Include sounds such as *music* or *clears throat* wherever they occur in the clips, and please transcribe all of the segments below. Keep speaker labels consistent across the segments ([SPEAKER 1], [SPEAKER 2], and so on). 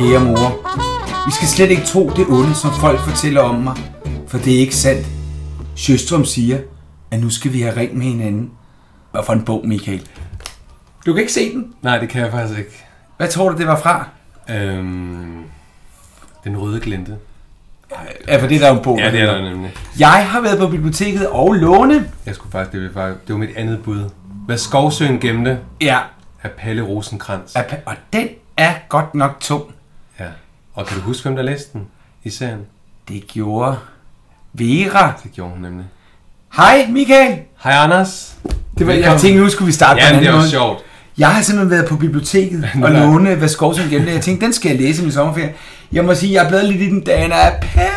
[SPEAKER 1] mere, mor. Vi skal slet ikke tro det onde, som folk fortæller om mig, for det er ikke sandt. Sjøstrøm siger, at nu skal vi have ring med hinanden. Hvad for en bog, Michael? Du kan ikke se den.
[SPEAKER 2] Nej, det kan jeg faktisk ikke.
[SPEAKER 1] Hvad tror du, det var fra?
[SPEAKER 2] Øhm, den røde glinte.
[SPEAKER 1] Ja, for det er der jo en bog.
[SPEAKER 2] Ja, det er der nemlig.
[SPEAKER 1] Jeg har været på biblioteket og låne.
[SPEAKER 2] Jeg skulle faktisk, det, var, faktisk- det var mit andet bud. Hvad skovsøen gemte
[SPEAKER 1] Ja,
[SPEAKER 2] af Palle Rosenkrantz.
[SPEAKER 1] og- og den er godt nok tung.
[SPEAKER 2] Ja. Og kan du huske, hvem der læste den i serien?
[SPEAKER 1] Det gjorde Vera.
[SPEAKER 2] Det gjorde hun nemlig.
[SPEAKER 1] Hej, Michael.
[SPEAKER 2] Hej Anders.
[SPEAKER 1] Det var, jeg
[SPEAKER 2] Velkommen.
[SPEAKER 1] tænkte, nu skulle vi starte på en
[SPEAKER 2] Ja, men det
[SPEAKER 1] anden
[SPEAKER 2] er
[SPEAKER 1] måde.
[SPEAKER 2] også sjovt.
[SPEAKER 1] Jeg har simpelthen været på
[SPEAKER 2] *laughs*
[SPEAKER 1] biblioteket og
[SPEAKER 2] Nej.
[SPEAKER 1] låne hvad Skovsen gemte. Jeg tænkte, den skal jeg læse i min sommerferie. Jeg må sige, jeg er blevet lidt i den, da den er pænt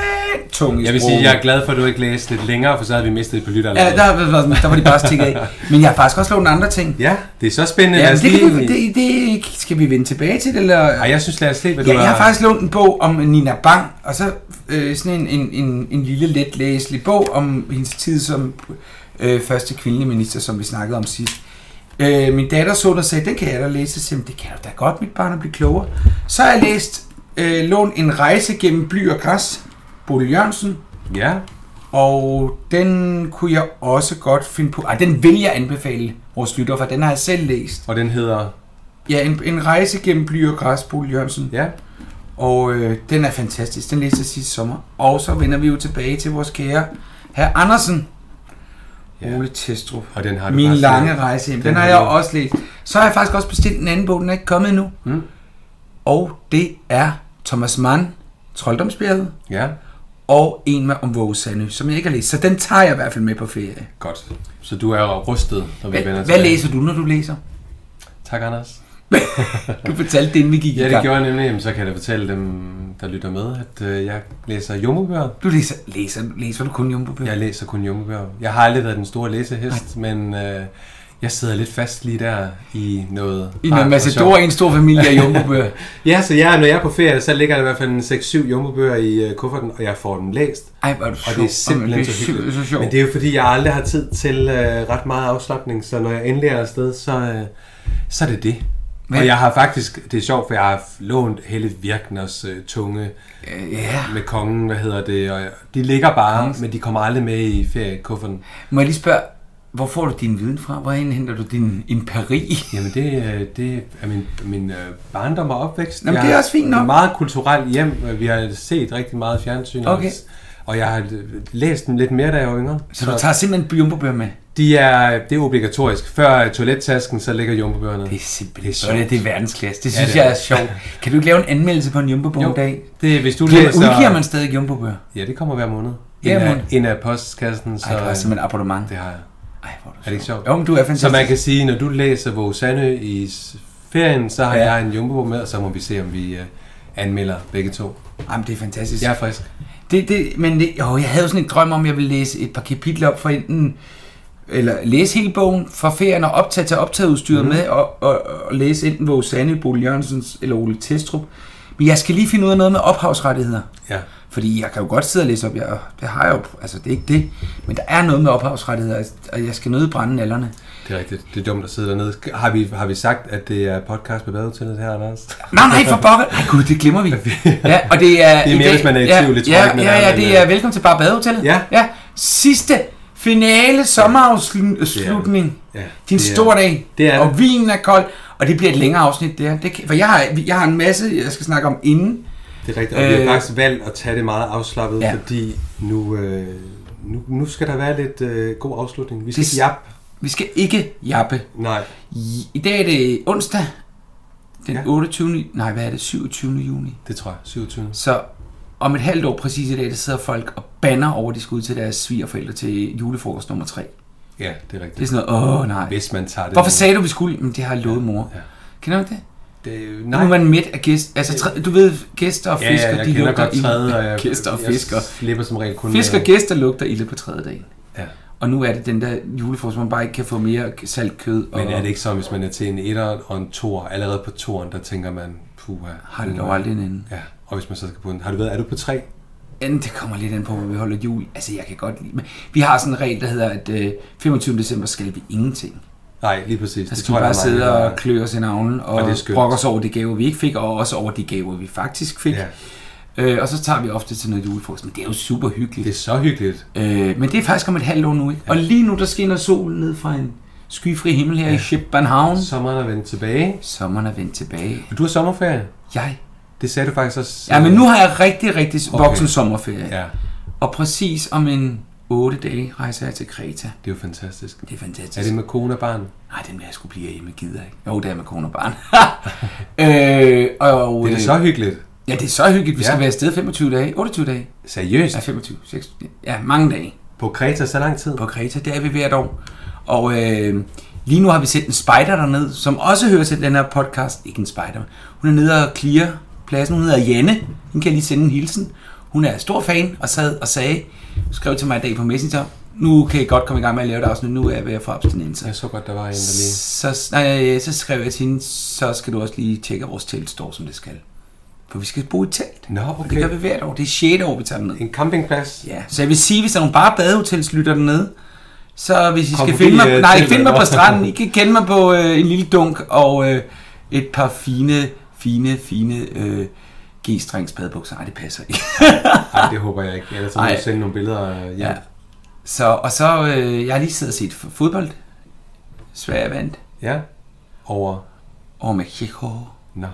[SPEAKER 1] tung i
[SPEAKER 2] Jeg vil
[SPEAKER 1] sproget.
[SPEAKER 2] sige, jeg er glad for, at du ikke læste lidt længere, for så havde vi mistet et par lytter.
[SPEAKER 1] Ja, der, der, der var de bare stikket
[SPEAKER 2] *laughs*
[SPEAKER 1] af. Men jeg har faktisk også lånt andre ting.
[SPEAKER 2] ja, det er så spændende.
[SPEAKER 1] Ja,
[SPEAKER 2] Lad
[SPEAKER 1] men
[SPEAKER 2] os
[SPEAKER 1] det, kan vi,
[SPEAKER 2] lige...
[SPEAKER 1] det, det, skal vi vende tilbage til, eller?
[SPEAKER 2] Ej, jeg synes, lad os se, hvad du
[SPEAKER 1] Ja, jeg har
[SPEAKER 2] har...
[SPEAKER 1] faktisk lånt en bog om Nina Bang, og så øh, sådan en, en, en, en lille letlæselig bog om hendes tid som øh, første kvindelige minister, som vi snakkede om sidst. Øh, min datter så den og sagde, den kan jeg da læse. Så det kan du da godt, mit barn, at blive klogere. Så har jeg læst øh, lån En rejse gennem bly og græs, Bolle Jørgensen,
[SPEAKER 2] Ja,
[SPEAKER 1] og den kunne jeg også godt finde på. Ej, den vil jeg anbefale vores lyttere, for den har jeg selv læst.
[SPEAKER 2] og den hedder...
[SPEAKER 1] Ja, en, en rejse gennem bly og græs, Bolle Jørgensen.
[SPEAKER 2] Ja,
[SPEAKER 1] Og øh, den er fantastisk. Den læste jeg sidste sommer. Og så vender vi jo tilbage til vores kære herr Andersen.
[SPEAKER 2] Ja.
[SPEAKER 1] Ja. Ole Testrup.
[SPEAKER 2] og den har du
[SPEAKER 1] Min
[SPEAKER 2] bare
[SPEAKER 1] lange
[SPEAKER 2] set.
[SPEAKER 1] rejse hjem.
[SPEAKER 2] Den
[SPEAKER 1] Den har
[SPEAKER 2] har
[SPEAKER 1] jeg
[SPEAKER 2] du-
[SPEAKER 1] også læst. Så har jeg faktisk også bestilt en anden bog. Den er ikke kommet endnu.
[SPEAKER 2] Mm.
[SPEAKER 1] Og det er Thomas Mann, Trolddomsbjerget.
[SPEAKER 2] Ja,
[SPEAKER 1] Og en med om Våge Sandø, som jeg ikke har læst. Så den tager jeg i hvert fald med på ferie.
[SPEAKER 2] godt. Så du er rustet, når vi vender
[SPEAKER 1] Hvad, hvad
[SPEAKER 2] tilbage.
[SPEAKER 1] læser du, når du
[SPEAKER 2] *laughs*
[SPEAKER 1] læser?
[SPEAKER 2] Tak, Anders.
[SPEAKER 1] *laughs* Du fortalte det, inden vi gik
[SPEAKER 2] Ja,
[SPEAKER 1] i
[SPEAKER 2] det
[SPEAKER 1] gang.
[SPEAKER 2] gjorde jeg nemlig. Jamen, så kan jeg da fortælle dem, der lytter med, at øh, jeg læser jummebøger.
[SPEAKER 1] Du læser, læser, læser du kun jumbo
[SPEAKER 2] Jeg læser kun jummebøger. Jeg har aldrig været den store læsehest, men øh, jeg sidder lidt fast lige der i noget...
[SPEAKER 1] I
[SPEAKER 2] rart
[SPEAKER 1] en
[SPEAKER 2] og
[SPEAKER 1] Macedor
[SPEAKER 2] sjovt.
[SPEAKER 1] i en stor familie af jumbo
[SPEAKER 2] *laughs* Ja, så jeg, når jeg er på ferie, så ligger der i hvert fald en 6-7 jummebøger i øh, kufferten, og jeg får dem læst.
[SPEAKER 1] Ej, hvor er du
[SPEAKER 2] Og
[SPEAKER 1] sjov.
[SPEAKER 2] det er simpelthen
[SPEAKER 1] Jamen, det er
[SPEAKER 2] så hyggeligt.
[SPEAKER 1] sy- så sjovt.
[SPEAKER 2] Men det er jo fordi, jeg aldrig har tid til øh, ret meget afslappning, så når jeg endelig er afsted, så, øh, så er det det.
[SPEAKER 1] Men-
[SPEAKER 2] Og jeg har faktisk, det er sjovt, for jeg har lånt Helle Virkners øh, tunge
[SPEAKER 1] Øh, Ja.
[SPEAKER 2] med kongen, hvad hedder det, og de ligger bare, men de kommer aldrig med i feriekufferten.
[SPEAKER 1] Må jeg lige spørge, hvor får du din viden fra? Hvorhen henter du din imperi?
[SPEAKER 2] Jamen det, øh, det er min, min øh, barndom og opvækst.
[SPEAKER 1] Jamen,
[SPEAKER 2] Jeg
[SPEAKER 1] det er
[SPEAKER 2] har
[SPEAKER 1] også fint nok.
[SPEAKER 2] et meget kulturelt hjem. Øh, Vi har set rigtig meget fjernsyn.
[SPEAKER 1] Okay.
[SPEAKER 2] også. Og jeg har øh, læst dem lidt mere, da jeg var yngre.
[SPEAKER 1] Så du tager simpelthen jumbobøger med?
[SPEAKER 2] de er, det er obligatorisk. Før øh, toilettasken, så ligger jumbobøgerne.
[SPEAKER 1] Det er simpelthen
[SPEAKER 2] Det er
[SPEAKER 1] det er,
[SPEAKER 2] sjovt.
[SPEAKER 1] sjovt. Det er verdenskasse. Det synes
[SPEAKER 2] det er
[SPEAKER 1] ja, det er. jeg er sjovt. Kan du ikke lave en anmeldelse på en jumbobog en dag?
[SPEAKER 2] det, er, hvis du
[SPEAKER 1] Bliver,
[SPEAKER 2] læser...
[SPEAKER 1] udgiver man stadig jumbobøger?
[SPEAKER 2] Ja, det kommer hver måned.
[SPEAKER 1] Hver
[SPEAKER 2] Ind af-
[SPEAKER 1] måned.
[SPEAKER 2] Ind af postkassen. Så,
[SPEAKER 1] Ej, du har
[SPEAKER 2] øh,
[SPEAKER 1] simpelthen abonnement.
[SPEAKER 2] det har jeg.
[SPEAKER 1] Ej, hvor er du
[SPEAKER 2] Er det ikke sjovt?
[SPEAKER 1] Jo, men du er fantastisk.
[SPEAKER 2] Så man kan sige, når du læser Våge Sandø i s- ferien, så har
[SPEAKER 1] Ja.
[SPEAKER 2] jeg en jumbobog med, og så må vi se, om vi øh, anmelder begge to.
[SPEAKER 1] Jamen, det er fantastisk.
[SPEAKER 2] Jeg
[SPEAKER 1] Ja.
[SPEAKER 2] er frisk.
[SPEAKER 1] Det, det, men det, jo, jeg havde sådan en drøm om, at jeg ville læse et par kapitler op for enten eller læse hele bogen fra ferien og optage til optageudstyret
[SPEAKER 2] Mhm.
[SPEAKER 1] mm-hmm. med og, og, og, læse enten Våge Sande, Bo Jørgensens eller Ole Testrup. Men jeg skal lige finde ud af noget med ophavsrettigheder.
[SPEAKER 2] Ja.
[SPEAKER 1] Fordi jeg kan jo godt sidde og læse op, jeg, det har jeg jo, altså det er ikke det. Men der er noget med ophavsrettigheder, og jeg skal nøde brænde nallerne.
[SPEAKER 2] Det er rigtigt. Det er dumt at sidde dernede. Har vi, har vi sagt, at det er podcast med badehotellet her, Anders?
[SPEAKER 1] Nej, nej, for pokker. Nej, gud, det
[SPEAKER 2] *laughs*
[SPEAKER 1] glemmer vi. Ja, og det er...
[SPEAKER 2] Det er mere, hvis man er i tvivl, det tror jeg
[SPEAKER 1] ja,
[SPEAKER 2] ikke, man
[SPEAKER 1] ja,
[SPEAKER 2] er,
[SPEAKER 1] ja,
[SPEAKER 2] men,
[SPEAKER 1] det
[SPEAKER 2] øh,
[SPEAKER 1] er velkommen til Bare Badehotellet.
[SPEAKER 2] Ja.
[SPEAKER 1] ja. Sidste finale sommerafslutning.
[SPEAKER 2] Ja,
[SPEAKER 1] Ja, det er
[SPEAKER 2] det
[SPEAKER 1] en
[SPEAKER 2] er
[SPEAKER 1] stor dag,
[SPEAKER 2] Det er det.
[SPEAKER 1] og vinen er kold, og det bliver et længere afsnit, det her. Det kan, for jeg har, jeg har en masse, jeg skal snakke om inden.
[SPEAKER 2] Det er rigtigt. Og vi har
[SPEAKER 1] Øh.
[SPEAKER 2] faktisk valgt at tage det meget afslappet, ja.
[SPEAKER 1] Ja.
[SPEAKER 2] fordi nu, øh, nu, nu skal der være lidt øh, god afslutning. Vi skal
[SPEAKER 1] Det-
[SPEAKER 2] ikke jap.
[SPEAKER 1] Vi skal ikke jappe.
[SPEAKER 2] Nej.
[SPEAKER 1] I- I dag er det onsdag, den
[SPEAKER 2] Ja.
[SPEAKER 1] ja. 28. Nej, hvad er det? 27. juni.
[SPEAKER 2] Det tror jeg. 27.
[SPEAKER 1] Så om et halvt år præcis i dag, der sidder folk og banner over, at de skal ud til deres svigerforældre til julefrokost nummer 3.
[SPEAKER 2] Ja, det er
[SPEAKER 1] Det er
[SPEAKER 2] rigtigt.
[SPEAKER 1] sådan noget, åh nej.
[SPEAKER 2] Hvis man tager det.
[SPEAKER 1] Hvorfor sagde du, vi skulle? Men det har jeg lovet mor.
[SPEAKER 2] Ja.
[SPEAKER 1] Ja. Kender du ikke det?
[SPEAKER 2] det?
[SPEAKER 1] Nej. Nu
[SPEAKER 2] Nej.
[SPEAKER 1] er man midt af gæst. Altså, træ, du ved, gæster og
[SPEAKER 2] Ja,
[SPEAKER 1] fisker,
[SPEAKER 2] ja, jeg
[SPEAKER 1] de
[SPEAKER 2] kender
[SPEAKER 1] lugter
[SPEAKER 2] godt træde, og jeg,
[SPEAKER 1] Gæster og
[SPEAKER 2] jeg
[SPEAKER 1] fisker.
[SPEAKER 2] slipper som regel kun...
[SPEAKER 1] Fisk og
[SPEAKER 2] øh,
[SPEAKER 1] gæster lugter ilde på tredje dagen.
[SPEAKER 2] Ja.
[SPEAKER 1] Og nu er det den der julefrokost, hvor man bare ikke kan få mere salt kød. Og
[SPEAKER 2] Men er det ikke sådan, hvis man er til en etter og en toer, allerede på toeren, der tænker man, puha.
[SPEAKER 1] Har det dog aldrig en ende.
[SPEAKER 2] Ja, og hvis man så skal på en... Har du været, er du på tre?
[SPEAKER 1] Enten det kommer lidt an på, hvor vi holder jul. Altså, jeg kan godt lide... Men vi har sådan en regel, der hedder, at øh, 25. december skal vi ingenting.
[SPEAKER 2] Nej, lige præcis.
[SPEAKER 1] Der skal vi bare sidde
[SPEAKER 2] meget,
[SPEAKER 1] og klø os i navnen og,
[SPEAKER 2] Og
[SPEAKER 1] og
[SPEAKER 2] det er skønt.
[SPEAKER 1] brokke os over de gaver, vi ikke fik, og også over de gaver, vi faktisk fik.
[SPEAKER 2] Ja.
[SPEAKER 1] Ja. Øh, og så tager vi ofte til noget julefrokost, men det er jo super hyggeligt.
[SPEAKER 2] Det er så hyggeligt.
[SPEAKER 1] Øh, men det er faktisk om et halvt år nu, ikke? Ja. Og lige nu, der skinner solen ned fra en skyfri himmel her ja. i Schippenhavn.
[SPEAKER 2] Sommeren er vendt tilbage.
[SPEAKER 1] Sommeren er vendt tilbage.
[SPEAKER 2] Du har sommerferie.
[SPEAKER 1] Jeg.
[SPEAKER 2] Det sagde du faktisk også. øh,
[SPEAKER 1] Ja, men nu har jeg rigtig, rigtig
[SPEAKER 2] Okay.
[SPEAKER 1] voksen sommerferie.
[SPEAKER 2] Ja,
[SPEAKER 1] Og præcis om en 8 dage rejser jeg til Kreta.
[SPEAKER 2] det er jo fantastisk.
[SPEAKER 1] Det er fantastisk.
[SPEAKER 2] Er det med kone og barn?
[SPEAKER 1] Nej, den vil jeg skulle blive hjemme, gider jeg ikke. Jo, det er med kone og barn. *laughs* øh, og,
[SPEAKER 2] Det er da
[SPEAKER 1] øh,
[SPEAKER 2] så hyggeligt.
[SPEAKER 1] Ja, det er så hyggeligt. Vi
[SPEAKER 2] Ja.
[SPEAKER 1] skal være afsted 25 dage, 28 dage.
[SPEAKER 2] Seriøst?
[SPEAKER 1] Ja, 25, 26, ja, mange dage
[SPEAKER 2] På Kreta så lang tid?
[SPEAKER 1] på Kreta. Det er vi hvert år. Og øh, lige nu har vi sendt en spider derned, som også hører til den her podcast. Ikke en spider. Hun er nede og clear pladsen. Hun hedder Janne. Hun kan jeg lige sende en hilsen. Hun er stor fan og sad og sagde, skrev til mig i dag på Messenger, nu kan I godt komme i gang med at lave det afsnit, nu er jeg ved at få abstinenser.
[SPEAKER 2] Jeg så godt, der var en, der lige...
[SPEAKER 1] Så, nej, så skrev jeg til hende, så skal du også lige tjekke, at vores telt står, som det skal. For vi skal bo i et telt.
[SPEAKER 2] Nå,
[SPEAKER 1] Og det gør
[SPEAKER 2] okay.
[SPEAKER 1] vi hvert år. Det er 6. år, vi tager dem ned.
[SPEAKER 2] En campingplads?
[SPEAKER 1] Ja. Så jeg vil sige, hvis der er nogle bare badehotels lytter dernede, så hvis I
[SPEAKER 2] Kom
[SPEAKER 1] skal
[SPEAKER 2] forbi,
[SPEAKER 1] finde mig,
[SPEAKER 2] øh,
[SPEAKER 1] nej,
[SPEAKER 2] teltet.
[SPEAKER 1] finde mig på stranden, I kan kende mig på øh, en lille dunk og øh, et par fine, fine, fine øh, G-strengs badebukser. Nej, det passer
[SPEAKER 2] *laughs*
[SPEAKER 1] ikke.
[SPEAKER 2] Nej, det håber jeg ikke. Ellers så må
[SPEAKER 1] Ej.
[SPEAKER 2] du sende nogle billeder hjem.
[SPEAKER 1] Ja. Så, og så, øh, jeg har lige siddet og set f- fodbold. Sverige vandt
[SPEAKER 2] ja. Over...
[SPEAKER 1] over Mexico. Øh,
[SPEAKER 2] Nå.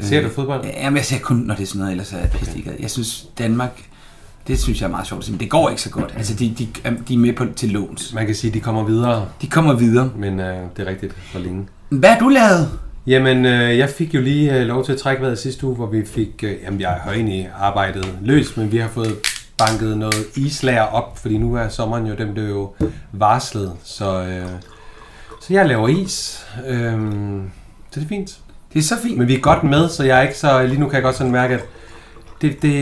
[SPEAKER 2] Ser du fodbold?
[SPEAKER 1] Ja, men jeg ser kun, når det er sådan noget, ellers er jeg pisse ligeglad. Jeg synes, Danmark, det synes jeg er meget sjovt, men det går ikke så godt. Altså, de, de, de er med på, til låns.
[SPEAKER 2] Man kan sige, at de kommer videre,
[SPEAKER 1] De kommer videre.
[SPEAKER 2] men øh, det er rigtigt for længe.
[SPEAKER 1] Hvad har du lavet?
[SPEAKER 2] Jamen, øh, jeg fik jo lige øh, lov til at trække vejret sidste uge, hvor vi fik... Øh, jamen, jeg har jo egentlig arbejdet løs, men vi har fået banket noget islager op, fordi nu er sommeren jo, dem blev jo varslet, så... Øh, så jeg laver is, øh, så det er fint.
[SPEAKER 1] Det er så fint.
[SPEAKER 2] Men vi er godt med, så jeg er ikke så... Lige nu kan jeg godt sådan mærke, at det, det,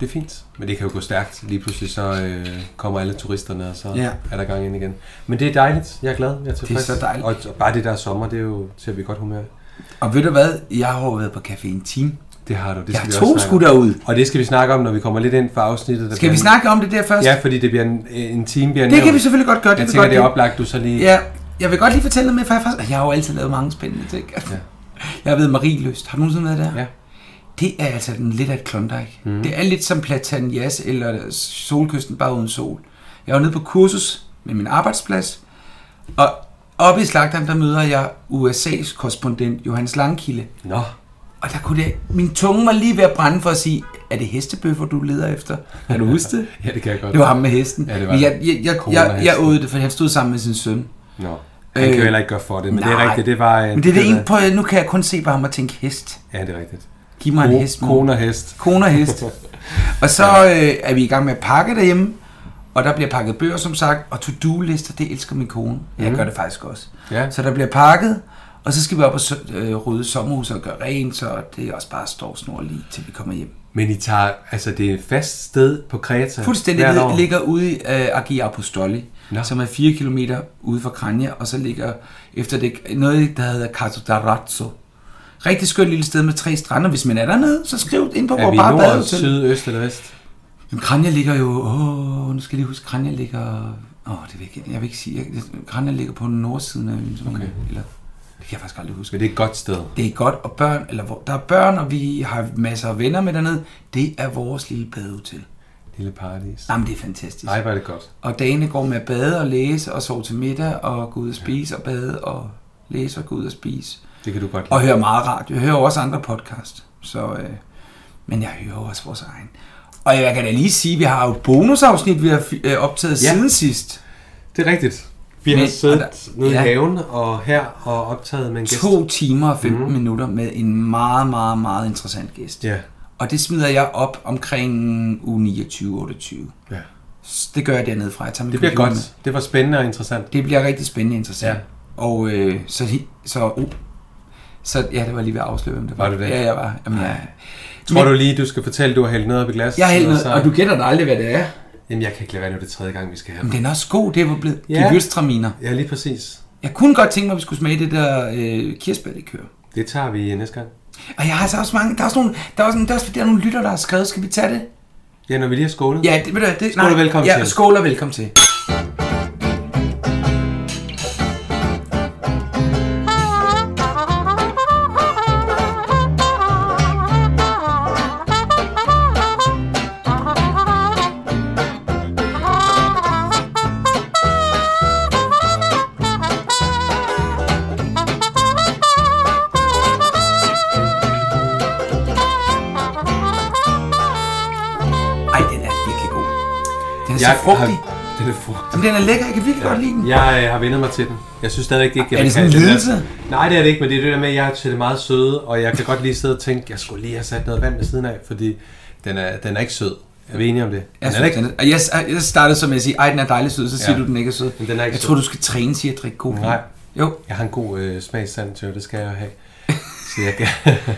[SPEAKER 2] det er fint. Men det kan jo gå stærkt. Lige pludselig så øh, kommer alle turisterne, og så ja.
[SPEAKER 1] Ja.
[SPEAKER 2] er der gang ind igen. Men det er dejligt. Jeg er glad. Jeg er tilfreds.
[SPEAKER 1] så dejligt.
[SPEAKER 2] Og, og bare det der sommer, det er jo til at vi godt humør.
[SPEAKER 1] Og ved du hvad? Jeg har jo været på café en time.
[SPEAKER 2] Det har du. Det
[SPEAKER 1] Jeg
[SPEAKER 2] skal
[SPEAKER 1] har
[SPEAKER 2] vi også
[SPEAKER 1] to
[SPEAKER 2] snakke om.
[SPEAKER 1] skud derud.
[SPEAKER 2] Og det skal vi snakke om, når vi kommer lidt ind for afsnittet. Der
[SPEAKER 1] Skal
[SPEAKER 2] bliver-
[SPEAKER 1] vi snakke om det der først?
[SPEAKER 2] Ja, fordi det bliver en, en time bliver
[SPEAKER 1] Det
[SPEAKER 2] nævnt.
[SPEAKER 1] kan vi selvfølgelig godt gøre.
[SPEAKER 2] Jeg
[SPEAKER 1] Det vil
[SPEAKER 2] tænker,
[SPEAKER 1] godt
[SPEAKER 2] det er
[SPEAKER 1] lide.
[SPEAKER 2] oplagt, du så lige...
[SPEAKER 1] Ja, jeg vil godt lige fortælle noget med, for jeg, har faktisk, jeg har jo altid lavet mange spændende ting. Ja. *laughs* Jeg har været Marieløst. Har du nogensinde været der?
[SPEAKER 2] Ja. Mhm.
[SPEAKER 1] Det er altså den, lidt af et klondike. Mm. Det er lidt som Platanias eller Solkysten, bare uden sol. Jeg var nede på kursus med min arbejdsplads, og oppe i slagteren, der møder jeg USA's korrespondent Johannes Langkilde.
[SPEAKER 2] Nå,
[SPEAKER 1] Og der kunne det, min tunge var lige ved at brænde for at sige, er det hestebøffer, du leder efter? Kan du huske det?
[SPEAKER 2] ja, det kan jeg godt.
[SPEAKER 1] Det var ham med hesten.
[SPEAKER 2] Ja, det var
[SPEAKER 1] Men jeg,
[SPEAKER 2] det.
[SPEAKER 1] jeg, jeg,
[SPEAKER 2] Konen og
[SPEAKER 1] jeg, jeg
[SPEAKER 2] hesten.
[SPEAKER 1] åd det, for han stod sammen med sin søn.
[SPEAKER 2] Nå. Han kan jo
[SPEAKER 1] Øh,
[SPEAKER 2] heller ikke gøre for det, men det er
[SPEAKER 1] nej.
[SPEAKER 2] rigtigt. Det var... øh,
[SPEAKER 1] Men det er det
[SPEAKER 2] var-
[SPEAKER 1] ene på, nu kan jeg kun se på ham og tænke hest.
[SPEAKER 2] Ja, det er rigtigt.
[SPEAKER 1] Giv mig en hest.
[SPEAKER 2] Ko-
[SPEAKER 1] mor.
[SPEAKER 2] Kone og hest.
[SPEAKER 1] Kone og
[SPEAKER 2] *laughs*
[SPEAKER 1] hest. Og så øh, er vi i gang med at pakke derhjemme, og der bliver pakket bøger, som sagt, og to-do-lister, det elsker min kone. Jeg
[SPEAKER 2] Mm.
[SPEAKER 1] gør det faktisk også.
[SPEAKER 2] Mhm. Ja.
[SPEAKER 1] Så der bliver pakket, og så skal vi op og sø- øh, rydde sommerhuset og gøre rent, så det er også bare står snor lige, til vi kommer hjem.
[SPEAKER 2] Men I tager, altså det er et fast sted på Kreta
[SPEAKER 1] Fuldstændig
[SPEAKER 2] hvert
[SPEAKER 1] det
[SPEAKER 2] år.
[SPEAKER 1] ligger ude i øh, Agi Apostoli,
[SPEAKER 2] Nå.
[SPEAKER 1] Nå. som er 4 km ude fra Kranja, og så ligger efter det noget, der hedder Cato d'Arazzo. Rigtig skønt lille sted med tre strander. Hvis man er dernede, så skriv ind på
[SPEAKER 2] Er vi
[SPEAKER 1] vores
[SPEAKER 2] i
[SPEAKER 1] bare
[SPEAKER 2] nord,
[SPEAKER 1] badehotel.
[SPEAKER 2] syd, øst eller vest?
[SPEAKER 1] Men Kranja ligger jo... Åh, nu skal jeg lige huske, Kranja ligger... Åh, det vil jeg, ikke- jeg vil ikke sige... Jeg, Kranja ligger på nordsiden af øen. Okay. Eller, det kan jeg faktisk aldrig huske.
[SPEAKER 2] Men det er et godt sted.
[SPEAKER 1] Det er godt, og børn, eller hvor, der er børn, og vi har masser af venner med dernede. Det er vores lille badehotel.
[SPEAKER 2] Lille paradis.
[SPEAKER 1] Jamen, det er fantastisk.
[SPEAKER 2] Nej, hvor er det godt.
[SPEAKER 1] Og dagene går med at bade og læse og sove til middag og gå ud og spise og bade og læse og gå ud og spise.
[SPEAKER 2] Det kan du godt lide.
[SPEAKER 1] Og høre meget radio. Jeg hører også andre podcast. Så, øh, men jeg hører også vores egen. Og jeg kan da lige sige, at vi har jo et bonusafsnit, vi har fi- øh, optaget
[SPEAKER 2] Ja.
[SPEAKER 1] ja. siden sidst.
[SPEAKER 2] Det er rigtigt. Vi har
[SPEAKER 1] Men-
[SPEAKER 2] siddet nede i
[SPEAKER 1] Ja.
[SPEAKER 2] haven og her og optaget med en gæst. Mhm.
[SPEAKER 1] To timer og 15 mm. minutter med en meget, meget, meget interessant gæst.
[SPEAKER 2] Ja.
[SPEAKER 1] Og det smider jeg op omkring uge 29-28.
[SPEAKER 2] ja.
[SPEAKER 1] Så Det gør jeg dernede fra. Jeg tager min
[SPEAKER 2] Det bliver
[SPEAKER 1] computer
[SPEAKER 2] godt. Det var spændende og interessant.
[SPEAKER 1] Det bliver rigtig spændende og interessant.
[SPEAKER 2] Ja.
[SPEAKER 1] Ja. Og øh, så, så, uh, så, ja, det var lige ved at afsløre, hvem det var.
[SPEAKER 2] Var du det?
[SPEAKER 1] Ja, jeg var. Jamen, jeg,
[SPEAKER 2] Tror
[SPEAKER 1] Men-
[SPEAKER 2] du lige, du skal fortælle, du har hældt noget op i glasset?
[SPEAKER 1] jeg er helt
[SPEAKER 2] og
[SPEAKER 1] nede,
[SPEAKER 2] så-
[SPEAKER 1] og du gætter da aldrig, hvad det er.
[SPEAKER 2] Jamen, jeg kan ikke lade være, nu er det tredje gang, vi skal have
[SPEAKER 1] Men
[SPEAKER 2] dem.
[SPEAKER 1] den er også god, det var blevet
[SPEAKER 2] Ja.
[SPEAKER 1] ja. gevylstraminer.
[SPEAKER 2] Ja, lige præcis.
[SPEAKER 1] Jeg kunne godt tænke mig, at vi skulle smage det der øh, kirsebærlikør.
[SPEAKER 2] Det tager vi øh, næste gang.
[SPEAKER 1] Og jeg har altså også mange, der er også nogle, der er også, der er også, der er nogle lytter, der har skrevet, skal vi tage det?
[SPEAKER 2] Ja, når vi lige har skålet.
[SPEAKER 1] Ja, det, ved du, hvad, det,
[SPEAKER 2] Skål og velkommen
[SPEAKER 1] ja,
[SPEAKER 2] til.
[SPEAKER 1] Skål og velkommen til. Den er så frugtig.
[SPEAKER 2] Har, den er frugtig.
[SPEAKER 1] Jamen, den er lækker. Jeg kan virkelig godt lide den.
[SPEAKER 2] Jeg øh, har vendet mig til den. Jeg synes stadig ikke, jeg
[SPEAKER 1] Er det sådan en
[SPEAKER 2] kan-
[SPEAKER 1] lidelse?
[SPEAKER 2] Nej, det er det ikke, men det er det der med, at jeg er til det meget søde, og jeg kan godt lige sidde og tænke, jeg skulle lige have sat noget vand ved siden af, fordi den er, den er ikke sød. Er vi enige om det?
[SPEAKER 1] Jeg,
[SPEAKER 2] Den er
[SPEAKER 1] synes,
[SPEAKER 2] ikke,
[SPEAKER 1] den er, og jeg, jeg startede som med at sige, ej, den er dejlig sød, så siger
[SPEAKER 2] Ja.
[SPEAKER 1] du, den ikke er sød.
[SPEAKER 2] Men den er ikke
[SPEAKER 1] jeg
[SPEAKER 2] sød.
[SPEAKER 1] tror, du skal træne til at drikke god vin.
[SPEAKER 2] Nej.
[SPEAKER 1] Jo,
[SPEAKER 2] jeg har en god øh, smagssand til, det skal jeg jo
[SPEAKER 1] *laughs*
[SPEAKER 2] have. Så jeg kan...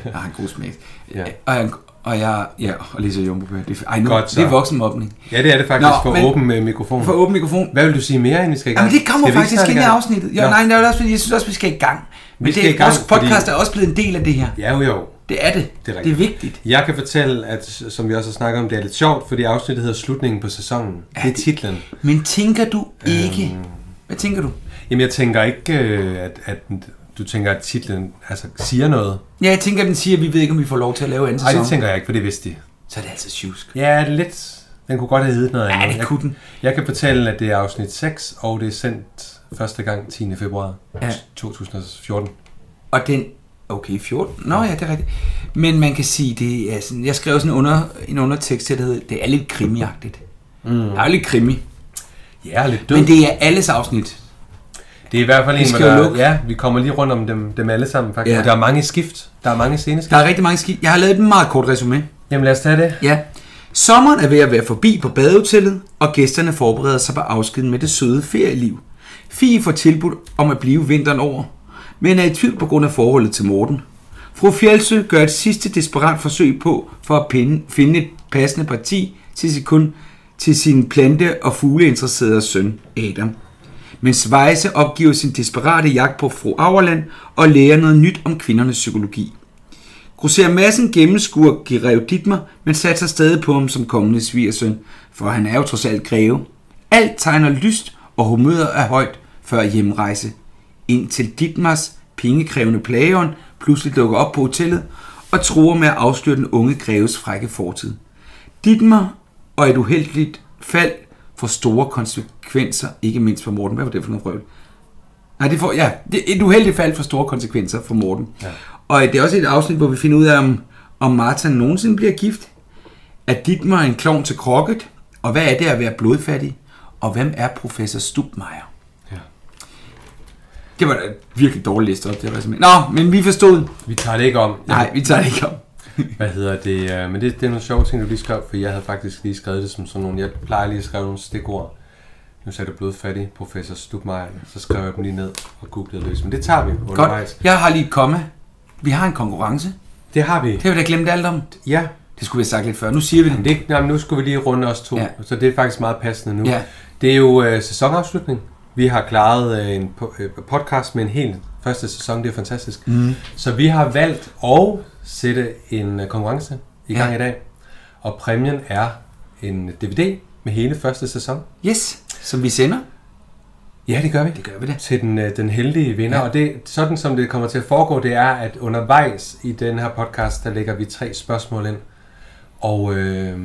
[SPEAKER 1] jeg har en god smag.
[SPEAKER 2] Ja.
[SPEAKER 1] Ja. Og, jeg, og jeg, ja, og lige så jumbo det, er- ej, nu,
[SPEAKER 2] Godt så.
[SPEAKER 1] det er voksenmobning.
[SPEAKER 2] Ja, det er det faktisk
[SPEAKER 1] Nå,
[SPEAKER 2] for
[SPEAKER 1] men-
[SPEAKER 2] åben øh, mikrofon.
[SPEAKER 1] For åben mikrofon.
[SPEAKER 2] Hvad vil du sige mere, inden vi skal i gang?
[SPEAKER 1] Jamen, det kommer
[SPEAKER 2] Skal vi
[SPEAKER 1] faktisk
[SPEAKER 2] snart
[SPEAKER 1] ikke i
[SPEAKER 2] gang?
[SPEAKER 1] afsnittet. Jo,
[SPEAKER 2] Nå.
[SPEAKER 1] nej, det er også, fordi jeg synes også, vi skal i gang. Men
[SPEAKER 2] skal
[SPEAKER 1] det,
[SPEAKER 2] i gang,
[SPEAKER 1] vores podcast
[SPEAKER 2] fordi-
[SPEAKER 1] er også blevet en del af det her.
[SPEAKER 2] Ja, jo, jo.
[SPEAKER 1] Det er det.
[SPEAKER 2] Det er
[SPEAKER 1] det er
[SPEAKER 2] rigtigt.
[SPEAKER 1] vigtigt.
[SPEAKER 2] Jeg kan fortælle, at som vi også har snakket om, det er lidt sjovt, fordi afsnittet hedder Slutningen på sæsonen. Ja, det er titlen. Øhm.
[SPEAKER 1] Men tænker du ikke... Hvad tænker du?
[SPEAKER 2] Jamen, jeg tænker ikke, øh, at, at du tænker, at titlen altså, siger noget.
[SPEAKER 1] Ja, jeg tænker, at den siger, at vi ved ikke, om vi får lov til at lave anden
[SPEAKER 2] Nej,
[SPEAKER 1] sæson.
[SPEAKER 2] det tænker jeg ikke, for det vidste de.
[SPEAKER 1] Så er det altså tjusk.
[SPEAKER 2] Ja, lidt. Den kunne godt have heddet noget andet.
[SPEAKER 1] det
[SPEAKER 2] Jeg-
[SPEAKER 1] kunne den.
[SPEAKER 2] Jeg kan fortælle, at det er afsnit 6, og det er sendt første gang 10. februar
[SPEAKER 1] Ja.
[SPEAKER 2] 2014.
[SPEAKER 1] Og den... Okay, 14. Nå ja, det er rigtigt. Men man kan sige, det er sådan... Jeg skrev sådan en, under, en undertekst til, der hedder, det er lidt krimiagtigt. Mm. Der er jo lidt krimi.
[SPEAKER 2] Ja, lidt død.
[SPEAKER 1] Men det er alles afsnit.
[SPEAKER 2] Det er i hvert fald en,
[SPEAKER 1] skal
[SPEAKER 2] hvor
[SPEAKER 1] jo
[SPEAKER 2] der,
[SPEAKER 1] lukke.
[SPEAKER 2] ja, vi kommer lige rundt om dem, dem alle sammen faktisk. Ja.
[SPEAKER 1] Ja.
[SPEAKER 2] Og der er mange skift. Der er mange
[SPEAKER 1] Der
[SPEAKER 2] sceneskift.
[SPEAKER 1] er rigtig mange skidt. Jeg har lavet et meget kort resume.
[SPEAKER 2] Jamen lad os tage det.
[SPEAKER 1] Ja. Sommeren er ved at være forbi på badehotellet, og gæsterne forbereder sig på afskeden med det søde ferieliv. Fie får tilbudt om at blive vinteren over, men er i tvivl på grund af forholdet til Morten. Fru Fjeldsø gør et sidste desperat forsøg på for at pinde, finde et passende parti til, sin, kun, til sin plante- og fugleinteresserede søn Adam. Men Svejse opgiver sin desperate jagt på fru Auerland og lærer noget nyt om kvindernes psykologi. Grosser Madsen gennemskuer Grev Ditmer, men satser stadig på ham som kommende svigersøn, for han er jo trods alt greve. Alt tegner lyst, og humøret er højt før hjemrejse. Indtil Ditmers pengekrævende plageånd pludselig dukker op på hotellet og truer med at afsløre den unge greves frække fortid. Ditmer og et uheldigt fald får store konsekvenser, ikke mindst for Morten. Hvad var det for noget røvl? Nej, det får, ja, det er et uheldigt fald for store konsekvenser for Morten. Ja. Og det er også et afsnit, hvor vi finder ud af, om, om Martha nogensinde bliver gift. Er Dietmar en klovn til krokket? Og hvad er det at være blodfattig? Og hvem er professor Stubmeier?
[SPEAKER 2] Ja.
[SPEAKER 1] Det var da et virkelig dårligt liste op, det var simpelthen. Nå, altså, men vi forstod.
[SPEAKER 2] Vi tager det ikke om.
[SPEAKER 1] Nej, vi tager det ikke om.
[SPEAKER 2] *laughs* Hvad hedder det? øh, Men det, det er nogle sjove ting, du lige skrev, for jeg havde faktisk lige skrevet det som sådan nogle... Jeg plejer lige at skrive nogle stikord. Nu sagde du blodfattig, professor Stubmeier. Så skrev jeg dem lige ned og googlede løs. Men det tager vi undervejs.
[SPEAKER 1] Godt. Jeg har lige et komma. Vi har en konkurrence.
[SPEAKER 2] Det har vi.
[SPEAKER 1] Det har vi da glemt alt om.
[SPEAKER 2] Ja.
[SPEAKER 1] Det skulle vi have sagt lidt før. Nu siger vi det.
[SPEAKER 2] Det er ikke, nej, men nu skulle vi lige runde os to, ja.
[SPEAKER 1] Ja.
[SPEAKER 2] så det er faktisk meget passende nu.
[SPEAKER 1] Ja.
[SPEAKER 2] Det er jo øh, sæsonafslutning. Vi har klaret øh, en po- øh, podcast med en hel første sæson, det er fantastisk. Mm. Så vi har valgt at sætte en øh, konkurrence i
[SPEAKER 1] Ja.
[SPEAKER 2] gang i dag, og præmien er en DVD med hele første sæson.
[SPEAKER 1] Yes, som vi sender.
[SPEAKER 2] Ja, det gør vi.
[SPEAKER 1] Det gør vi da.
[SPEAKER 2] Til den, øh, den heldige vinder. Ja.
[SPEAKER 1] Ja.
[SPEAKER 2] Og det, sådan som det kommer til at foregå, det er, at undervejs i den her podcast, der lægger vi tre spørgsmål ind. Og, øh,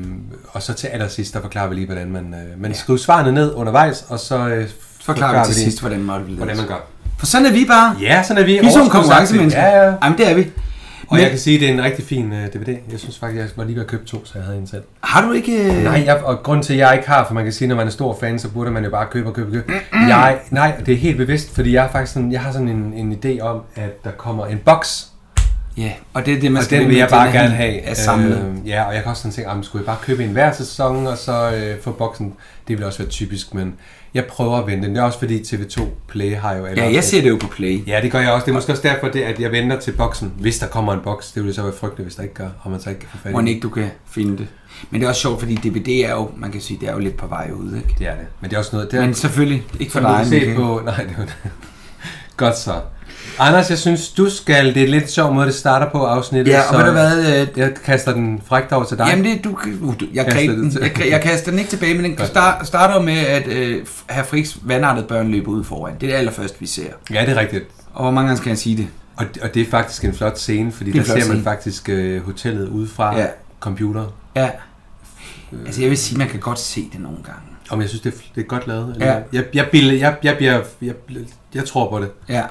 [SPEAKER 2] og så til allersidst, der forklarer vi lige, hvordan man... Øh, man ja. skriver svarene ned undervejs, og så øh,
[SPEAKER 1] Forklarer vi til
[SPEAKER 2] lige,
[SPEAKER 1] sidst, hvordan man vil
[SPEAKER 2] hvordan man gør.
[SPEAKER 1] For sådan er vi bare.
[SPEAKER 2] Ja, sådan er vi.
[SPEAKER 1] Vi er sådan nogle
[SPEAKER 2] Overskudsagtigt.
[SPEAKER 1] konkurrencemennesker.
[SPEAKER 2] Ja, ja.
[SPEAKER 1] Jamen, det er vi.
[SPEAKER 2] Og
[SPEAKER 1] Men
[SPEAKER 2] jeg kan sige, at det er en rigtig fin øh, DVD. Jeg synes faktisk, jeg var lige ved at købe to, så jeg havde en selv.
[SPEAKER 1] har du ikke... øh,
[SPEAKER 2] Nej, jeg, og grund til, at jeg ikke har, for man kan sige, når man er stor fan, så burde man jo bare købe og købe og købe. Jeg, nej, det er helt bevidst, fordi jeg, er faktisk sådan, jeg har sådan en, en idé om, at der kommer en boks,
[SPEAKER 1] Ja, og det er det, man
[SPEAKER 2] og
[SPEAKER 1] skal
[SPEAKER 2] den vil
[SPEAKER 1] vælge,
[SPEAKER 2] jeg bare
[SPEAKER 1] er
[SPEAKER 2] gerne
[SPEAKER 1] helt-
[SPEAKER 2] have.
[SPEAKER 1] Er samlet. Øh,
[SPEAKER 2] Øh, ja, og jeg kan også sådan tænke, at skulle jeg bare købe en hver sæson, og så øh, få boksen? Det vil også være typisk, men jeg prøver at vente. Det er også fordi TV2 Play har jo... alle
[SPEAKER 1] ja, jeg
[SPEAKER 2] afsnit.
[SPEAKER 1] ser det jo på play.
[SPEAKER 2] Ja, det gør jeg også. Det er måske også derfor, det, at jeg venter til boksen, hvis der kommer en boks. Det ville så være frygteligt, hvis der ikke gør, og man så ikke kan få fat i
[SPEAKER 1] Må
[SPEAKER 2] den.
[SPEAKER 1] ikke du kan finde det. Men det er også sjovt, fordi DVD er jo, man kan sige, det er jo lidt på vej ud, ikke?
[SPEAKER 2] Det er det. Men det er også noget... Det er,
[SPEAKER 1] Men selvfølgelig, ikke for
[SPEAKER 2] Som du
[SPEAKER 1] dig,
[SPEAKER 2] kan se
[SPEAKER 1] Michael.
[SPEAKER 2] på... *laughs* Nej, det var det. Godt så. Anders, jeg synes, du skal... Det er lidt sjov måde, det starter på afsnittet.
[SPEAKER 1] Ja, og
[SPEAKER 2] så
[SPEAKER 1] ved du hvad, øh,
[SPEAKER 2] Jeg kaster den frækt over til dig.
[SPEAKER 1] Jamen det, du, kan- uh, du jeg,
[SPEAKER 2] Kaster
[SPEAKER 1] kaster
[SPEAKER 2] det
[SPEAKER 1] den,
[SPEAKER 2] til- *laughs*
[SPEAKER 1] jeg, kre- jeg kaster den ikke tilbage, men den kan start, starter jo med, at øh, have Friks vandartet børn løbe ud foran. Det er det allerførste, vi ser.
[SPEAKER 2] Ja, det er rigtigt.
[SPEAKER 1] Og hvor mange gange skal jeg sige det?
[SPEAKER 2] Og, og det er faktisk en flot scene, fordi
[SPEAKER 1] Det er
[SPEAKER 2] der
[SPEAKER 1] en flot
[SPEAKER 2] ser man
[SPEAKER 1] scene.
[SPEAKER 2] faktisk øh, hotellet udefra ja.
[SPEAKER 1] Ja.
[SPEAKER 2] computer.
[SPEAKER 1] Ja. Altså jeg vil sige, man kan godt se det nogle gange.
[SPEAKER 2] Om jeg synes, det er, det er godt lavet.
[SPEAKER 1] Ja.
[SPEAKER 2] Jeg, jeg, bilde, jeg, jeg, jeg, jeg, jeg, jeg tror på det.
[SPEAKER 1] Ja.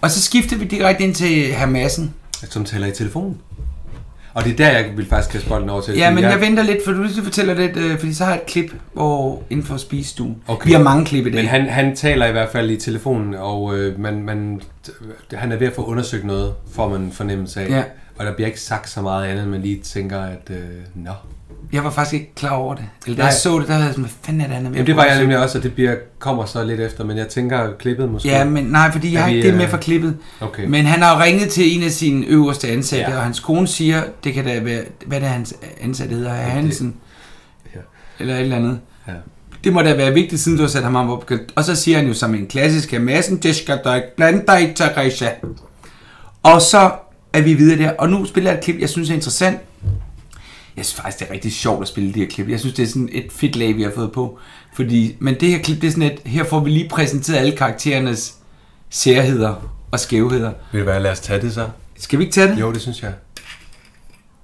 [SPEAKER 1] Og så skifter vi direkte ind til Hamassen.
[SPEAKER 2] Som taler i telefonen. Og det er der, jeg vil faktisk kaste bolden over til.
[SPEAKER 1] Ja,
[SPEAKER 2] fordi
[SPEAKER 1] men jeg venter lidt, for du lige fortæller lidt, øh, fordi så har jeg et klip hvor, inden for spisestuen.
[SPEAKER 2] Okay.
[SPEAKER 1] Vi har mange klip i dag.
[SPEAKER 2] Men han, han taler i hvert fald i telefonen, og øh, man, man, han er ved at få undersøgt noget, får man en fornemmelse af.
[SPEAKER 1] Ja.
[SPEAKER 2] Og der bliver ikke sagt så meget andet, man lige tænker, at øh, nå.
[SPEAKER 1] Jeg var faktisk ikke klar over det. Eller da
[SPEAKER 2] Nej.
[SPEAKER 1] jeg så det, der havde jeg sådan, hvad fanden er det, han er ved
[SPEAKER 2] Jamen,
[SPEAKER 1] at
[SPEAKER 2] det var jeg
[SPEAKER 1] undersøge?
[SPEAKER 2] nemlig også, og det bliver, kommer så lidt efter, men jeg tænker klippet måske.
[SPEAKER 1] Ja, men nej, fordi jeg
[SPEAKER 2] Er
[SPEAKER 1] har
[SPEAKER 2] vi,
[SPEAKER 1] ikke det med
[SPEAKER 2] øh,
[SPEAKER 1] fra klippet.
[SPEAKER 2] okay.
[SPEAKER 1] Men han har jo ringet til en af sine øverste ansatte,
[SPEAKER 2] Ja.
[SPEAKER 1] ja. og hans kone siger, det kan da være, hvad er det hans ansatte hedder, Herr Hansen,
[SPEAKER 2] Ja.
[SPEAKER 1] eller et eller andet.
[SPEAKER 2] Ja.
[SPEAKER 1] Det må da være vigtigt, siden du har sat ham op. Og så siger han jo som en klassisk af massen, det skal du ikke blande dig i, Teresa. Og så er vi videre der, og nu spiller jeg et klip, jeg synes er interessant. Jeg synes faktisk, det er rigtig sjovt at spille de her klip. Jeg synes, det er sådan et fedt lag, vi har fået på. Fordi, men det her klip, det er sådan et, her får vi lige præsenteret alle karakterernes særheder og skævheder.
[SPEAKER 2] Vil det være, lad os tage det så?
[SPEAKER 1] Skal vi ikke tage det?
[SPEAKER 2] Jo, det synes jeg.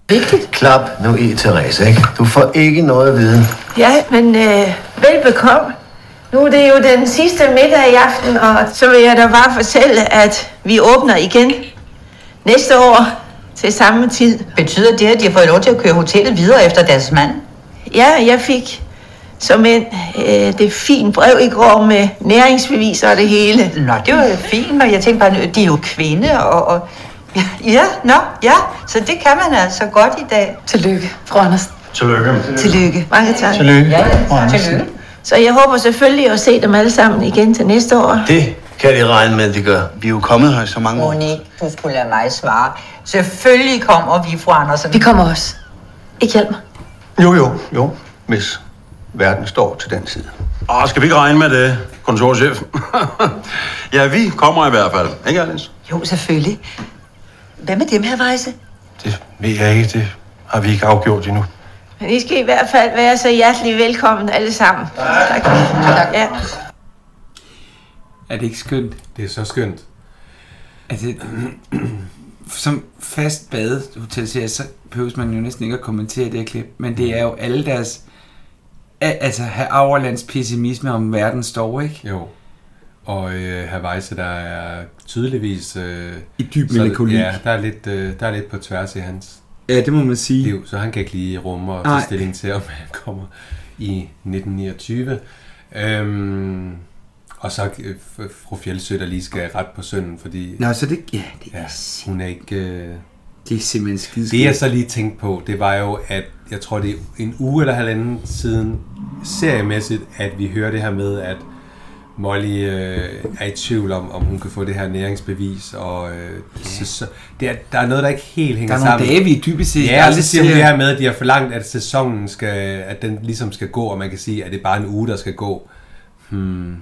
[SPEAKER 3] Vigtigt klap nu i, Therese, ikke? Du får ikke noget at vide.
[SPEAKER 4] Ja, men øh, velbekomme. Nu er det jo den sidste middag i aften, og så vil jeg da bare fortælle, at vi åbner igen næste år til samme tid.
[SPEAKER 5] Betyder det, at de har fået lov til at køre hotellet videre efter deres mand?
[SPEAKER 4] Ja, jeg fik som en øh, det fine brev i går med næringsbeviser og det hele.
[SPEAKER 5] Nå, det var jo fint, men jeg tænkte bare, de er jo kvinde, og... og ja, ja, nå, ja, så det kan man altså godt i dag.
[SPEAKER 4] Tillykke, fru Andersen.
[SPEAKER 3] Tillykke.
[SPEAKER 5] Tillykke.
[SPEAKER 4] Mange tak.
[SPEAKER 3] Tillykke.
[SPEAKER 5] Ja,
[SPEAKER 3] fru Andersen.
[SPEAKER 5] tillykke.
[SPEAKER 4] Så jeg håber selvfølgelig at se dem alle sammen igen til næste år.
[SPEAKER 3] Det kan de regne med, det gør. Vi er jo kommet her i så mange år.
[SPEAKER 5] Monique, du skulle lade mig svare. Selvfølgelig kommer vi, fru Andersen.
[SPEAKER 6] Vi kommer også. Ikke hjælp mig.
[SPEAKER 3] Jo, jo, jo. Hvis verden står til den side.
[SPEAKER 7] Ah,
[SPEAKER 8] Åh, skal vi ikke regne med det,
[SPEAKER 7] *laughs*
[SPEAKER 8] kontorchef? ja, vi kommer i hvert fald. Ikke, Alice?
[SPEAKER 5] Jo, selvfølgelig. Hvad med dem her, Vejse?
[SPEAKER 3] Det ved jeg ikke. Det har vi ikke afgjort endnu.
[SPEAKER 4] Men I skal i hvert fald være så hjertelig velkommen alle sammen. Tak. tak. Ja.
[SPEAKER 1] Er det ikke skønt?
[SPEAKER 2] Det er så skønt.
[SPEAKER 1] Altså, *clears throat* som fast badehotelserie, så behøves man jo næsten ikke at kommentere det her klip, men det er jo alle deres, al- altså her Auerlands pessimisme om verden står, ikke?
[SPEAKER 2] Jo. Og øh, herr Weisse, der er tydeligvis... Øh,
[SPEAKER 1] I dyb
[SPEAKER 2] så-
[SPEAKER 1] melankoli.
[SPEAKER 2] Ja, der er, lidt, øh, der er lidt på tværs i hans
[SPEAKER 1] Ja, det må man sige.
[SPEAKER 2] liv, så han kan ikke lige rumme og tage
[SPEAKER 1] Nej.
[SPEAKER 2] stilling til, om han kommer i 1929. Øhm, og så øh, f- fru Fjeldsø, der lige skal ret på sønnen, fordi
[SPEAKER 1] Nå, så det, ja, det,
[SPEAKER 2] ja, hun er ikke... Øh,
[SPEAKER 1] det er simpelthen skidt.
[SPEAKER 2] Det jeg så lige tænkte på, det var jo, at jeg tror, det er en uge eller halvanden siden seriemæssigt, at vi hører det her med, at Molly øh, er i tvivl om, om hun kan få det her næringsbevis, og øh, så, så, det er, der er noget, der ikke helt
[SPEAKER 1] der
[SPEAKER 2] hænger
[SPEAKER 1] er nogle
[SPEAKER 2] sammen.
[SPEAKER 1] dage, vi dybest set
[SPEAKER 2] Ja, og så
[SPEAKER 1] aldrig
[SPEAKER 2] siger hun
[SPEAKER 1] ser.
[SPEAKER 2] det her med, at de har forlangt, at sæsonen skal, at den ligesom skal gå, og man kan sige, at det er bare en uge, der skal gå. Hmm.
[SPEAKER 1] Jamen,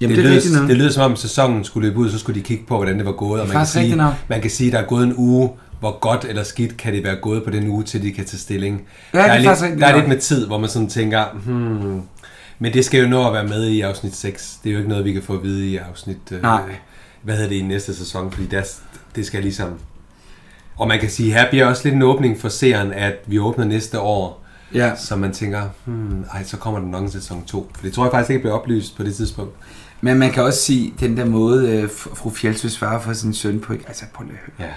[SPEAKER 2] Det,
[SPEAKER 1] det,
[SPEAKER 2] det,
[SPEAKER 1] er rigtigt
[SPEAKER 2] lød,
[SPEAKER 1] nok.
[SPEAKER 2] det lød som om, sæsonen skulle løbe ud, så skulle de kigge på, hvordan det var gået. Og man kan,
[SPEAKER 1] faktisk rigtigt
[SPEAKER 2] sige,
[SPEAKER 1] nok.
[SPEAKER 2] man kan sige, at der er gået en uge, hvor godt eller skidt kan det være gået på den uge, til de kan tage stilling.
[SPEAKER 1] Ja,
[SPEAKER 2] der
[SPEAKER 1] det er
[SPEAKER 2] er, lidt,
[SPEAKER 1] faktisk rigtigt
[SPEAKER 2] der er
[SPEAKER 1] nok.
[SPEAKER 2] lidt med tid, hvor man sådan tænker, hmm, men det skal jo nå at være med i afsnit 6. Det er jo ikke noget, vi kan få at vide i afsnit... Øh,
[SPEAKER 1] Nej.
[SPEAKER 2] Hvad hedder det i næste sæson? Fordi der, det skal ligesom... Og man kan sige, her bliver også lidt en åbning for seeren, at vi åbner næste år.
[SPEAKER 1] Ja.
[SPEAKER 2] Så man tænker, hmm, ej, så kommer der nok en sæson 2. For det tror jeg faktisk ikke bliver oplyst på det tidspunkt.
[SPEAKER 1] Men man kan også sige, den der måde, øh, fr- fru Fjeldsø svarer for sin søn på, ikke? altså prøv lige at høre.
[SPEAKER 2] Ja.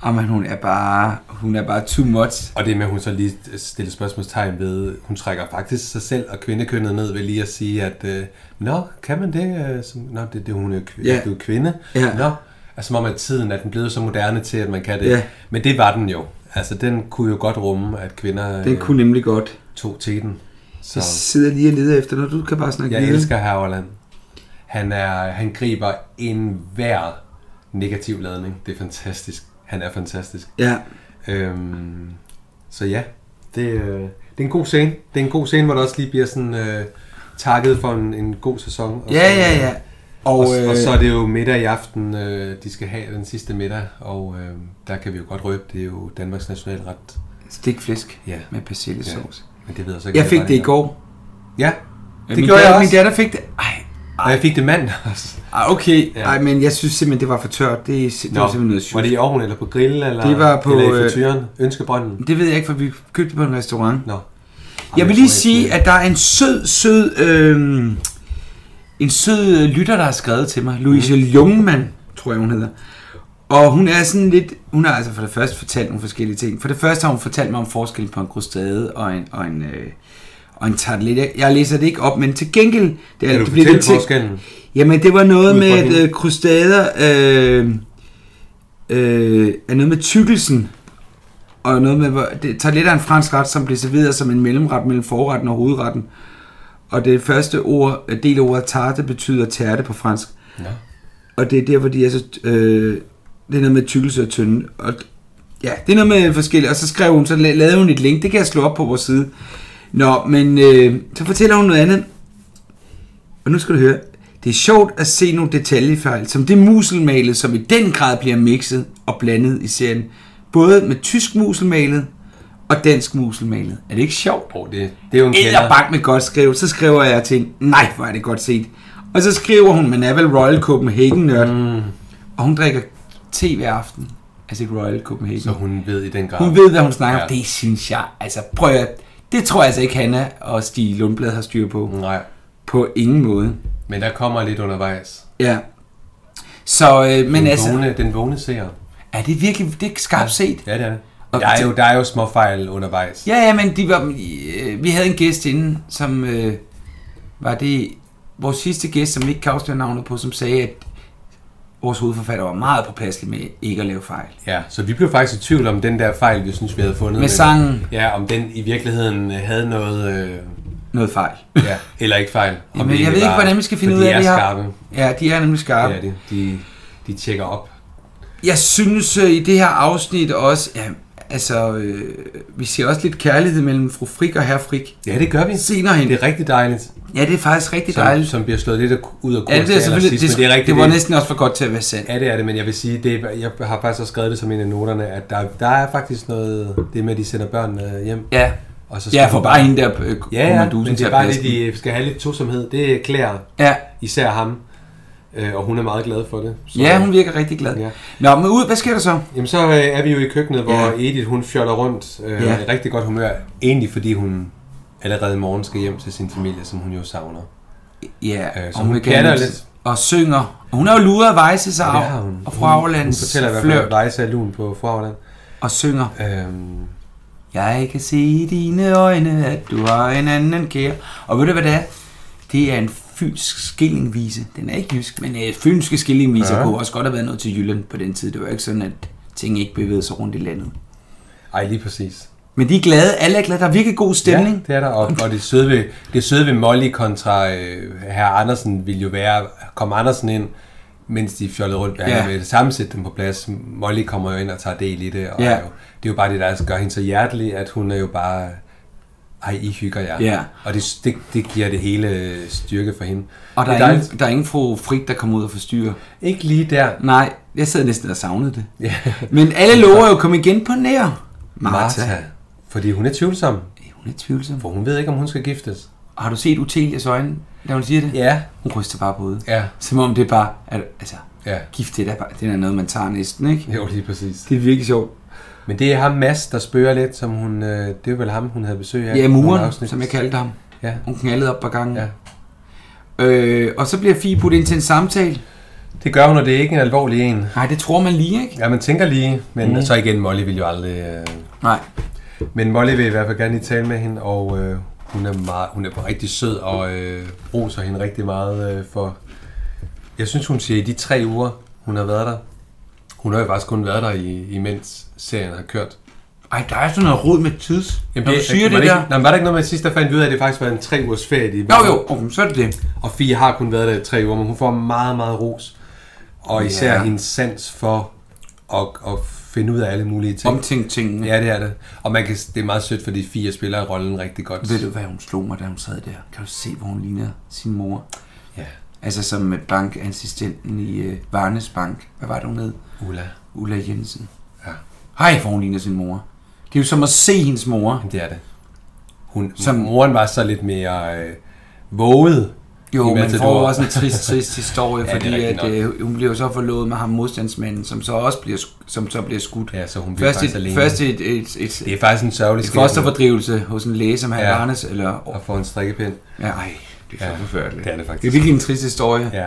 [SPEAKER 1] Og men hun er bare, hun er bare too much.
[SPEAKER 2] Og det med, at hun så lige stiller spørgsmålstegn ved, hun trækker faktisk sig selv og kvindekønnet ned ved lige at sige, at øh, nå, kan man det? Øh, som, nå, det, det hun er, kv-
[SPEAKER 1] Ja.
[SPEAKER 2] du er kvinde.
[SPEAKER 1] Ja.
[SPEAKER 2] Nå, altså som om, at tiden er den blevet så moderne til, at man kan det.
[SPEAKER 1] Ja.
[SPEAKER 2] Men det var den jo. Altså, den kunne jo godt rumme, at kvinder
[SPEAKER 1] Den
[SPEAKER 2] øh,
[SPEAKER 1] kunne nemlig godt.
[SPEAKER 2] tog teten. Så
[SPEAKER 1] Jeg sidder lige og leder efter noget. Du kan bare snakke
[SPEAKER 2] jeg
[SPEAKER 1] videre.
[SPEAKER 2] elsker Herreland. Han, er, han griber enhver negativ ladning. Det er fantastisk. Han er fantastisk.
[SPEAKER 1] Ja,
[SPEAKER 2] Øhm, så ja, det, øh, det er en god scene. Det er en god scene, hvor der også lige bliver sådan øh, takket for en, en god sæson. Og
[SPEAKER 1] ja,
[SPEAKER 2] så,
[SPEAKER 1] ja.
[SPEAKER 2] øh,
[SPEAKER 1] ja.
[SPEAKER 2] Og,
[SPEAKER 1] Og,
[SPEAKER 2] og, øh, og så
[SPEAKER 1] øh,
[SPEAKER 2] er det jo middag i aften, øh, de skal have den sidste middag, og øh, der kan vi jo godt røbe, det er jo Danmarks nationalret.
[SPEAKER 1] stikflæsk
[SPEAKER 2] Ja.
[SPEAKER 1] med persillesauce.
[SPEAKER 2] Men det ved jeg så ikke.
[SPEAKER 1] Jeg
[SPEAKER 2] om
[SPEAKER 1] fik
[SPEAKER 2] var
[SPEAKER 1] det i går.
[SPEAKER 2] Ja, det
[SPEAKER 1] min
[SPEAKER 2] gjorde
[SPEAKER 1] datter,
[SPEAKER 2] jeg
[SPEAKER 1] Min
[SPEAKER 2] også.
[SPEAKER 1] datter fik det. Ej,
[SPEAKER 2] Og jeg fik det mandag også.
[SPEAKER 1] ej, okay.
[SPEAKER 2] Ja.
[SPEAKER 1] Ej, men jeg synes simpelthen, det var for tørt. Det, er sim- det var simpelthen noget
[SPEAKER 2] var
[SPEAKER 1] sjovt.
[SPEAKER 2] det i Aarhus eller på grill, eller,
[SPEAKER 1] Det var på,
[SPEAKER 2] eller i
[SPEAKER 1] øh,
[SPEAKER 2] frityren, Ønskebrønden?
[SPEAKER 1] Det ved jeg ikke, for vi købte det på en restaurant.
[SPEAKER 2] Nå.
[SPEAKER 1] Jeg vil lige sige, at der er en sød, sød... Øh,
[SPEAKER 2] Mhm.
[SPEAKER 1] en sød øh, lytter, der har skrevet til mig. Louise Jungmann, tror jeg, hun hedder. Og hun er sådan lidt, hun har altså for det første fortalt nogle forskellige ting. For det første har hun fortalt mig om forskellen på en grostade og en, og en, øh, og en tartelet. Jeg, jeg læser det ikke op, men til gengæld... Det,
[SPEAKER 2] Kan du
[SPEAKER 1] det bliver
[SPEAKER 2] fortælle
[SPEAKER 1] lidt til-
[SPEAKER 2] forskellen?
[SPEAKER 1] Jamen, det var noget
[SPEAKER 2] Ud fra
[SPEAKER 1] med, at
[SPEAKER 2] hende.
[SPEAKER 1] øh, krustader øh, øh, er noget med tykkelsen, og noget med, hvor- det tager lidt af en fransk ret, som blev serveret som en mellemret mellem forretten og hovedretten. Og det første ord, øh, del af ordet tarte, betyder tærte på fransk. Ja. Og det er der, hvor de er så... Øh, det er noget med tykkelse og tynde. Og, ja, det er noget med forskellige. Og så skrev hun, så la- lavede hun et link. Det kan jeg slå op på vores side. Nå, men øh, så fortæller hun noget andet. Og nu skal du høre. Det er sjovt at se nogle detaljefejl, som det muselmalet, som i den grad bliver mixet og blandet i serien. Både med tysk muselmalet og dansk muselmalet. Er det ikke sjovt?
[SPEAKER 2] Oh, det, det er jo en
[SPEAKER 1] Eller
[SPEAKER 2] kender.
[SPEAKER 1] bank med godt skrev, så skriver jeg til hende, nej, hvor er det godt set. Og så skriver hun, man er vel Royal Copenhagen nørd. Mm. Og hun drikker te hver aften. Altså ikke Royal Copenhagen.
[SPEAKER 2] Så hun ved i den grad.
[SPEAKER 1] Hun ved, hvad hun snakker ja. om.
[SPEAKER 2] Ja.
[SPEAKER 1] Det synes jeg. Altså, prøv at, Det tror jeg altså ikke, Hanna og Stig Lundblad har styr på.
[SPEAKER 2] Nej,
[SPEAKER 1] På ingen måde.
[SPEAKER 2] men der kommer lidt undervejs.
[SPEAKER 1] Ja. Så, øh, men
[SPEAKER 2] Den,
[SPEAKER 1] altså,
[SPEAKER 2] vågne, den vågne seer.
[SPEAKER 1] er det virkelig det er skarpt set?
[SPEAKER 2] Ja, det er det.
[SPEAKER 1] Og
[SPEAKER 2] Der er
[SPEAKER 1] det-
[SPEAKER 2] jo, der er jo små fejl undervejs.
[SPEAKER 1] Ja, ja, men de var, øh, vi havde en gæst inden, som øh, var det vores sidste gæst, som vi ikke kan afsløre navnet på, som sagde, at vores hovedforfatter var meget påpasselig med ikke at lave fejl.
[SPEAKER 2] Ja, så vi blev faktisk i tvivl om den der fejl, vi synes, vi havde fundet.
[SPEAKER 1] Med sangen.
[SPEAKER 2] Ja, om den i virkeligheden øh, havde noget... Øh,
[SPEAKER 1] Noget fejl.
[SPEAKER 2] ja, eller ikke fejl. Om det
[SPEAKER 1] Jamen, jeg
[SPEAKER 2] egentlig
[SPEAKER 1] ved ikke,
[SPEAKER 2] var-
[SPEAKER 1] hvordan vi skal finde
[SPEAKER 2] for
[SPEAKER 1] ud af,
[SPEAKER 2] de er
[SPEAKER 1] at vi har-
[SPEAKER 2] skarpe.
[SPEAKER 1] Ja, de er nemlig skarpe.
[SPEAKER 2] Ja, det. De, de tjekker op.
[SPEAKER 1] Jeg synes øh, i det her afsnit også, ja, altså, øh, vi ser også lidt kærlighed mellem fru Frik og herr Frik.
[SPEAKER 2] Ja, det gør vi.
[SPEAKER 1] Senere hen.
[SPEAKER 2] Det er rigtig dejligt.
[SPEAKER 1] Ja, det er faktisk rigtig
[SPEAKER 2] Som,
[SPEAKER 1] dejligt.
[SPEAKER 2] som bliver slået lidt af- ud af kurs
[SPEAKER 1] Ja, det, er selvfølgelig,
[SPEAKER 2] det,
[SPEAKER 1] det,
[SPEAKER 2] men det er rigtigt.
[SPEAKER 1] det var næsten også for godt til at være sandt.
[SPEAKER 2] Ja, det er det, men jeg vil sige, det er, jeg har faktisk også skrevet det som en af noterne, at der, der er faktisk noget, det med, at de sender børnene hjem.
[SPEAKER 1] Ja,
[SPEAKER 2] og så skal
[SPEAKER 1] ja
[SPEAKER 2] de
[SPEAKER 1] for bare hende der øh,
[SPEAKER 2] Ja, ja,
[SPEAKER 1] kommandusen
[SPEAKER 2] men det
[SPEAKER 1] til
[SPEAKER 2] er
[SPEAKER 1] at
[SPEAKER 2] bare
[SPEAKER 1] passe
[SPEAKER 2] det, de øh, skal have lidt tosomhed. Det klæder
[SPEAKER 1] den. Ja,
[SPEAKER 2] især ham, øh, og hun er meget glad for det. Så,
[SPEAKER 1] ja, hun virker rigtig glad.
[SPEAKER 2] Ja.
[SPEAKER 1] Nå, men ud, hvad sker der så?
[SPEAKER 2] Jamen, så øh, er vi jo i køkkenet, hvor
[SPEAKER 1] Ja.
[SPEAKER 2] Edith, hun fjoller rundt øh,
[SPEAKER 1] Ja.
[SPEAKER 2] ja. i rigtig godt humør. Egentlig fordi hun allerede i morgen skal hjem til sin familie, som hun jo savner.
[SPEAKER 1] Ja,
[SPEAKER 2] Øh, så hun pjatter lidt.
[SPEAKER 1] Og synger. Og hun har jo luret af Weisse sig
[SPEAKER 2] Det har hun.
[SPEAKER 1] og
[SPEAKER 2] Hun-
[SPEAKER 1] fra Aarlands
[SPEAKER 2] Hun fortæller i hvert fald, at
[SPEAKER 1] flørt
[SPEAKER 2] Vejse er lun på Fragerland.
[SPEAKER 1] og synger.
[SPEAKER 2] Øhm,
[SPEAKER 1] Jeg kan se i dine øjne, at du har en anden kære. Og ved du, hvad det er? Det er en fynsk skillingvise. Den er ikke jysk, men øh, fynske skillingviser ja.
[SPEAKER 2] Ja.
[SPEAKER 1] kunne også godt have været noget til Jylland på den tid. Det var jo ikke sådan, at ting ikke bevægede sig rundt i landet.
[SPEAKER 2] ej, lige præcis.
[SPEAKER 1] Men de er glade. Alle er glade. Der er virkelig god stemning.
[SPEAKER 2] Ja, det er der. Og, og det, søde ved, det søde ved Molly kontra øh, herr Andersen ville jo være, kom Andersen ind, mens de fjollede rundt med
[SPEAKER 1] Ja.
[SPEAKER 2] ja. med det samme sætte dem på plads. Molly kommer jo ind og tager del i det, og
[SPEAKER 1] Ja.
[SPEAKER 2] ja. er jo, det er jo bare det, der gør hende så hjertelig, at hun er jo bare, ej, I hygger jer.
[SPEAKER 1] Ja.
[SPEAKER 2] Og det, det, det giver det hele styrke for hende.
[SPEAKER 1] Og der
[SPEAKER 2] Det
[SPEAKER 1] er,
[SPEAKER 2] dejligt.
[SPEAKER 1] ingen, der er ingen fru Frik, der kommer ud og forstyrrer.
[SPEAKER 2] Ikke lige der.
[SPEAKER 1] Nej, jeg sad næsten og savnede det.
[SPEAKER 2] Ja.
[SPEAKER 1] Men alle lover jo at komme igen på nær. Martha.
[SPEAKER 2] Martha. Fordi hun er tvivlsom,
[SPEAKER 1] Hun er tvivlsom.
[SPEAKER 2] for hun ved ikke, om hun skal giftes.
[SPEAKER 1] Har du set Utelias øjne, da hun siger det?
[SPEAKER 2] Ja.
[SPEAKER 1] Hun ryster bare på hovedet.
[SPEAKER 2] Ja.
[SPEAKER 1] Som om det er bare, at, altså,
[SPEAKER 2] Ja.
[SPEAKER 1] gift det er, bare, det er noget, man tager næsten, ikke?
[SPEAKER 2] Jo, lige præcis.
[SPEAKER 1] Det er virkelig sjovt.
[SPEAKER 2] Men det er ham Mads, der spørger lidt, som hun... Øh, det er vel ham, hun havde besøg af.
[SPEAKER 1] Ja,
[SPEAKER 2] i nogle
[SPEAKER 1] muren,
[SPEAKER 2] afsnit.
[SPEAKER 1] som jeg kaldte ham.
[SPEAKER 2] Ja,
[SPEAKER 1] Hun knaldede op par gange.
[SPEAKER 2] Ja.
[SPEAKER 1] Øh, og så bliver Fie puttet ind til en samtale.
[SPEAKER 2] det gør hun, og det er ikke en alvorlig en.
[SPEAKER 1] Nej, det tror man lige, ikke?
[SPEAKER 2] Ja, man tænker lige, men mm. så igen, Molly vil jo aldrig... Øh,
[SPEAKER 1] Nej.
[SPEAKER 2] men Molly vil i hvert fald gerne lige tale med hende, og øh, hun, er meget, hun er rigtig sød og øh, roser hende rigtig meget øh, for... Jeg synes, hun siger, i de tre uger, hun har været der. Hun har jo faktisk kun været der, i, imens serien har kørt.
[SPEAKER 1] Ej, der er sådan noget rod med tids. Jamen, Når
[SPEAKER 2] det er
[SPEAKER 1] du siger
[SPEAKER 2] rigtigt.
[SPEAKER 1] det
[SPEAKER 2] var
[SPEAKER 1] der...
[SPEAKER 2] Ikke, nej, men var der ikke noget med sidst, der fandt vi ud af, at det faktisk var en tre ugers ferie, de
[SPEAKER 1] Jo, jo, okay, så er det det.
[SPEAKER 2] Og Fie har kun været der i tre uger, men hun får meget, meget ros. Og især
[SPEAKER 1] Ja.
[SPEAKER 2] ja. hendes sans for at, at finde ud af alle mulige ting.
[SPEAKER 1] Omtænk tingene.
[SPEAKER 2] Ja, det er det. Og man kan, det er meget sødt, fordi Fie spiller rollen rigtig godt.
[SPEAKER 1] Ved du, hvad hun slog mig, da hun sad der? Kan du se, hvor hun ligner sin mor?
[SPEAKER 2] Ja.
[SPEAKER 1] Altså som øh, bankassistenten i øh, Varnes Bank. Hvad var det, hun hed?
[SPEAKER 2] Ulla.
[SPEAKER 1] Ulla Jensen.
[SPEAKER 2] Ja.
[SPEAKER 1] Hej, hvor hun ligner sin mor. Det er jo som at se hendes mor.
[SPEAKER 2] Det er det. Hun,
[SPEAKER 1] Som-
[SPEAKER 2] Som moren var så lidt mere øh, våget.
[SPEAKER 1] Jo,
[SPEAKER 2] i
[SPEAKER 1] men
[SPEAKER 2] Matador.
[SPEAKER 1] får også en trist, trist historie,
[SPEAKER 2] *laughs* Ja, det er
[SPEAKER 1] fordi
[SPEAKER 2] rigtigt
[SPEAKER 1] at, øh, hun bliver jo så forlovet med ham modstandsmanden, som så også bliver, sk- som så bliver skudt.
[SPEAKER 2] Ja, så hun bliver
[SPEAKER 1] først,
[SPEAKER 2] faktisk
[SPEAKER 1] et,
[SPEAKER 2] alene.
[SPEAKER 1] først et, et, et,
[SPEAKER 2] Det
[SPEAKER 1] et,
[SPEAKER 2] er faktisk en sørgelig
[SPEAKER 1] et fosterfordrivelse hos en læge, som herr
[SPEAKER 2] Ja.
[SPEAKER 1] Varnes, eller...
[SPEAKER 2] Og får en strikkepind.
[SPEAKER 1] Ja, ej, det er så
[SPEAKER 2] Ja,
[SPEAKER 1] forfærdeligt.
[SPEAKER 2] det er det faktisk.
[SPEAKER 1] Det er virkelig en trist historie.
[SPEAKER 2] Ja.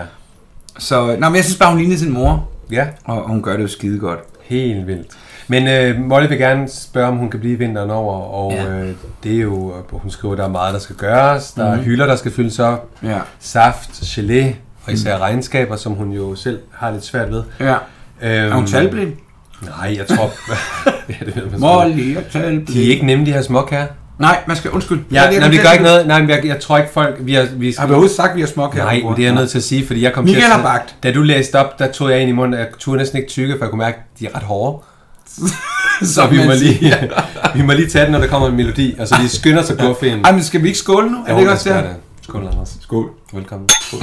[SPEAKER 1] Så, nå, men jeg synes bare, hun lignede sin mor.
[SPEAKER 2] Ja,
[SPEAKER 1] og, og hun gør det jo skide godt.
[SPEAKER 2] helt vildt. Men øh, Molly vil gerne spørge, om hun kan blive vinteren over, og
[SPEAKER 1] Ja.
[SPEAKER 2] ja. øh, det er jo, øh, hun skriver, der er meget, der skal gøres, der mm-hmm. er hylder, der skal fyldes op,
[SPEAKER 1] Mhm. Ja. Mhm.
[SPEAKER 2] saft, gelé, og især mm. regnskaber, som hun jo selv har lidt svært ved.
[SPEAKER 1] Ja.
[SPEAKER 2] Øhm,
[SPEAKER 1] Er hun talblind?
[SPEAKER 2] Nej, jeg tror...
[SPEAKER 1] *laughs*
[SPEAKER 2] *laughs* ja, det ved man sgu ikke.
[SPEAKER 1] Molly er talblind.
[SPEAKER 2] de er ikke nemme, de her småkager.
[SPEAKER 1] Nej, man skal undskylde.
[SPEAKER 2] Ja, nej, det gør ikke noget. Nej, men jeg, jeg tror ikke folk... Vi har, vi
[SPEAKER 1] Har vi overhovedet sagt, at vi er småk her?
[SPEAKER 2] Nej, men det er jeg nødt til at sige, fordi jeg kom
[SPEAKER 1] Michael
[SPEAKER 2] til at
[SPEAKER 1] har bagt.
[SPEAKER 2] Da du læste op, der tog jeg ind i munden, og jeg turde næsten ikke tykke, for jeg kunne mærke, at de er ret
[SPEAKER 1] *laughs*
[SPEAKER 2] hårde. Så vi
[SPEAKER 1] man
[SPEAKER 2] må, lige,
[SPEAKER 1] *laughs*
[SPEAKER 2] vi må lige tage den, når der kommer en melodi, og så lige skynder sig guffeen.
[SPEAKER 1] Ej, men skal vi ikke skåle nu? Er det ikke også der?
[SPEAKER 2] Skål, Anders. Skål. Velkommen. Skål.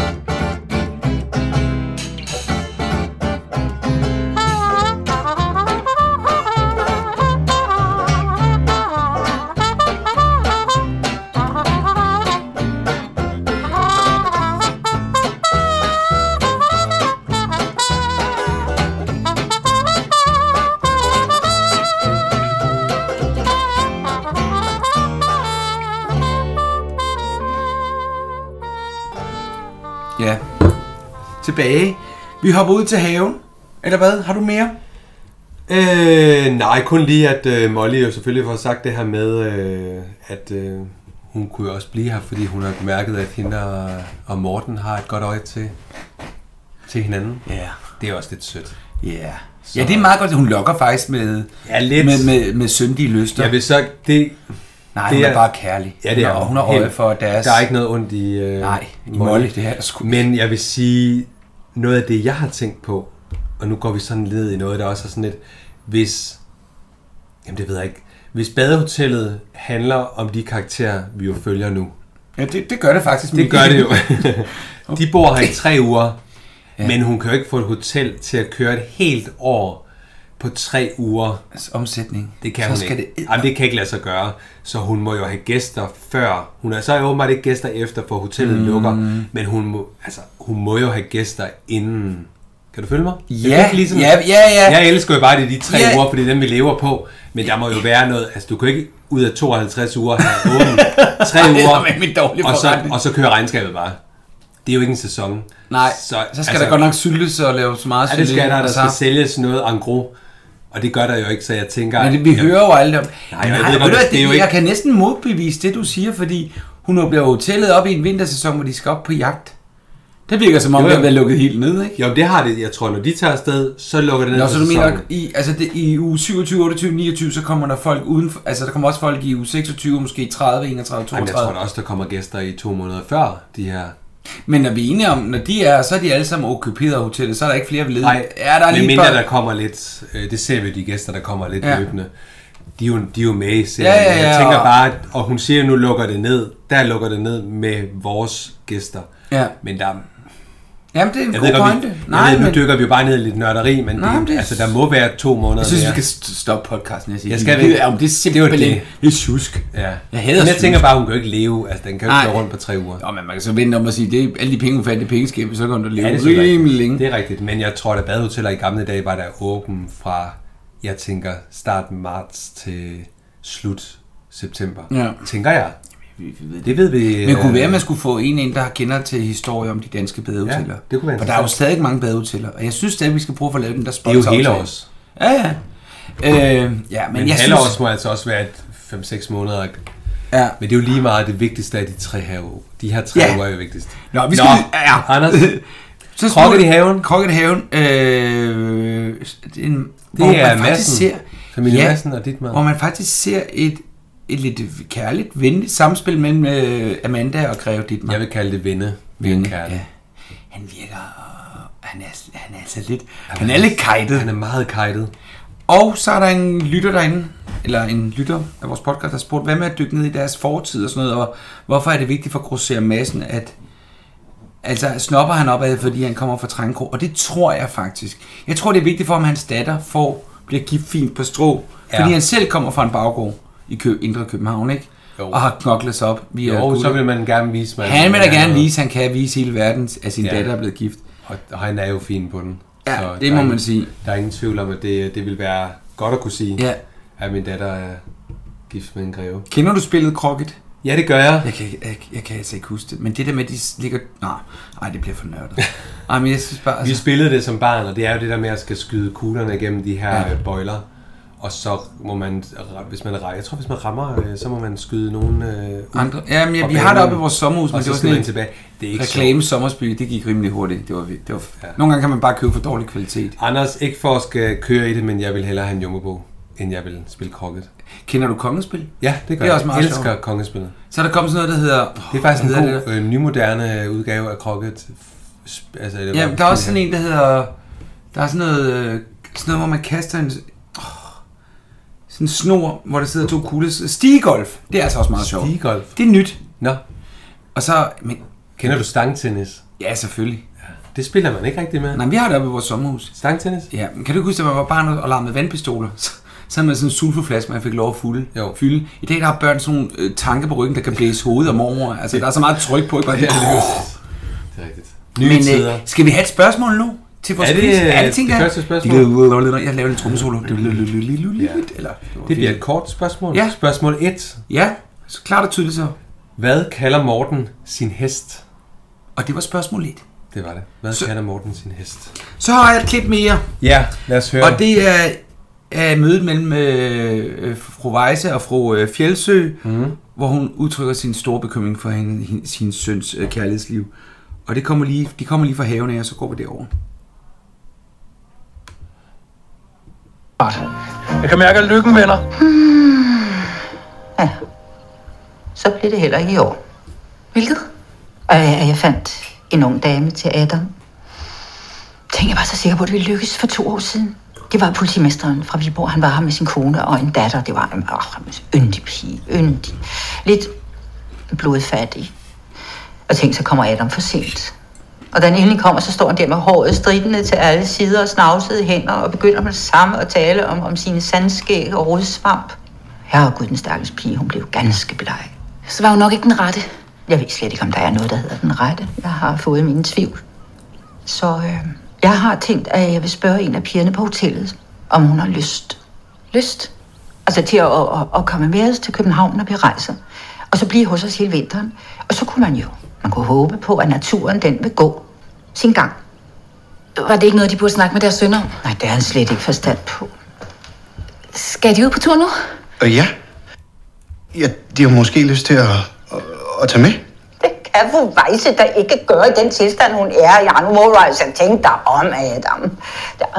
[SPEAKER 1] Ja. Tilbage. Vi hopper ud til haven. Eller hvad? Har du mere?
[SPEAKER 2] Øh, nej, kun lige, at øh, Molly jo selvfølgelig får sagt det her med, øh, at øh, hun kunne jo også blive her, fordi hun har mærket, at hende og, og Morten har et godt øje til, til hinanden.
[SPEAKER 1] Ja.
[SPEAKER 2] Det er også lidt sødt.
[SPEAKER 1] Ja. Ja, det er meget godt. Hun lokker faktisk med,
[SPEAKER 2] Ja, lidt.
[SPEAKER 1] med, med, med syndige lyster.
[SPEAKER 2] Jeg vil så, det,
[SPEAKER 1] Nej,
[SPEAKER 2] det
[SPEAKER 1] hun er,
[SPEAKER 2] er-
[SPEAKER 1] bare kærlig.
[SPEAKER 2] Ja, det er
[SPEAKER 1] Nå, hun har
[SPEAKER 2] helt-
[SPEAKER 1] øje for deres...
[SPEAKER 2] Der er ikke noget ondt i... Øh,
[SPEAKER 1] Nej, i Molly, det er der sgu.
[SPEAKER 2] Men jeg vil sige, noget af det, jeg har tænkt på, og nu går vi sådan lidt i noget, der også er sådan lidt, hvis... Jamen, det ved jeg ikke. Hvis badehotellet handler om de karakterer, vi jo følger nu.
[SPEAKER 1] Ja, det, det gør det faktisk.
[SPEAKER 2] Det gør
[SPEAKER 1] Michael.
[SPEAKER 2] det jo. de bor her i tre uger, ja. men hun kan jo ikke få et hotel til at køre et helt år på tre uger.
[SPEAKER 1] Altså, Omsætning.
[SPEAKER 2] Det kan
[SPEAKER 1] så
[SPEAKER 2] hun
[SPEAKER 1] skal
[SPEAKER 2] ikke.
[SPEAKER 1] Det,
[SPEAKER 2] Jamen, det kan ikke lade sig gøre. Så hun må jo have gæster før. Hun er så åbenbart ikke gæster efter, for hotellet mm. lukker. Men hun må, altså, hun må jo have gæster inden. Kan du følge mig? Jeg kan
[SPEAKER 1] Ja,
[SPEAKER 2] ikke
[SPEAKER 1] ja, ja, ja.
[SPEAKER 2] Jeg elsker jo bare det de tre
[SPEAKER 1] Ja.
[SPEAKER 2] uger, fordi dem vi lever på. Men der må jo være noget. Altså, du kan ikke ud af 52 uger have
[SPEAKER 1] *laughs*
[SPEAKER 2] åbent tre
[SPEAKER 1] Ej, det er
[SPEAKER 2] uger,
[SPEAKER 1] med min dårlige
[SPEAKER 2] og så,
[SPEAKER 1] forretning.
[SPEAKER 2] og så kører regnskabet bare. Det er jo ikke en sæson.
[SPEAKER 1] Nej, så, så skal altså, der godt nok syltes og laves meget altså-
[SPEAKER 2] Ja, det skal
[SPEAKER 1] sylte,
[SPEAKER 2] der. Der
[SPEAKER 1] og
[SPEAKER 2] skal
[SPEAKER 1] saft.
[SPEAKER 2] sælges noget en gros. Og det gør der jo ikke, så jeg tænker...
[SPEAKER 1] Men det, vi
[SPEAKER 2] jeg-
[SPEAKER 1] hører jo alle dem.
[SPEAKER 2] Nej, jeg ved godt,
[SPEAKER 1] ved du
[SPEAKER 2] det
[SPEAKER 1] hvad,
[SPEAKER 2] er jo
[SPEAKER 1] det,
[SPEAKER 2] ikke-
[SPEAKER 1] jeg kan næsten modbevise det, du siger, fordi hun bliver jo hotellet op i en vintersæson, hvor de skal op på jagt. Det virker som om,
[SPEAKER 2] Jo, jo.
[SPEAKER 1] det har været lukket helt ned, ikke?
[SPEAKER 2] Jo, men det har det. Jeg tror, når de tager afsted, så lukker det ned
[SPEAKER 1] Nå,
[SPEAKER 2] for
[SPEAKER 1] så du mener,
[SPEAKER 2] sæsonen.
[SPEAKER 1] i, altså det, i uge 27, 28, 29, så kommer der folk uden, for- altså der kommer også folk i uge 26, måske 30, 31,
[SPEAKER 2] Ej, men jeg tror
[SPEAKER 1] 32.
[SPEAKER 2] da også, der kommer gæster i to måneder før de her.
[SPEAKER 1] Men når vi er enige om, når de er, så er de alle sammen okkuperet af hotellet, så er der ikke flere ved ledet. er der
[SPEAKER 2] men
[SPEAKER 1] lige
[SPEAKER 2] mindre
[SPEAKER 1] bare-
[SPEAKER 2] der kommer lidt... Øh, det ser vi jo, de gæster, der kommer lidt
[SPEAKER 1] Ja.
[SPEAKER 2] ja. løbende. De er, jo, de er jo med i serien.
[SPEAKER 1] Ja, ja, ja,
[SPEAKER 2] Jeg tænker
[SPEAKER 1] og-
[SPEAKER 2] bare, at- og hun siger, at nu lukker det ned. Der lukker det ned med vores gæster.
[SPEAKER 1] Ja.
[SPEAKER 2] Men der,
[SPEAKER 1] Jamen, det er en
[SPEAKER 2] jeg
[SPEAKER 1] god
[SPEAKER 2] ved godt, vi,
[SPEAKER 1] pointe.
[SPEAKER 2] jeg ved, nu dykker vi jo bare ned i lidt nørderi, men,
[SPEAKER 1] Nej,
[SPEAKER 2] det,
[SPEAKER 1] men det-
[SPEAKER 2] altså, der må være to måneder
[SPEAKER 1] Jeg synes,
[SPEAKER 2] mere.
[SPEAKER 1] vi kan st- stoppe podcasten. Jeg, siger.
[SPEAKER 2] Jeg skal
[SPEAKER 1] det,
[SPEAKER 2] ikke.
[SPEAKER 1] det, det er
[SPEAKER 2] Det
[SPEAKER 1] simpelthen
[SPEAKER 2] var
[SPEAKER 1] det.
[SPEAKER 2] det.
[SPEAKER 1] det er sjusk.
[SPEAKER 2] Ja.
[SPEAKER 1] Jeg hader
[SPEAKER 2] men jeg
[SPEAKER 1] snus.
[SPEAKER 2] tænker bare, hun kan jo ikke leve. Altså, den kan jo
[SPEAKER 1] Nej.
[SPEAKER 2] ikke gå rundt på tre uger.
[SPEAKER 1] Nå, men man kan så vente om at sige, det er alle de penge, hun fandt i pengeskabet, så kan hun da leve
[SPEAKER 2] Ja,
[SPEAKER 1] ja,
[SPEAKER 2] det er selvfølgelig
[SPEAKER 1] rimelig
[SPEAKER 2] rigtigt.
[SPEAKER 1] længe.
[SPEAKER 2] Det er rigtigt, men jeg tror, at badehoteller i gamle dage var der åben fra, jeg tænker, start marts til slut september.
[SPEAKER 1] Ja.
[SPEAKER 2] Tænker jeg.
[SPEAKER 1] Vi- vi ved det.
[SPEAKER 2] Det ved vi.
[SPEAKER 1] Men det kunne
[SPEAKER 2] øh,
[SPEAKER 1] være, at man skulle få en ind, der kender til historie om de danske badehoteller.
[SPEAKER 2] Ja, det kunne være
[SPEAKER 1] Og der er jo
[SPEAKER 2] interessant.
[SPEAKER 1] stadig mange badehoteller, og jeg synes stadig, vi skal prøve at få lavet dem, der
[SPEAKER 2] Det er
[SPEAKER 1] sponsor
[SPEAKER 2] jo hele års.
[SPEAKER 1] Ja, ja. Øh, ja, men,
[SPEAKER 2] Men, men
[SPEAKER 1] jeg
[SPEAKER 2] jeg
[SPEAKER 1] synes...
[SPEAKER 2] må altså også være et 5-6 måneder.
[SPEAKER 1] Ja.
[SPEAKER 2] Men det er jo lige meget det vigtigste af de tre her. De her tre
[SPEAKER 1] Ja.
[SPEAKER 2] uger er jo vigtigst.
[SPEAKER 1] Nå, vi skal...
[SPEAKER 2] *laughs*
[SPEAKER 1] Nå. Ja.
[SPEAKER 2] Anders,
[SPEAKER 1] *laughs* Så smut-
[SPEAKER 2] Krokket i haven.
[SPEAKER 1] Krokket i haven. Øh, det er, en, hvor
[SPEAKER 2] det er
[SPEAKER 1] man faktisk
[SPEAKER 2] Madsen.
[SPEAKER 1] ser,
[SPEAKER 2] Familie
[SPEAKER 1] Ja.
[SPEAKER 2] Madsen og dit
[SPEAKER 1] hvor
[SPEAKER 2] mand.
[SPEAKER 1] man faktisk ser et, et lidt kærligt, venligt samspil mellem øh, Amanda og Greve Dittmar.
[SPEAKER 2] Jeg vil kalde det vinde.
[SPEAKER 1] Vinde,
[SPEAKER 2] Vinde, ja.
[SPEAKER 1] ja. Han virker... Han er, han er altså lidt... Han er lidt kajtet.
[SPEAKER 2] Han er meget kajtet.
[SPEAKER 1] Og så er der en lytter derinde, eller en lytter af vores podcast, der har spurgt, hvad med at dykke ned i deres fortid og sådan noget, og hvorfor er det vigtigt for Grosser Madsen, at altså snopper han opad, fordi han kommer fra Trænkro, og det tror jeg faktisk. Jeg tror, det er vigtigt for ham, at hans datter får, bliver gift fint på strå, ja.
[SPEAKER 2] Ja.
[SPEAKER 1] fordi han selv kommer fra en baggård i Kø, Indre København, ikke? Jo.
[SPEAKER 2] Jo.
[SPEAKER 1] Og har knoklet sig op via
[SPEAKER 2] Jo, så
[SPEAKER 1] gutter.
[SPEAKER 2] vil man gerne vise mig.
[SPEAKER 1] Han vil da gerne vise, han kan vise hele verden, at sin ja.
[SPEAKER 2] Ja.
[SPEAKER 1] datter er blevet gift.
[SPEAKER 2] Og, og han er jo fin på den.
[SPEAKER 1] Ja,
[SPEAKER 2] Så
[SPEAKER 1] det
[SPEAKER 2] der er
[SPEAKER 1] må
[SPEAKER 2] ingen-
[SPEAKER 1] man sige.
[SPEAKER 2] Der er ingen tvivl om, at det, det vil være godt at kunne sige,
[SPEAKER 1] Ja.
[SPEAKER 2] at min datter er gift med en greve.
[SPEAKER 1] Kender du spillet Krokket?
[SPEAKER 2] Ja, det gør jeg.
[SPEAKER 1] Jeg kan, ikke- jeg, jeg kan altså ikke huske det. Men det der med, at de ligger... Nej, nej det bliver for nørdet. Ej, men jeg synes bare...
[SPEAKER 2] Vi
[SPEAKER 1] Altså,
[SPEAKER 2] spillede det som barn, og det er jo det der med, at jeg skal skyde kuglerne igennem de her
[SPEAKER 1] Ja.
[SPEAKER 2] ja. bøjler. Og så må man, hvis man rammer, jeg tror, hvis man rammer, øh, så må man skyde nogen øh, ud.
[SPEAKER 1] andre, ja, men ja,
[SPEAKER 2] Og
[SPEAKER 1] vi har det
[SPEAKER 2] banen,
[SPEAKER 1] oppe i vores sommerhus, men
[SPEAKER 2] og
[SPEAKER 1] det
[SPEAKER 2] så
[SPEAKER 1] var
[SPEAKER 2] skal
[SPEAKER 1] sådan
[SPEAKER 2] man
[SPEAKER 1] en
[SPEAKER 2] tilbage. Det er ikke
[SPEAKER 1] reklame sommersby. Det gik rimelig hurtigt. Det var, det var,
[SPEAKER 2] Ja.
[SPEAKER 1] Nogle gange kan man bare købe for dårlig kvalitet.
[SPEAKER 2] sjovt. Anders, ikke for at skal køre i det, men jeg vil hellere have en jumbobog, end jeg vil spille krokket.
[SPEAKER 1] Kender du kongespil?
[SPEAKER 2] Ja, det gør
[SPEAKER 1] Det er
[SPEAKER 2] jeg.
[SPEAKER 1] også meget
[SPEAKER 2] jeg elsker
[SPEAKER 1] sjovt.
[SPEAKER 2] kongespillet.
[SPEAKER 1] Så er der kommet sådan noget, der hedder...
[SPEAKER 2] Det er faktisk
[SPEAKER 1] Hvad
[SPEAKER 2] en
[SPEAKER 1] hedder
[SPEAKER 2] god, øh, nymoderne udgave af krokket. Sp- Altså, det
[SPEAKER 1] Ja, der er også sådan en, der hedder... Der er sådan noget, øh, sådan noget hvor man kaster en... åh, Sådan en snor, hvor der sidder to kugles... Stigolf! Det er altså også meget sjovt.
[SPEAKER 2] Stigolf.
[SPEAKER 1] Det er nyt.
[SPEAKER 2] Nå,
[SPEAKER 1] Og så... Men,
[SPEAKER 2] kender du stangtennis?
[SPEAKER 1] ja, selvfølgelig.
[SPEAKER 2] Det spiller man ikke rigtig med.
[SPEAKER 1] Nej, men vi har det oppe i vores sommerhus.
[SPEAKER 2] Stangtennis?
[SPEAKER 1] Ja, men kan du ikke huske, at man var barn og larmede vandpistoler? Så, så havde man sådan en sulfoflaske, man fik lov at fulde,
[SPEAKER 2] Jo.
[SPEAKER 1] fylde. I dag der har børn sådan nogle øh, tanker på ryggen, der kan blæse hovedet og mormor. Altså, der er så meget tryk
[SPEAKER 2] *laughs*
[SPEAKER 1] på, ikke? Bare,
[SPEAKER 2] Det er rigtigt. Nye
[SPEAKER 1] Men
[SPEAKER 2] tider.
[SPEAKER 1] øh, skal vi have et spørgsmål nu? Til vores
[SPEAKER 2] Er det,
[SPEAKER 1] quiz?
[SPEAKER 2] øh,
[SPEAKER 1] det, tænker
[SPEAKER 2] det
[SPEAKER 1] jeg.
[SPEAKER 2] første spørgsmål?
[SPEAKER 1] Jeg laver en trommesolo. Eller,
[SPEAKER 2] Det bliver et kort spørgsmål.
[SPEAKER 1] Ja.
[SPEAKER 2] Spørgsmål 1.
[SPEAKER 1] Ja, så klart og tydeligt så.
[SPEAKER 2] Hvad kalder Morten sin hest?
[SPEAKER 1] Og det var spørgsmål 1.
[SPEAKER 2] Det var det. Hvad
[SPEAKER 1] Så-
[SPEAKER 2] så... kalder Morten sin hest?
[SPEAKER 1] Så har jeg et klip mere,
[SPEAKER 2] Ja, lad os høre.
[SPEAKER 1] og det er, er mødet mellem øh, øh, fru Weisse og fru øh, Fjeldsø,
[SPEAKER 2] Mhm.
[SPEAKER 1] mm. hvor hun udtrykker sin store bekymring for hende, hende, sin søns øh, kærlighedsliv. Og det kommer lige, de kommer lige fra haven af, og så går vi derover.
[SPEAKER 3] Jeg kan mærke, at lykken vender.
[SPEAKER 5] Så blev det heller ikke i år.
[SPEAKER 6] Hvilket?
[SPEAKER 5] Og jeg, jeg fandt en ung dame til Adam.
[SPEAKER 6] Tænk, jeg var så sikker på, at det ville lykkes for to år siden.
[SPEAKER 5] Det var politimesteren fra Viborg. Han var her med sin kone og en datter. Det var en øh, yndig pige. Yndig. Lidt blodfattig. Og tænk, så kommer Adam for sent. Og da han endelig kommer, så står han der med håret stridende til alle sider og snavsede hænder og begynder med det samme at tale om, om sine sandskæg og rodsvamp. Herre Gud, den stakkels pige, hun blev ganske bleg.
[SPEAKER 6] Så var hun nok ikke den rette.
[SPEAKER 5] Jeg ved slet ikke, om der er noget, der hedder den rette. Jeg har fået mine tvivl. Så øh, jeg har tænkt, at jeg vil spørge en af pigerne på hotellet, om hun har lyst.
[SPEAKER 6] Lyst?
[SPEAKER 5] Altså til at, at, at komme med os til København, når vi rejser. Og så blive hos os hele vinteren. Og så kunne man jo, man kunne håbe på, at naturen den vil gå sin gang.
[SPEAKER 6] Var det ikke noget, de burde snakke med deres sønner om?
[SPEAKER 5] Nej, det har han slet ikke forstand på.
[SPEAKER 6] Skal de ud på tur nu?
[SPEAKER 9] Øh,
[SPEAKER 3] Og ja. ja, de har måske lyst til at, at, at tage med.
[SPEAKER 5] Det kan fru Weisse der ikke gøre i den tilstand, hun er i. Nu må du altså tænke dig om, Adam.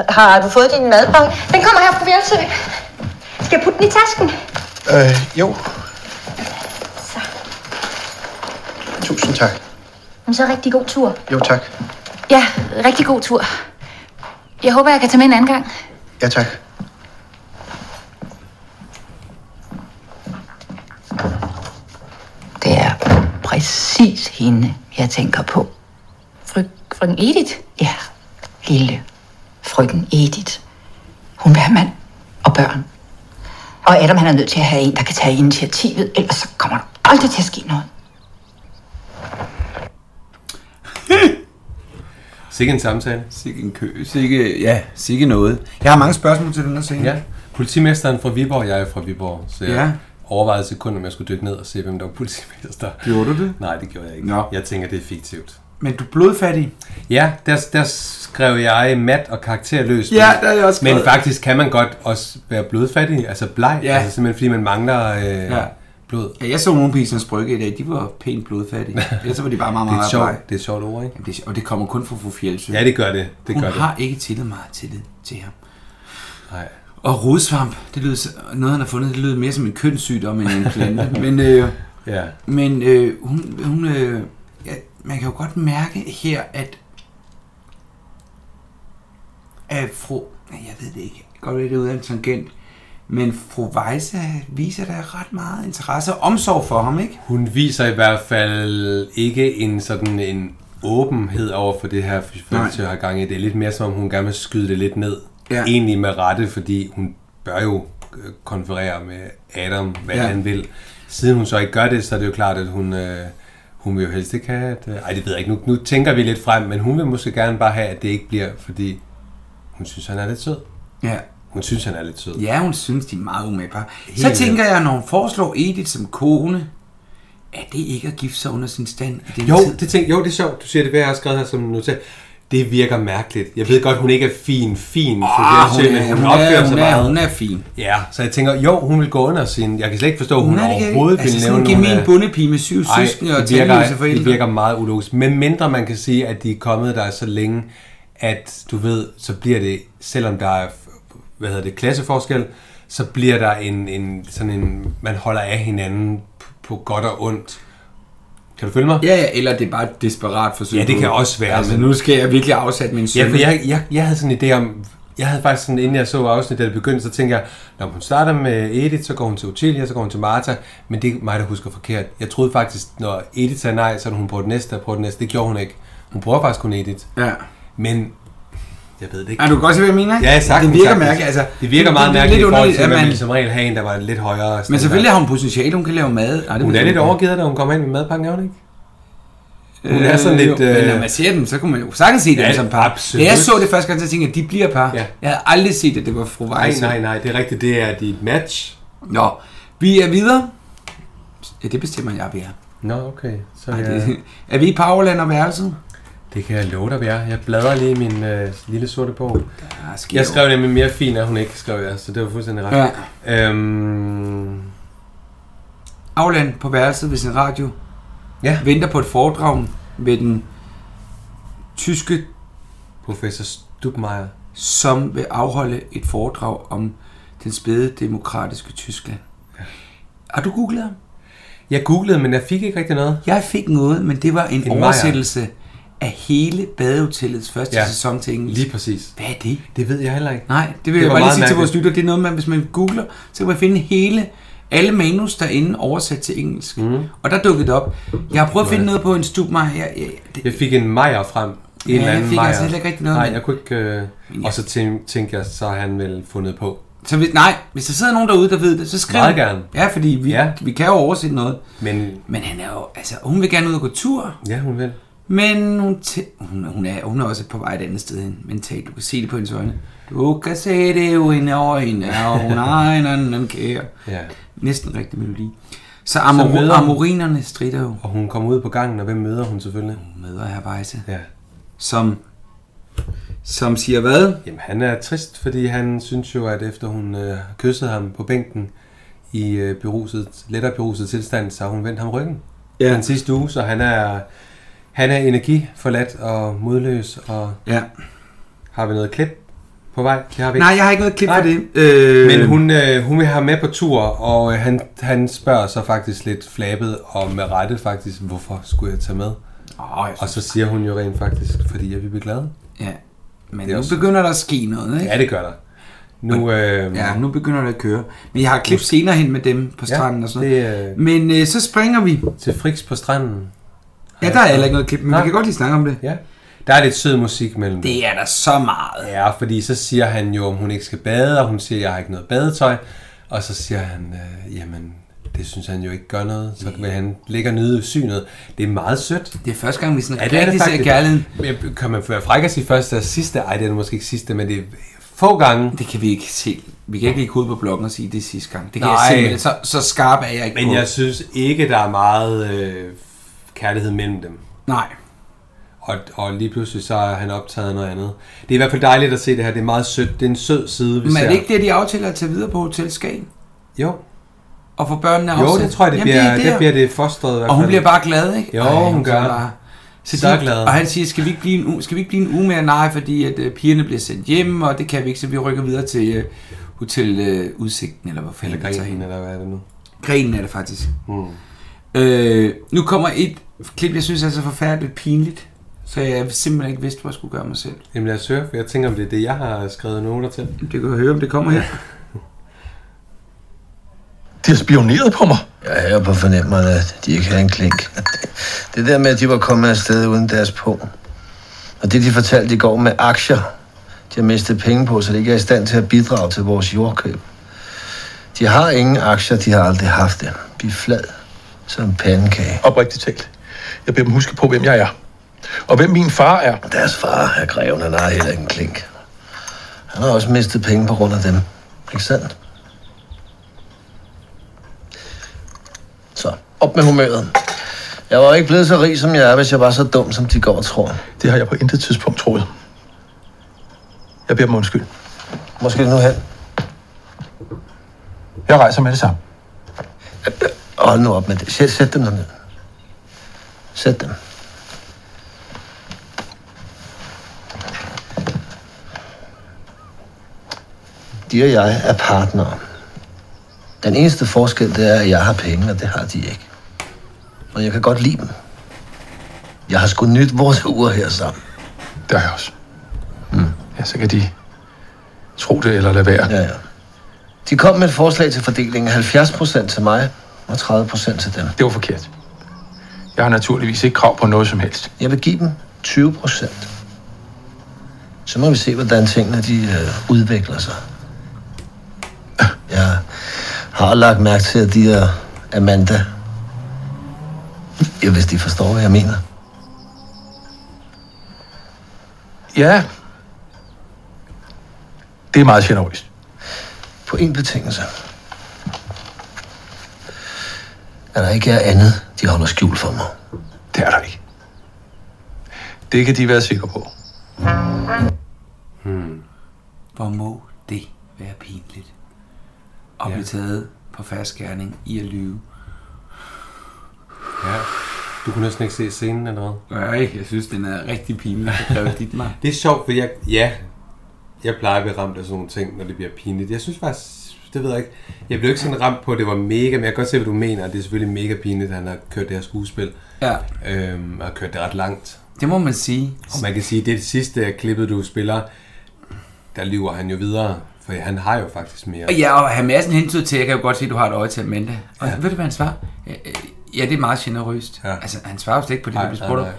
[SPEAKER 5] Har du fået din madpakke?
[SPEAKER 6] Den kommer her fra Fjeldsø. Skal jeg putte den i tasken?
[SPEAKER 3] Øh, jo. Tusind tak.
[SPEAKER 6] Jamen, så rigtig god tur.
[SPEAKER 3] Jo, tak.
[SPEAKER 6] Ja, rigtig god tur. Jeg håber, jeg kan tage med en anden gang.
[SPEAKER 3] Ja, tak.
[SPEAKER 5] Det er præcis hende, jeg tænker på.
[SPEAKER 6] Fry, frøken Edith?
[SPEAKER 5] Ja, lille frøken Edith. Hun vil have mand og børn. Og Adam han er nødt til at have en, der kan tage initiativet, ellers så kommer der aldrig til at ske noget.
[SPEAKER 2] Sikke en samtale.
[SPEAKER 1] Sikke en kø, sikke, ja, sikke noget. Jeg har mange spørgsmål til den her scene.
[SPEAKER 2] Ja. Politimesteren fra Viborg, jeg er fra Viborg, så jeg
[SPEAKER 1] Ja.
[SPEAKER 2] overvejede et sekund, om jeg skulle dykke ned og se, hvem der var politimester.
[SPEAKER 1] Gjorde du det?
[SPEAKER 2] Nej, det gjorde jeg ikke.
[SPEAKER 1] Nå.
[SPEAKER 2] Jeg tænker, det er fiktivt.
[SPEAKER 1] Men du er
[SPEAKER 2] *laughs*
[SPEAKER 1] blodfattig.
[SPEAKER 2] Ja, der, der skrev jeg mat og karakterløs.
[SPEAKER 1] Ja, der er jeg også
[SPEAKER 2] Men
[SPEAKER 1] skrevet.
[SPEAKER 2] faktisk kan man godt også være blodfattig, altså bleg,
[SPEAKER 1] Ja.
[SPEAKER 2] altså simpelthen fordi man mangler øh,
[SPEAKER 1] Ja.
[SPEAKER 2] ja. blod. Det
[SPEAKER 1] Ja, jeg så nogle på Islands Brygge i dag, de var pænt
[SPEAKER 2] *laughs*
[SPEAKER 1] blodfattige. Ellers så var de bare meget,
[SPEAKER 2] er,
[SPEAKER 1] meget
[SPEAKER 2] et
[SPEAKER 1] blege.
[SPEAKER 2] sjovt, det er et sjovt ord, ikke?
[SPEAKER 1] Jamen, det, og det kommer kun fra fru Fjeldsø.
[SPEAKER 2] Ja, det gør det. Det
[SPEAKER 1] Hun
[SPEAKER 2] gør
[SPEAKER 1] har ikke tillid meget tillid til ham.
[SPEAKER 2] det. Nej.
[SPEAKER 1] Og rodsvamp, det lyder, så- noget han har fundet, det lyder mere som en kønssygdom end en
[SPEAKER 2] *laughs*
[SPEAKER 1] plante. men øh,
[SPEAKER 2] Ja.
[SPEAKER 1] men øh, hun, hun øh, ja, man kan jo godt mærke her, at, at fru, nej, jeg ved det ikke, Jeg kan godt ved det er ud af en tangent, men fru Weisse viser der ret meget interesse og omsorg for ham, ikke?
[SPEAKER 2] Hun viser i hvert fald ikke en sådan en åbenhed over for det her følelse, jeg har gang i. Det er lidt mere som om, hun gerne vil skyde det lidt ned.
[SPEAKER 1] Ja.
[SPEAKER 2] Egentlig med rette, fordi hun bør jo øh, konferere med Adam, hvad
[SPEAKER 1] Ja.
[SPEAKER 2] ja. han vil. Siden hun så ikke gør det, så er det jo klart, at hun, øh, hun vil jo helst ikke have, at... Øh, ej, det ved jeg ikke. Nu, nu tænker vi lidt frem, men hun vil måske gerne bare have, at det ikke bliver, fordi hun synes, han er lidt sød.
[SPEAKER 1] Ja.
[SPEAKER 2] Hun synes, han er lidt sød.
[SPEAKER 1] Ja, hun synes, de er meget umage par. Så
[SPEAKER 2] vildt.
[SPEAKER 1] tænker jeg, når hun foreslår Edith som kone, er det ikke at gifte sig under sin stand i den
[SPEAKER 2] Jo,
[SPEAKER 1] tid?
[SPEAKER 2] det tænk, jo, det er sjovt. Du siger det, hvad jeg har skrevet her som notat. Det virker mærkeligt. Jeg ved godt, hun ikke er fin, fin, for
[SPEAKER 1] Ah, hun,
[SPEAKER 2] fjernsyn,
[SPEAKER 1] er,
[SPEAKER 2] men
[SPEAKER 1] hun,
[SPEAKER 2] opfører
[SPEAKER 1] er,
[SPEAKER 2] sig
[SPEAKER 1] hun, er,
[SPEAKER 2] meget.
[SPEAKER 1] hun er fin.
[SPEAKER 2] Ja, så jeg tænker, jo, hun vil gå under sin... Jeg kan slet ikke forstå, hun, hun
[SPEAKER 1] er det ikke-
[SPEAKER 2] overhovedet
[SPEAKER 1] altså,
[SPEAKER 2] vil
[SPEAKER 1] sådan
[SPEAKER 2] nævne,
[SPEAKER 1] en
[SPEAKER 2] hun
[SPEAKER 1] gemen bondepige med syv
[SPEAKER 2] Ej,
[SPEAKER 1] søskende og
[SPEAKER 2] det virker,
[SPEAKER 1] tandløse
[SPEAKER 2] det
[SPEAKER 1] forældre.
[SPEAKER 2] virker meget ulogisk. Men mindre man kan sige, at de er kommet der så længe, at du ved, så bliver det, selvom der er hvad hedder det, klasseforskel, så bliver der en, en, sådan en, man holder af hinanden på, på godt og ondt. Kan du følge mig?
[SPEAKER 1] Ja, ja, eller det er bare et desperat forsøg.
[SPEAKER 2] Ja, det
[SPEAKER 1] på-
[SPEAKER 2] kan også være,
[SPEAKER 1] Altså,
[SPEAKER 2] men-
[SPEAKER 1] nu skal jeg virkelig afsætte min søn.
[SPEAKER 2] Ja, for jeg, jeg, jeg havde sådan en idé om, jeg havde faktisk sådan, inden jeg så afsnittet, da det begyndte, så tænkte jeg, når hun starter med Edith, så går hun til Ottilia, så går hun til Martha, men det er mig, der husker forkert. Jeg troede faktisk, når Edith sagde nej, så er det hun på det næste og på det næste. Det gjorde hun ikke. Hun prøver faktisk kun Edith,
[SPEAKER 1] Ja.
[SPEAKER 2] men jeg ved det ikke.
[SPEAKER 1] Ah, du kan godt se, hvad jeg mener? ikke?
[SPEAKER 2] Ja, sagtens,
[SPEAKER 1] Det virker
[SPEAKER 2] sagtens.
[SPEAKER 1] mærkeligt. Altså,
[SPEAKER 2] det virker meget
[SPEAKER 1] det er
[SPEAKER 2] mærkeligt i
[SPEAKER 1] lidt
[SPEAKER 2] forhold
[SPEAKER 1] underligt,
[SPEAKER 2] til, at
[SPEAKER 1] at
[SPEAKER 2] man ville
[SPEAKER 1] man...
[SPEAKER 2] som regel have en, der var lidt højere.
[SPEAKER 1] Men
[SPEAKER 2] standard.
[SPEAKER 1] selvfølgelig har hun potentiale, hun kan lave mad. Ej, det
[SPEAKER 2] Hun er
[SPEAKER 1] ved jeg
[SPEAKER 2] lidt
[SPEAKER 1] ikke.
[SPEAKER 2] overgivet, da hun kommer ind med madpakken, er hun ikke? Hun er
[SPEAKER 1] Øh,
[SPEAKER 2] sådan lidt,
[SPEAKER 1] jo, Men
[SPEAKER 2] øh,
[SPEAKER 1] når man ser dem, så kunne man jo sagtens se dem
[SPEAKER 2] Ja,
[SPEAKER 1] som par.
[SPEAKER 2] absolut.
[SPEAKER 1] Da jeg så det første gang, så tænkte jeg, at de bliver par.
[SPEAKER 2] Ja.
[SPEAKER 1] Jeg havde aldrig set, at det var fru
[SPEAKER 2] Nej,
[SPEAKER 1] Weisse.
[SPEAKER 2] nej, nej, det er rigtigt, det er dit match.
[SPEAKER 1] Nå, vi er videre. Ja, det bestemmer jeg, vi er.
[SPEAKER 2] Nå, okay. Så
[SPEAKER 1] Ej,
[SPEAKER 2] jeg...
[SPEAKER 1] det, *laughs* er vi i Powerland og værelset?
[SPEAKER 2] Det kan jeg love dig, vi er. Jeg bladrer lige i min øh, lille sorte bog.
[SPEAKER 1] Ja, sker
[SPEAKER 2] Jeg
[SPEAKER 1] jo.
[SPEAKER 2] skrev nemlig mere fin, er hun ikke, skrev jeg, så det var fuldstændig ret. Øh,
[SPEAKER 1] Ja.
[SPEAKER 2] Øhm,
[SPEAKER 1] Afland på værelset ved sin radio.
[SPEAKER 2] Ja.
[SPEAKER 1] Venter på et foredrag med den tyske,
[SPEAKER 2] professor Stubmeier.
[SPEAKER 1] som vil afholde et foredrag om den spæde demokratiske Tyskland. Har du googlet ham?
[SPEAKER 2] Jeg googlede, men jeg fik ikke rigtig noget.
[SPEAKER 1] Jeg fik noget, men det var en,
[SPEAKER 2] En
[SPEAKER 1] en oversættelse af hele badehotellets første
[SPEAKER 2] Ja.
[SPEAKER 1] ja. sæson til engelsk.
[SPEAKER 2] Lige præcis.
[SPEAKER 1] Hvad er det?
[SPEAKER 2] Det ved jeg heller ikke.
[SPEAKER 1] Nej,
[SPEAKER 2] Det
[SPEAKER 1] det vil det jeg
[SPEAKER 2] var
[SPEAKER 1] bare lige
[SPEAKER 2] meget
[SPEAKER 1] sige til vores
[SPEAKER 2] mærkeligt.
[SPEAKER 1] lytter. Det er noget, man, hvis man googler, så kan man finde hele, alle manus derinde oversat til engelsk.
[SPEAKER 2] Mhm.
[SPEAKER 1] Mm. Og der dukkede det op. Jeg har prøvet at finde noget på en stub mig her. Jeg, det,
[SPEAKER 2] Jeg fik en Meier frem. En
[SPEAKER 1] Ja,
[SPEAKER 2] eller
[SPEAKER 1] jeg
[SPEAKER 2] anden
[SPEAKER 1] fik
[SPEAKER 2] Meier.
[SPEAKER 1] altså heller ikke rigtig noget,
[SPEAKER 2] Nej,
[SPEAKER 1] men-
[SPEAKER 2] jeg kunne ikke... Øh,
[SPEAKER 1] ja.
[SPEAKER 2] og så tæn- tænkte jeg, så har han vel fundet på.
[SPEAKER 1] Så hvis, nej, hvis der sidder nogen derude, der ved det, så skriv.
[SPEAKER 2] Meget gerne.
[SPEAKER 1] Ja, fordi vi,
[SPEAKER 2] Ja.
[SPEAKER 1] ja. vi kan jo oversætte noget.
[SPEAKER 2] Men
[SPEAKER 1] Men han er jo, altså, hun vil gerne ud og gå tur,
[SPEAKER 2] ja, hun vil.
[SPEAKER 1] men hun, tæ- hun, hun, er, hun er også på vej et andet sted hen mentalt. Du kan se det på hendes øjne. Du kan se det jo i øjnene, og hun har en anden kære.
[SPEAKER 2] Ja.
[SPEAKER 1] Næsten rigtig melodi. Så, amor-
[SPEAKER 2] møder hun-
[SPEAKER 1] amorinerne strider jo.
[SPEAKER 2] Og hun kommer ud på gangen, og hvem møder hun selvfølgelig?
[SPEAKER 1] møder herr Weisse,
[SPEAKER 2] Ja.
[SPEAKER 1] som, som siger hvad?
[SPEAKER 2] Jamen, han er trist, fordi han synes jo, at efter hun øh, kyssede ham på bænken i øh, beruset, lettere beruset tilstand, så har hun vendt ham ryggen. Ja. Den sidste uge, så han er, han er energiforladt og modløs, og
[SPEAKER 1] ja.
[SPEAKER 2] har vi noget klip på vej? Det har vi ikke.
[SPEAKER 1] Nej, jeg har ikke noget klip
[SPEAKER 2] Nej.
[SPEAKER 1] for det. Øh,
[SPEAKER 2] Men hun, øh, hun vil have ham med på tur, og øh, han, han spørger så faktisk lidt flabet, og med rette faktisk, hvorfor skulle jeg tage med?
[SPEAKER 1] Åh, jeg
[SPEAKER 2] Og
[SPEAKER 1] synes,
[SPEAKER 2] så siger hun jo rent faktisk, fordi jeg vil blive glad.
[SPEAKER 1] ja. Men
[SPEAKER 2] Det er
[SPEAKER 1] nu
[SPEAKER 2] også-
[SPEAKER 1] begynder der at ske noget, ikke?
[SPEAKER 2] Ja, det gør der. Nu, øh,
[SPEAKER 1] Ja, nu begynder det at køre. Men jeg har et klip senere hen med dem på stranden og sådan noget.
[SPEAKER 2] det, øh,
[SPEAKER 1] Men øh, så springer vi.
[SPEAKER 2] til Friks på stranden.
[SPEAKER 1] Ja, der er heller ikke noget klip, men
[SPEAKER 2] Nej.
[SPEAKER 1] vi kan godt lige snakke om det.
[SPEAKER 2] Ja. Der er lidt sød musik mellem dem.
[SPEAKER 1] Det er der så meget.
[SPEAKER 2] Ja, fordi så siger han jo, om hun ikke skal bade, og hun siger, jeg har ikke noget badetøj. Og så siger han, øh, jamen, det synes han jo ikke gør noget. Så vil han ligge og nyde synet. Det er meget sødt.
[SPEAKER 1] Det er første gang, vi sådan
[SPEAKER 2] Ja, det er det
[SPEAKER 1] rigtig ser
[SPEAKER 2] faktisk.
[SPEAKER 1] kærligheden.
[SPEAKER 2] Men Kan man være fræk at sige første og sidste? Ej, det er det måske ikke sidste, men det er få gange.
[SPEAKER 1] Det kan vi ikke se. Vi kan ikke lige ud på bloggen og sige, det er sidste gang. Det kan
[SPEAKER 2] Nej.
[SPEAKER 1] jeg simpelthen. Så, så skarp er jeg ikke
[SPEAKER 2] Men
[SPEAKER 1] på.
[SPEAKER 2] jeg synes ikke, der er meget øh, kærlighed mellem dem.
[SPEAKER 1] Nej.
[SPEAKER 2] Og, og lige pludselig så er han optaget af noget andet. Det er i hvert fald dejligt at se det her. Det er meget sødt. Det er en sød side, vi
[SPEAKER 1] Men
[SPEAKER 2] ser.
[SPEAKER 1] er det ikke det, de aftaler at tage videre på Hotel Skagen?
[SPEAKER 2] Jo,
[SPEAKER 1] Og for børnene
[SPEAKER 2] jo
[SPEAKER 1] også.
[SPEAKER 2] det tror jeg, det,
[SPEAKER 1] Jamen,
[SPEAKER 2] bliver, det,
[SPEAKER 1] det,
[SPEAKER 2] det
[SPEAKER 1] der.
[SPEAKER 2] bliver det fostret i hvert fald.
[SPEAKER 1] Og hun bliver bare glad, ikke?
[SPEAKER 2] Jo, hun
[SPEAKER 1] bliver
[SPEAKER 2] gør.
[SPEAKER 1] bare- Så
[SPEAKER 2] Så
[SPEAKER 1] de,
[SPEAKER 2] glad.
[SPEAKER 1] Og han siger, skal vi ikke blive en uge, skal vi ikke blive en uge mere? Nej, fordi at øh, pigerne bliver sendt hjem, og det kan vi ikke, så vi rykker videre til øh, Hotel øh, Udsigten, eller hvor
[SPEAKER 2] Eller
[SPEAKER 1] fanden det tager
[SPEAKER 2] grinen,
[SPEAKER 1] hende.
[SPEAKER 2] eller hvad er det nu?
[SPEAKER 1] Grenen er det faktisk.
[SPEAKER 2] Mm.
[SPEAKER 1] Øh, nu kommer et klip, jeg synes er så forfærdeligt pinligt, så jeg simpelthen ikke vidste, hvor jeg skulle gøre mig selv.
[SPEAKER 2] Jamen lad os høre, for jeg tænker, om det er det, jeg har skrevet noter til.
[SPEAKER 1] Det kan jeg høre, om det kommer her.
[SPEAKER 10] De har spioneret på mig.
[SPEAKER 3] Jeg hører på fornemmerne, at de ikke havde en klink. Det der med, at de var kommet afsted uden deres på. Og det, de fortalte i går med aktier, de har mistet penge på, så de ikke er i stand til at bidrage til vores jordkøb. De har ingen aktier, de har aldrig haft det. De er flad som en pandekage.
[SPEAKER 10] Oprigtigt talt. Jeg beder dem huske på, hvem jeg er. Og hvem min far er.
[SPEAKER 3] Deres far er greven, han har heller ikke en klink. Han har også mistet penge på grund af dem. Ikke sandt? Så op med humøret. Jeg var jo ikke blevet så rig, som jeg er, hvis jeg var så dum, som de går og tror.
[SPEAKER 10] Det har jeg på intet tidspunkt troet. Jeg beder dem undskyld.
[SPEAKER 3] Måske nu hen.
[SPEAKER 10] Jeg rejser med det samme.
[SPEAKER 3] Hold nu op med det. Sæt, sæt dem derned. Sæt dem. De og jeg er partnere. Den eneste forskel, det er, at jeg har penge, og det har de ikke. Og jeg kan godt lide dem. Jeg har sgu nyt vores uger her sammen.
[SPEAKER 10] Det har jeg også. Mm. Ja, så kan de tro det eller lade være.
[SPEAKER 3] Ja, ja. De kom med et forslag til fordelingen. 70% til mig, og 30% til dem.
[SPEAKER 10] Det var forkert. Jeg har naturligvis ikke krav på noget som helst.
[SPEAKER 3] Jeg vil give dem 20 procent. Så må vi se, hvordan tingene de øh, udvikler sig. Jeg har lagt mærke til, at de er Amanda. Ja, hvis de forstår, hvad jeg mener.
[SPEAKER 10] Ja. Det er meget generøst.
[SPEAKER 3] På en betingelse. At der ikke er andet, de holder skjult for mig.
[SPEAKER 10] Det er der ikke. Det kan de være sikre på.
[SPEAKER 2] Hmm.
[SPEAKER 1] Hvor må det være pinligt at blive taget på fast gerning i at lyve.
[SPEAKER 2] Ja. Du kunne næsten ikke se scenen eller hvad?
[SPEAKER 1] Nej, jeg synes, den er rigtig pinlig. Det dit mig.
[SPEAKER 2] *laughs* Det er sjovt, for jeg, ja, jeg plejer at blive ramt af sådan nogle ting, når det bliver pinligt. Jeg synes faktisk, det ved jeg ikke. Jeg blev ikke sådan ramt på, at det var mega, men jeg kan godt se, hvad du mener. og Det er selvfølgelig mega pinligt, at han har kørt det her skuespil.
[SPEAKER 1] Ja,
[SPEAKER 2] Øhm, og har kørt det ret langt.
[SPEAKER 1] det må man sige.
[SPEAKER 2] Og man kan sige, at det er det sidste klippet, du spiller, der lyver han jo videre. For han har jo faktisk mere.
[SPEAKER 1] Og Ja, og have massen hentyder til, jeg kan jo godt se, at du har et øje til Amanda. Og ja. ved du, hvad han svarer? Øh, øh, Ja, det er meget generøst. Ja.
[SPEAKER 2] Ja.
[SPEAKER 1] Altså, han svarer jo slet ikke på det,
[SPEAKER 2] Nej,
[SPEAKER 1] der bliver spurgt om.
[SPEAKER 2] nej,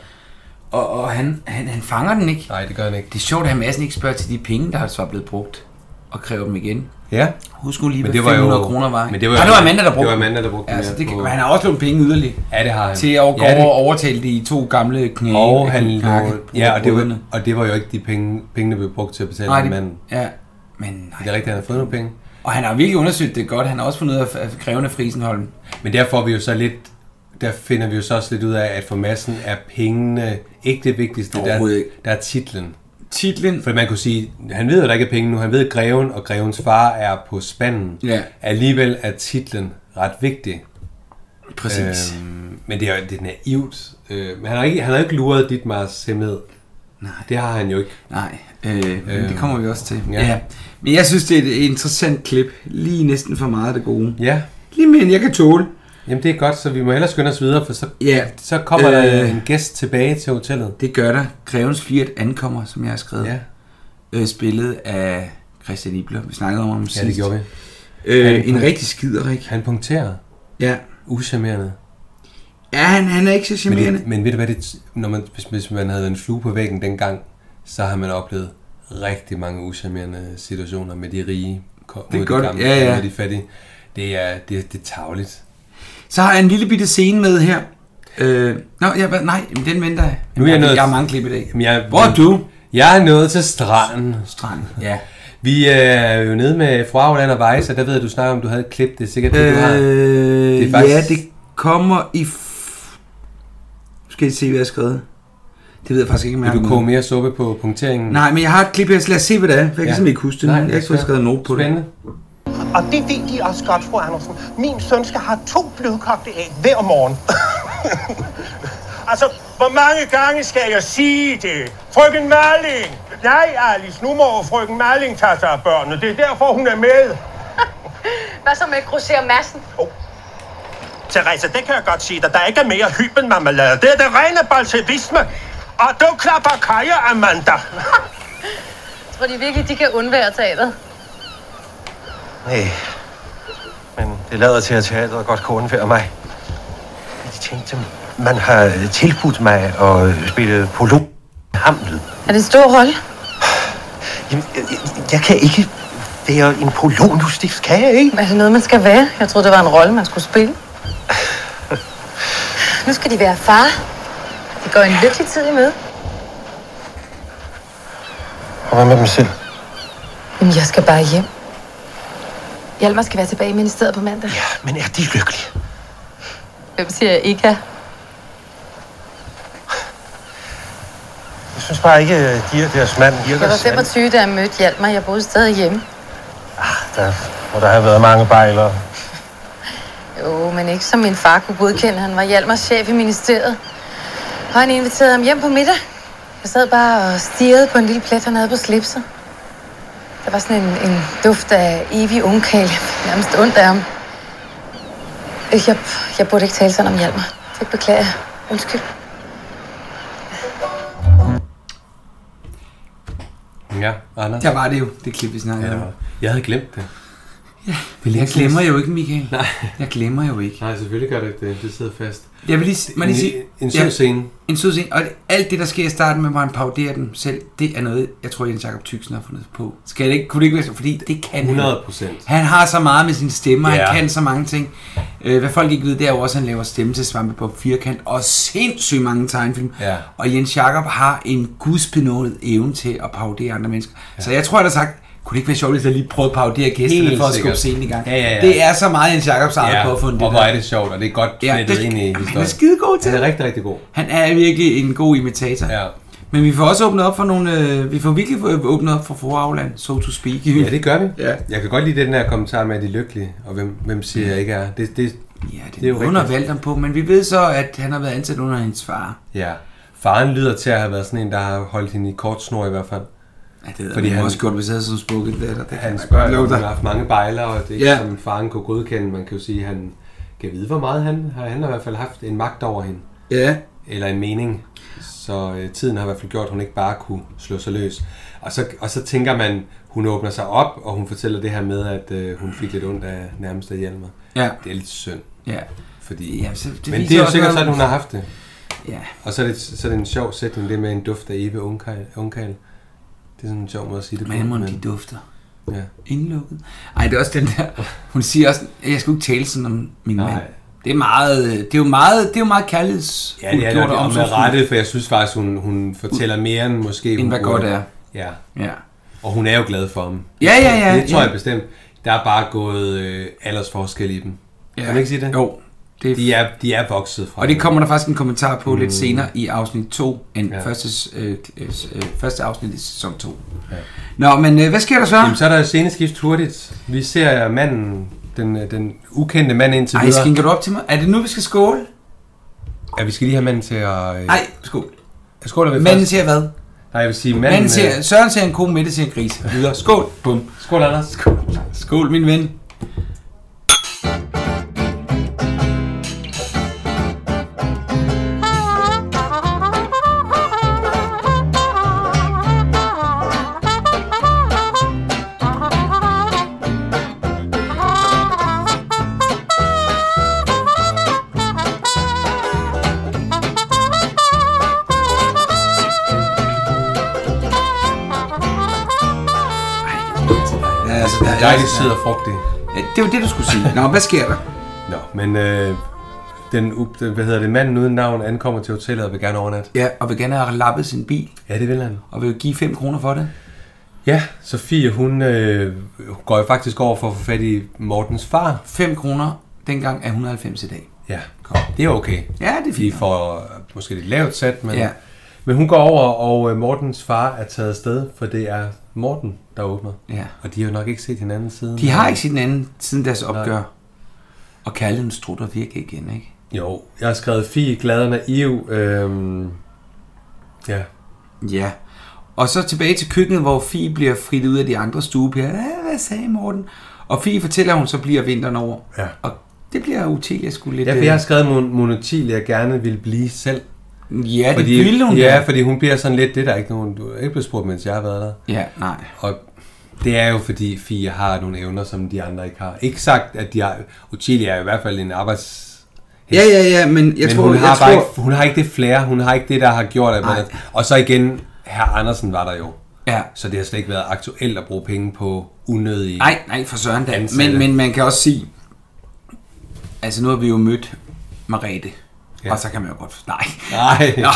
[SPEAKER 2] nej.
[SPEAKER 1] Og, og han, han, han fanger den ikke.
[SPEAKER 2] Nej, det gør han ikke.
[SPEAKER 1] Det er sjovt, at Hamassen ikke spørger til de penge, der så er blevet brugt, og kræver dem igen.
[SPEAKER 2] Ja.
[SPEAKER 1] Husk nu lige,
[SPEAKER 2] Men
[SPEAKER 1] hvad
[SPEAKER 2] det var jo-
[SPEAKER 1] 500 kroner var.
[SPEAKER 2] men det var
[SPEAKER 1] Nej,
[SPEAKER 2] jo-
[SPEAKER 1] det var Amanda, der
[SPEAKER 2] det
[SPEAKER 1] brugte
[SPEAKER 2] var
[SPEAKER 1] dem.
[SPEAKER 2] Amanda, der brugte
[SPEAKER 1] ja,
[SPEAKER 2] dem,
[SPEAKER 1] så
[SPEAKER 2] ja,
[SPEAKER 1] det, kan-
[SPEAKER 2] på-
[SPEAKER 1] men Han har også lånt penge yderligere
[SPEAKER 2] Ja, det har han.
[SPEAKER 1] til at gå
[SPEAKER 2] ja,
[SPEAKER 1] over
[SPEAKER 2] det-
[SPEAKER 1] og overtale de to gamle knæ.
[SPEAKER 2] Og, han lå,
[SPEAKER 1] knakke-
[SPEAKER 2] ja, og, det var,
[SPEAKER 1] brødrene.
[SPEAKER 2] og det var jo ikke de penge, pengene blev brugt til at betale Nej,
[SPEAKER 1] Nej, det,
[SPEAKER 2] manden.
[SPEAKER 1] ja, men nej.
[SPEAKER 2] Det er rigtigt, han har fået nogle penge.
[SPEAKER 1] Og han har virkelig undersøgt det godt. Han har også fundet ud af af krævende Frisenholm.
[SPEAKER 2] Men der får vi jo så lidt, der finder vi jo så også lidt ud af, at for massen er pengene ikke det vigtigste.
[SPEAKER 1] Overhovedet
[SPEAKER 2] Der,
[SPEAKER 1] ikke.
[SPEAKER 2] der er titlen.
[SPEAKER 1] Titlen.
[SPEAKER 2] For man kunne sige, han ved, at der ikke er penge nu. Han ved, at greven og grevens far er på spanden.
[SPEAKER 1] Ja.
[SPEAKER 2] Alligevel er titlen ret vigtig.
[SPEAKER 1] Præcis. Øhm.
[SPEAKER 2] Øhm, men det er jo det er naivt. Øh, men han har, ikke, han har ikke luret dit Mars hemmelighed.
[SPEAKER 1] Nej.
[SPEAKER 2] Det har han jo ikke.
[SPEAKER 1] Nej, øh, men det
[SPEAKER 2] Øhm,
[SPEAKER 1] kommer vi også til. Ja.
[SPEAKER 2] ja.
[SPEAKER 1] ja. Men jeg synes, det er et interessant klip. Lige næsten for meget af det gode.
[SPEAKER 2] Ja,
[SPEAKER 1] Lige mere, end jeg kan tåle.
[SPEAKER 2] Jamen det er godt, så vi må hellere skynde os videre, for så,
[SPEAKER 1] Ja.
[SPEAKER 2] så kommer øh, der
[SPEAKER 1] Øh.
[SPEAKER 2] en gæst tilbage til hotellet.
[SPEAKER 1] Det gør der. Grevens Flirt ankommer, som jeg har skrevet.
[SPEAKER 2] Ja,
[SPEAKER 1] Øh, spillet af Christian Ibler. Vi snakkede om ham sidst.
[SPEAKER 2] ja det gjorde vi.
[SPEAKER 1] Øh, en rigtig skiderik.
[SPEAKER 2] Han punkterer.
[SPEAKER 1] Ja.
[SPEAKER 2] Uschammerende.
[SPEAKER 1] Ja, han, han er ikke så
[SPEAKER 2] Men,
[SPEAKER 1] charmerende.
[SPEAKER 2] det, men ved du hvad, det, når man, hvis, hvis man havde en flue på væggen dengang, så har man oplevet rigtig mange uschammerende situationer med de rige ko- mod
[SPEAKER 1] godt.
[SPEAKER 2] de gamle,
[SPEAKER 1] Ja, ja.
[SPEAKER 2] mod de fattige. Det er, det, er- det er tavligt.
[SPEAKER 1] Så har jeg en lille bitte scene med her. Øh, nå, jeg, hvad- nej, men den venter jeg.
[SPEAKER 2] Nu er jeg
[SPEAKER 1] jeg,
[SPEAKER 2] nået-
[SPEAKER 1] jeg har mange klip i dag.
[SPEAKER 2] Jamen, jeg,
[SPEAKER 1] Hvor er du?
[SPEAKER 2] Jeg er nået til stranden.
[SPEAKER 1] Strand. Ja.
[SPEAKER 2] Vi øh, er jo nede med fru Auland og Weiss, og der ved jeg, du snakker om, du havde et klip. Det er sikkert det, du har.
[SPEAKER 1] Øh,
[SPEAKER 2] Det
[SPEAKER 1] det
[SPEAKER 2] er
[SPEAKER 1] faktisk... Ja,
[SPEAKER 2] faktisk-
[SPEAKER 1] det kommer i... F... Nu Skal I se, hvad jeg har skrevet? Det ved jeg faktisk ikke, om jeg
[SPEAKER 2] Vil du
[SPEAKER 1] har
[SPEAKER 2] koge
[SPEAKER 1] med.
[SPEAKER 2] mere suppe på punkteringen?
[SPEAKER 1] Nej, men jeg har et klip her, så lad os se, hvad det er. For jeg kan simpelthen ikke huske det. jeg har ikke fået skrevet nogen på det.
[SPEAKER 2] Spændende.
[SPEAKER 11] Og det ved de også godt, fru Andersen. Min søn skal have to blødkogte æg hver morgen. *laughs* altså, hvor mange gange skal jeg sige det? Frøken Marling! Nej, Alice, nu må frøken Marling tage sig af børnene. Det er derfor, hun er med.
[SPEAKER 12] Hvad så med grosser massen?
[SPEAKER 11] Teresa, det kan jeg godt sige dig. Der er ikke mere hyben marmelade. Det er det rene bolsjevisme. Og du klapper kajer, Amanda.
[SPEAKER 12] Tror de virkelig, de kan undvære teateret?
[SPEAKER 11] Nej, men det lader til, at teateret godt kunne undvære mig. De tænkte, man har tilbudt mig at spille polo. Hamlet.
[SPEAKER 12] Er det en stor rolle?
[SPEAKER 11] Jamen, jeg, jeg- jeg kan ikke være en polonusstift, kan jeg ikke?
[SPEAKER 12] Er det Altså, noget, man skal være? Jeg troede, det var en rolle, man skulle
[SPEAKER 11] *laughs*
[SPEAKER 12] spille. nu skal de være far. Det går en lykkelig tid i møde.
[SPEAKER 3] Og hvad med dem selv?
[SPEAKER 12] Jamen, jeg skal bare hjem. Hjalmar skal være tilbage i ministeriet på mandag.
[SPEAKER 11] Men er de lykkelige?
[SPEAKER 12] Hvem siger jeg ikke?
[SPEAKER 11] Jeg synes bare ikke, øh, de her deres mand virker
[SPEAKER 12] Jeg var
[SPEAKER 11] særlig-
[SPEAKER 12] 25, da jeg mødte Hjalmar. Jeg boede stadig hjemme.
[SPEAKER 11] Der må der have været mange bejlere.
[SPEAKER 12] Jo, men ikke som min far kunne godkende. Han var Hjalmars chef i ministeriet. Og han inviterede ham hjem på middag. Jeg sad bare og stirrede på en lille plet, han havde på slipset. Der var sådan en, en duft af evig ungkage. Jeg fik nærmest ondt af ham. Øh, Jeg, jeg burde ikke tale sådan om Hjalmar. Det beklager jeg. Undskyld.
[SPEAKER 2] Ja, Anders.
[SPEAKER 1] Der var det jo, det klip, vi snakkede om.
[SPEAKER 2] Jeg havde glemt det.
[SPEAKER 1] Vil jeg glemmer jo ikke, Michael. Nej. Jeg glemmer jo ikke.
[SPEAKER 2] Nej, selvfølgelig gør det ikke det. Det sidder fast.
[SPEAKER 1] Jeg vil lige, må jeg lige
[SPEAKER 2] En-
[SPEAKER 1] sige...
[SPEAKER 2] En sød scene.
[SPEAKER 1] En sød scene. Og alt det, der sker i starten med, hvor han pauderer dem selv, det er noget, jeg tror, Jens Jacob Tyksen har fundet på. Skal det ikke, kunne det ikke være så- Fordi det kan han.
[SPEAKER 2] 100%.
[SPEAKER 1] Han har så meget med sin stemme, og
[SPEAKER 2] Ja.
[SPEAKER 1] han kan så mange ting. Øh, hvad folk ikke ved, det er jo også, at han laver stemme til Svampe på firkant, og sindssygt mange tegnfilm.
[SPEAKER 2] Ja.
[SPEAKER 1] Og Jens Jacob har en gudsbenået evne til at paudere andre mennesker. Ja. Så jeg tror, jeg har sagt, kunne det ikke være sjovt, hvis jeg lige prøvede at paudere gæsterne
[SPEAKER 2] Helt
[SPEAKER 1] for at skubbe
[SPEAKER 2] sikkert.
[SPEAKER 1] scenen i gang?
[SPEAKER 2] Ja, ja, ja.
[SPEAKER 1] Det er så meget Jens Jacobs eget ja. påfund.
[SPEAKER 2] og hvor er det sjovt, og det er godt
[SPEAKER 1] Ja,
[SPEAKER 2] flettet
[SPEAKER 1] det-
[SPEAKER 2] ind i historien.
[SPEAKER 1] Han er skidegod til
[SPEAKER 2] Han er rigtig, rigtig god.
[SPEAKER 1] Han er virkelig en god imitator.
[SPEAKER 2] Ja.
[SPEAKER 1] Men vi får også åbnet op for nogle... Øh, vi får virkelig få- åbnet op for forhavland, so to speak.
[SPEAKER 2] Ja, det gør vi.
[SPEAKER 1] Ja.
[SPEAKER 2] Jeg kan godt lide den her kommentar med, at de er lykkelige, og hvem, hvem siger jeg ikke er. Det, det,
[SPEAKER 1] ja,
[SPEAKER 2] det,
[SPEAKER 1] Det er jo undervalgt ham på, men vi ved så, at han har været ansat under hendes far.
[SPEAKER 2] Ja. Faren lyder til at have været sådan en, der har holdt hende i kort snor i hvert fald.
[SPEAKER 1] Ja, det Fordi han også gjort, hvis jeg havde sådan sprukket det. Der, det
[SPEAKER 2] Han spørger,
[SPEAKER 1] love
[SPEAKER 2] om hun
[SPEAKER 1] dig.
[SPEAKER 2] har haft mange bejler, og det er ikke
[SPEAKER 1] Ja.
[SPEAKER 2] ja. som faren kunne godkende. Man kan jo sige, at han kan vide, hvor meget han har. Han har i hvert fald haft en magt over hende.
[SPEAKER 1] Ja.
[SPEAKER 2] Eller en mening. Så øh, tiden har i hvert fald gjort, at hun ikke bare kunne slå sig løs. Og så, og så tænker man, hun åbner sig op, og hun fortæller det her med, at øh, hun fik lidt ondt af nærmeste Hjalmar.
[SPEAKER 1] Ja.
[SPEAKER 2] Det er lidt synd.
[SPEAKER 1] Ja.
[SPEAKER 2] Fordi,
[SPEAKER 1] Ja, så det
[SPEAKER 2] men det
[SPEAKER 1] viser
[SPEAKER 2] er jo
[SPEAKER 1] også
[SPEAKER 2] sikkert
[SPEAKER 1] noget-
[SPEAKER 2] sådan, hun har haft det.
[SPEAKER 1] Ja.
[SPEAKER 2] Og så er, det, så er det en sjov sætning, det med en duft af Eve ungkal. ungkal. Det er sådan en sjov måde at sige det på.
[SPEAKER 1] Men de dufter.
[SPEAKER 2] Ja.
[SPEAKER 1] Indlukket. Ej, det er også den der... Hun siger også, at jeg skulle ikke tale sådan om min
[SPEAKER 2] Nej.
[SPEAKER 1] mand. Det er, meget, øh, det er jo meget, det er jo meget kærligheds.
[SPEAKER 2] Ja, det er nok og med rette, for jeg synes faktisk, hun, hun fortæller mere end måske...
[SPEAKER 1] End
[SPEAKER 2] hun
[SPEAKER 1] hvad
[SPEAKER 2] burde.
[SPEAKER 1] godt er.
[SPEAKER 2] Ja.
[SPEAKER 1] Ja.
[SPEAKER 2] Og hun er jo glad for ham.
[SPEAKER 1] Ja, ja, ja,
[SPEAKER 2] Det tror
[SPEAKER 1] ja.
[SPEAKER 2] jeg bestemt. Der er bare gået øh, aldersforskel i dem.
[SPEAKER 1] Ja.
[SPEAKER 2] Kan man ikke sige det?
[SPEAKER 1] Jo. Det
[SPEAKER 2] de, er, de er vokset fra
[SPEAKER 1] Og det
[SPEAKER 2] hinanden.
[SPEAKER 1] kommer der faktisk en kommentar på mm. lidt
[SPEAKER 2] Mm.
[SPEAKER 1] senere i afsnit 2, en
[SPEAKER 2] Ja.
[SPEAKER 1] ja. første, øh, øh, øh, første afsnit i sæson 2.
[SPEAKER 2] Ja.
[SPEAKER 1] Ja. Nå, men øh, hvad sker der så?
[SPEAKER 2] Jamen, så er der sceneskift hurtigt. Vi ser manden, den, øh, den ukendte mand indtil
[SPEAKER 1] Ej,
[SPEAKER 2] videre.
[SPEAKER 1] skinker du op til mig? Er det nu, vi skal skåle?
[SPEAKER 2] Ja, vi skal lige have manden til at... Øh,
[SPEAKER 1] Nej, skål.
[SPEAKER 2] Skål, vi
[SPEAKER 1] Manden
[SPEAKER 2] først.
[SPEAKER 1] siger hvad?
[SPEAKER 2] Nej, jeg vil sige manden...
[SPEAKER 1] Manden siger, Søren siger en ko, Mette siger en gris. Videre. Skål. Bum.
[SPEAKER 2] Skål, Anders.
[SPEAKER 1] Skål. Skål, min ven. Ja, altså, der
[SPEAKER 2] øh, Dejligt sød og frugtig.
[SPEAKER 1] Ja, det var det, du
[SPEAKER 2] *laughs*
[SPEAKER 1] skulle sige. Nå, hvad sker der?
[SPEAKER 2] Nå, men øh, den, up- den, hvad hedder det, manden uden navn ankommer til hotellet og vil gerne overnatte.
[SPEAKER 1] Ja, og vil gerne have lappet sin bil,
[SPEAKER 2] Ja, det vil han.
[SPEAKER 1] og vil give 5 kroner for det.
[SPEAKER 2] Ja, Sofie, hun øh, går jo faktisk over for at få fat i Mortens far.
[SPEAKER 1] 5 kroner, dengang er 190 i dag.
[SPEAKER 2] Ja, det er okay.
[SPEAKER 1] Ja, det er
[SPEAKER 2] De
[SPEAKER 1] fint.
[SPEAKER 2] får øh, måske lidt lavt sat, men,
[SPEAKER 1] Ja.
[SPEAKER 2] men hun går over, og øh, Mortens far er taget afsted, for det er Morten, der åbner.
[SPEAKER 1] Ja.
[SPEAKER 2] Og de har jo nok ikke set hinanden siden.
[SPEAKER 1] De har ikke set hinanden siden deres opgør. Og kærligheden strutter virkelig igen, ikke?
[SPEAKER 2] Jo, jeg har skrevet Fie, glad og naiv. Øhm, ja,
[SPEAKER 1] Ja. Og så tilbage til køkkenet, hvor Fie bliver frit ud af de andre stuepiger. "Ah, Hvad sagde Morten? Og Fie fortæller, at hun så bliver vinteren over.
[SPEAKER 2] Ja.
[SPEAKER 1] Og det bliver Utilia skulle lidt...
[SPEAKER 2] Ja, for
[SPEAKER 1] øh,
[SPEAKER 2] jeg har skrevet mon- monotil, jeg gerne ville blive selv.
[SPEAKER 1] ja det fordi, ville hun.
[SPEAKER 2] Ja,
[SPEAKER 1] da.
[SPEAKER 2] fordi hun bliver sådan lidt, det er der ikke nogen, du er ikke blevet spurgt, mens jeg har været der.
[SPEAKER 1] ja, nej.
[SPEAKER 2] Og det er jo fordi Fie har nogle evner, som de andre ikke har. Ikke sagt, at de har... Utilia er i hvert fald en arbejds...
[SPEAKER 1] Ja, ja, ja, men jeg
[SPEAKER 2] men
[SPEAKER 1] tror...
[SPEAKER 2] hun,
[SPEAKER 1] jeg
[SPEAKER 2] har
[SPEAKER 1] tror,
[SPEAKER 2] bare ikke, hun har ikke det flere, hun har ikke det, der har gjort, at man...
[SPEAKER 1] Nej.
[SPEAKER 2] Og så igen, herr Andersen var der jo.
[SPEAKER 1] Ja.
[SPEAKER 2] Så det har slet ikke været aktuelt at bruge penge på unødige...
[SPEAKER 1] Nej, nej, for søren da.
[SPEAKER 2] Ansatte.
[SPEAKER 1] Men, men man kan også sige... Altså, nu har vi jo mødt Marete.
[SPEAKER 2] Ja.
[SPEAKER 1] Ja. Og så kan man jo godt... Nej. *laughs*
[SPEAKER 2] Nej.
[SPEAKER 1] Nej,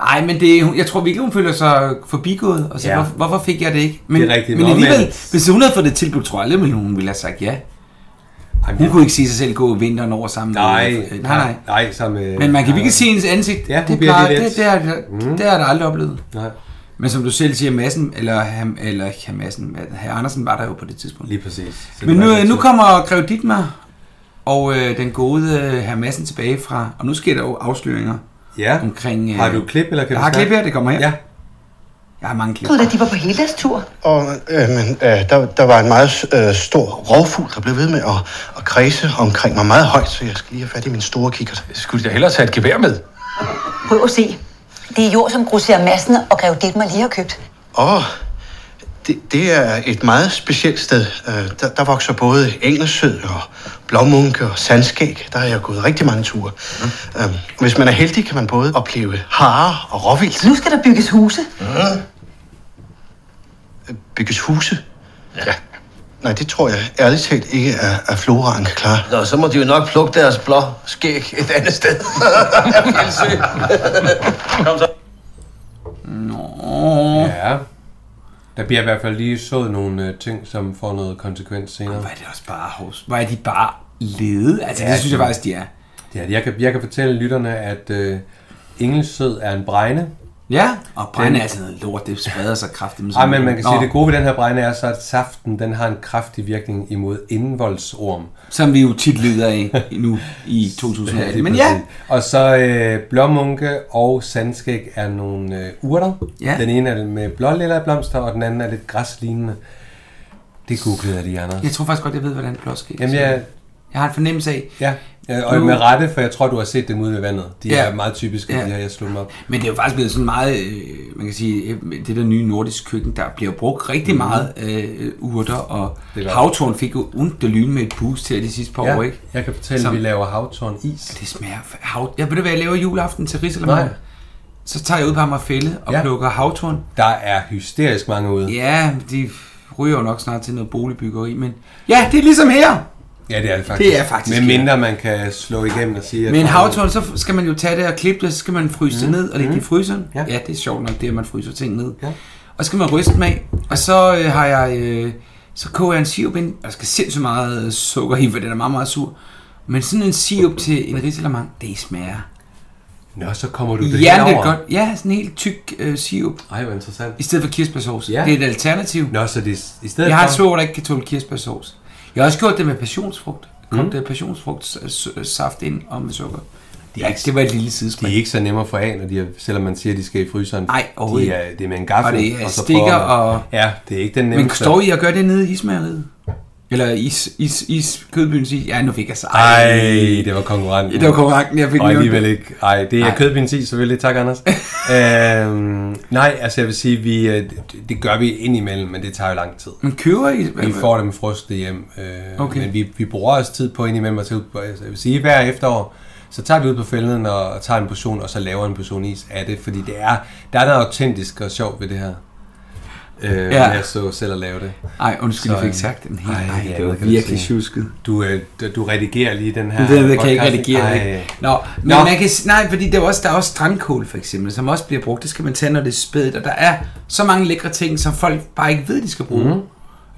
[SPEAKER 1] nej men det, hun- jeg tror virkelig, hun føler sig forbigået. Og så,
[SPEAKER 2] Ja.
[SPEAKER 1] ja. hvorfor, hvorfor fik jeg det ikke? Men,
[SPEAKER 2] Det er rigtigt.
[SPEAKER 1] Men
[SPEAKER 2] Nå,
[SPEAKER 1] alligevel,
[SPEAKER 2] men-
[SPEAKER 1] hvis hun havde fået det tilbudt, tror jeg aldrig, men hun ville have sagt ja.
[SPEAKER 2] Ej,
[SPEAKER 1] Hun kunne ikke se sig selv gå vinteren over sammen
[SPEAKER 2] Nej,
[SPEAKER 1] med... Øh, nej, nej.
[SPEAKER 2] nej, som, øh,
[SPEAKER 1] Men man kan
[SPEAKER 2] nej.
[SPEAKER 1] virkelig se hendes ansigt.
[SPEAKER 2] Ja, hun
[SPEAKER 1] det,
[SPEAKER 2] bliver
[SPEAKER 1] plejer,
[SPEAKER 2] lidt
[SPEAKER 1] det,
[SPEAKER 2] let.
[SPEAKER 1] det, er, det,
[SPEAKER 2] Mm.
[SPEAKER 1] det har jeg da aldrig oplevet.
[SPEAKER 2] Nej.
[SPEAKER 1] Men som du selv siger, Madsen, eller, ham, eller ikke ham Madsen, men herr Andersen var der jo på det tidspunkt.
[SPEAKER 2] Lige præcis. Så
[SPEAKER 1] Men
[SPEAKER 2] det
[SPEAKER 1] nu, øh,
[SPEAKER 2] var lidt
[SPEAKER 1] nu
[SPEAKER 2] tid.
[SPEAKER 1] kommer Grev Dittmar og øh, den gode øh, herr Madsen tilbage fra, og nu sker der jo afsløringer
[SPEAKER 2] ja.
[SPEAKER 1] omkring... Øh,
[SPEAKER 2] Har du et klip, eller kan
[SPEAKER 1] Jeg
[SPEAKER 2] vi
[SPEAKER 1] har et klip
[SPEAKER 2] snakke?
[SPEAKER 1] her, det kommer her.
[SPEAKER 2] Ja.
[SPEAKER 1] Jeg har mange klip.
[SPEAKER 5] Troede da, de var på hele deres tur.
[SPEAKER 9] Og øh, men, øh, der, der var en meget øh, stor rovfugl, der blev ved med at, at kredse omkring mig meget højt, så jeg skal lige have fat i min store kikkert. Skulle jeg hellere tage et gevær med?
[SPEAKER 5] Prøv at se. Det er jord, som grosser massen og Grev Dittmar lige har købt.
[SPEAKER 9] Åh, oh, det, det er et meget specielt sted. Øh, der, der vokser både engelsød og blåmunke og sandskæg. Der har jeg gået rigtig mange ture.
[SPEAKER 3] Hm?
[SPEAKER 9] Mm. Øh, hvis man er heldig, kan man både opleve harer og råvildt.
[SPEAKER 5] Nu skal der bygges huse.
[SPEAKER 9] Mm. Bygges huse? Ja. Nej, det tror jeg ærligt talt ikke, at, at floraen kan klare.
[SPEAKER 3] Nå, så må de jo nok plukke deres blå skæg et andet sted.
[SPEAKER 11] *laughs* Kom så.
[SPEAKER 1] Nå.
[SPEAKER 2] Ja. Der bliver i hvert fald lige sået nogle øh, ting, som får noget konsekvens senere. Hvor
[SPEAKER 1] er det også bare hos? Hvor er de bare lede? Altså, det synes jeg faktisk, de er.
[SPEAKER 2] Ja, jeg kan, jeg kan fortælle lytterne, at øh, engelsød er en bregne.
[SPEAKER 1] Ja, og brænde
[SPEAKER 2] Den-
[SPEAKER 1] er altså noget lort, det spreder sig kraftigt.
[SPEAKER 2] Ej, men man kan sige, at det gode ved den her bregne er så, at saften den har en kraftig virkning imod indvoldsorm.
[SPEAKER 1] Som vi jo tit lider af nu i 2018. Men ja.
[SPEAKER 2] Og så øh, blåmunke og sandskæg er nogle øh, urter.
[SPEAKER 1] Ja.
[SPEAKER 2] Den ene er med blålilla blomster, og den anden er lidt græslignende. Det googlede jeg lige, Anders.
[SPEAKER 1] Jeg tror faktisk godt, jeg ved, hvordan blåskæg
[SPEAKER 2] Jamen,
[SPEAKER 1] ser ud.
[SPEAKER 2] jeg-
[SPEAKER 1] jeg har en fornemmelse af.
[SPEAKER 2] Ja, øh, og
[SPEAKER 1] Nu-
[SPEAKER 2] med rette, for jeg tror, du har set dem ude ved vandet. De er meget typiske, de her, jeg slog dem op.
[SPEAKER 1] Men det er jo faktisk blevet sådan meget, øh, man kan sige, øh, det der nye nordisk køkken, der bliver brugt rigtig
[SPEAKER 2] Mhm.
[SPEAKER 1] meget øh, urter, og
[SPEAKER 2] Det gør det.
[SPEAKER 1] havtorn fik jo ondt lyn med et boost her de sidste par
[SPEAKER 2] Ja,
[SPEAKER 1] år, ikke?
[SPEAKER 2] jeg kan fortælle, vi laver havtorn is.
[SPEAKER 1] Det smager f- hav... Jeg ved du, hvad jeg laver juleaften til Riz eller
[SPEAKER 2] Nej.
[SPEAKER 1] mig? Så tager jeg ud på Amagerfælde og
[SPEAKER 2] Ja.
[SPEAKER 1] ja. plukker havtorn.
[SPEAKER 2] Der er hysterisk mange ude.
[SPEAKER 1] Ja, de ryger jo nok snart til noget boligbyggeri, men... Ja, det er ligesom her!
[SPEAKER 2] Ja, det er det faktisk.
[SPEAKER 1] Det er faktisk
[SPEAKER 2] Med mindre man kan slå igennem og sige, at...
[SPEAKER 1] Men havtorn, så skal man jo tage det og klippe det, så skal man fryse det
[SPEAKER 2] Mm.
[SPEAKER 1] ned og lægge det i
[SPEAKER 2] Mm.
[SPEAKER 1] fryseren.
[SPEAKER 2] Ja.
[SPEAKER 1] Ja. ja, det er sjovt nok, det er, at man fryser ting ned.
[SPEAKER 2] Ja.
[SPEAKER 1] Og så skal man ryste dem af, og så øh, har jeg... Øh, så koger jeg en sirup ind, og der skal sindssygt meget øh, sukker i, for den er meget, meget sur. Men sådan en sirup til en risalamang, det smager
[SPEAKER 2] Nå, så kommer du det
[SPEAKER 1] Ja, det er
[SPEAKER 2] herover.
[SPEAKER 1] godt. Ja, sådan en helt tyk øh, sirup.
[SPEAKER 2] Ej, hvor interessant.
[SPEAKER 1] I stedet for kirsebærsauce.
[SPEAKER 2] Ja.
[SPEAKER 1] Ja. Det er et alternativ.
[SPEAKER 2] Nå, så det er, i stedet
[SPEAKER 1] Jeg har
[SPEAKER 2] for-
[SPEAKER 1] et svoger, der ikke kan tåle kirsebærsauce. Jeg har også gjort det med passionsfrugt. Kom
[SPEAKER 2] Mm.
[SPEAKER 1] mm. det passionsfrugtsaft ind og med sukker.
[SPEAKER 2] De er
[SPEAKER 1] ikke, det var et lille sidespring.
[SPEAKER 2] De er ikke så nemme at få af, når de er, selvom man siger, at de skal i fryseren.
[SPEAKER 1] Nej, overhovedet
[SPEAKER 2] de er,
[SPEAKER 1] ikke.
[SPEAKER 2] det er med en gaffel.
[SPEAKER 1] Og det er
[SPEAKER 2] så
[SPEAKER 1] stikker
[SPEAKER 2] prøver man-
[SPEAKER 1] og-
[SPEAKER 2] Ja, det er ikke den nemmeste.
[SPEAKER 1] Men står I og gør det nede i ismageriet? Eller is, is, is, kødbyen siger, ja, nu fik jeg så.
[SPEAKER 2] Ej, det var konkurrenten.
[SPEAKER 1] Det var konkurrenten, jeg fik
[SPEAKER 2] Og
[SPEAKER 1] nævnt.
[SPEAKER 2] alligevel ikke. Ej, det er
[SPEAKER 1] Ej.
[SPEAKER 2] kødbind 10, selvfølgelig. Tak,
[SPEAKER 1] *laughs*
[SPEAKER 2] Anders. øhm, nej, altså jeg vil sige, vi, øh, det- det gør vi indimellem, men det tager jo lang tid.
[SPEAKER 1] Men køber I?
[SPEAKER 2] Vi får dem frostet hjem. Øh, okay.
[SPEAKER 1] Okay.
[SPEAKER 2] Men vi, vi bruger også tid på indimellem at tage ud på, altså, jeg vil sige, hver efterår, så tager vi ud på fælden og, og tager en portion, og så laver en portion is af det, fordi det er, der er noget autentisk og sjovt ved det her. Øh, ja.
[SPEAKER 1] Ja.
[SPEAKER 2] Jeg så selv at lave det.
[SPEAKER 1] Ej, undskyld, jeg fik
[SPEAKER 2] øh,
[SPEAKER 1] sagt den helt.
[SPEAKER 2] ej,
[SPEAKER 1] Ej,
[SPEAKER 2] ja,
[SPEAKER 1] det var
[SPEAKER 2] hvad kan du
[SPEAKER 1] virkelig
[SPEAKER 2] sige?
[SPEAKER 1] sjusket.
[SPEAKER 2] Du, øh, du- du redigerer lige den her
[SPEAKER 1] Det, det kan jeg ikke
[SPEAKER 2] podcast.
[SPEAKER 1] redigere.
[SPEAKER 2] Ej.
[SPEAKER 1] ikke? Nå, men Nå. man kan, s- nej, fordi der er, også, der er også strandkål for eksempel, som også bliver brugt. Det skal man tage, når det er spædt. Og der er så mange lækre ting, som folk bare ikke ved, de skal bruge.
[SPEAKER 2] Mhm.
[SPEAKER 1] Mm.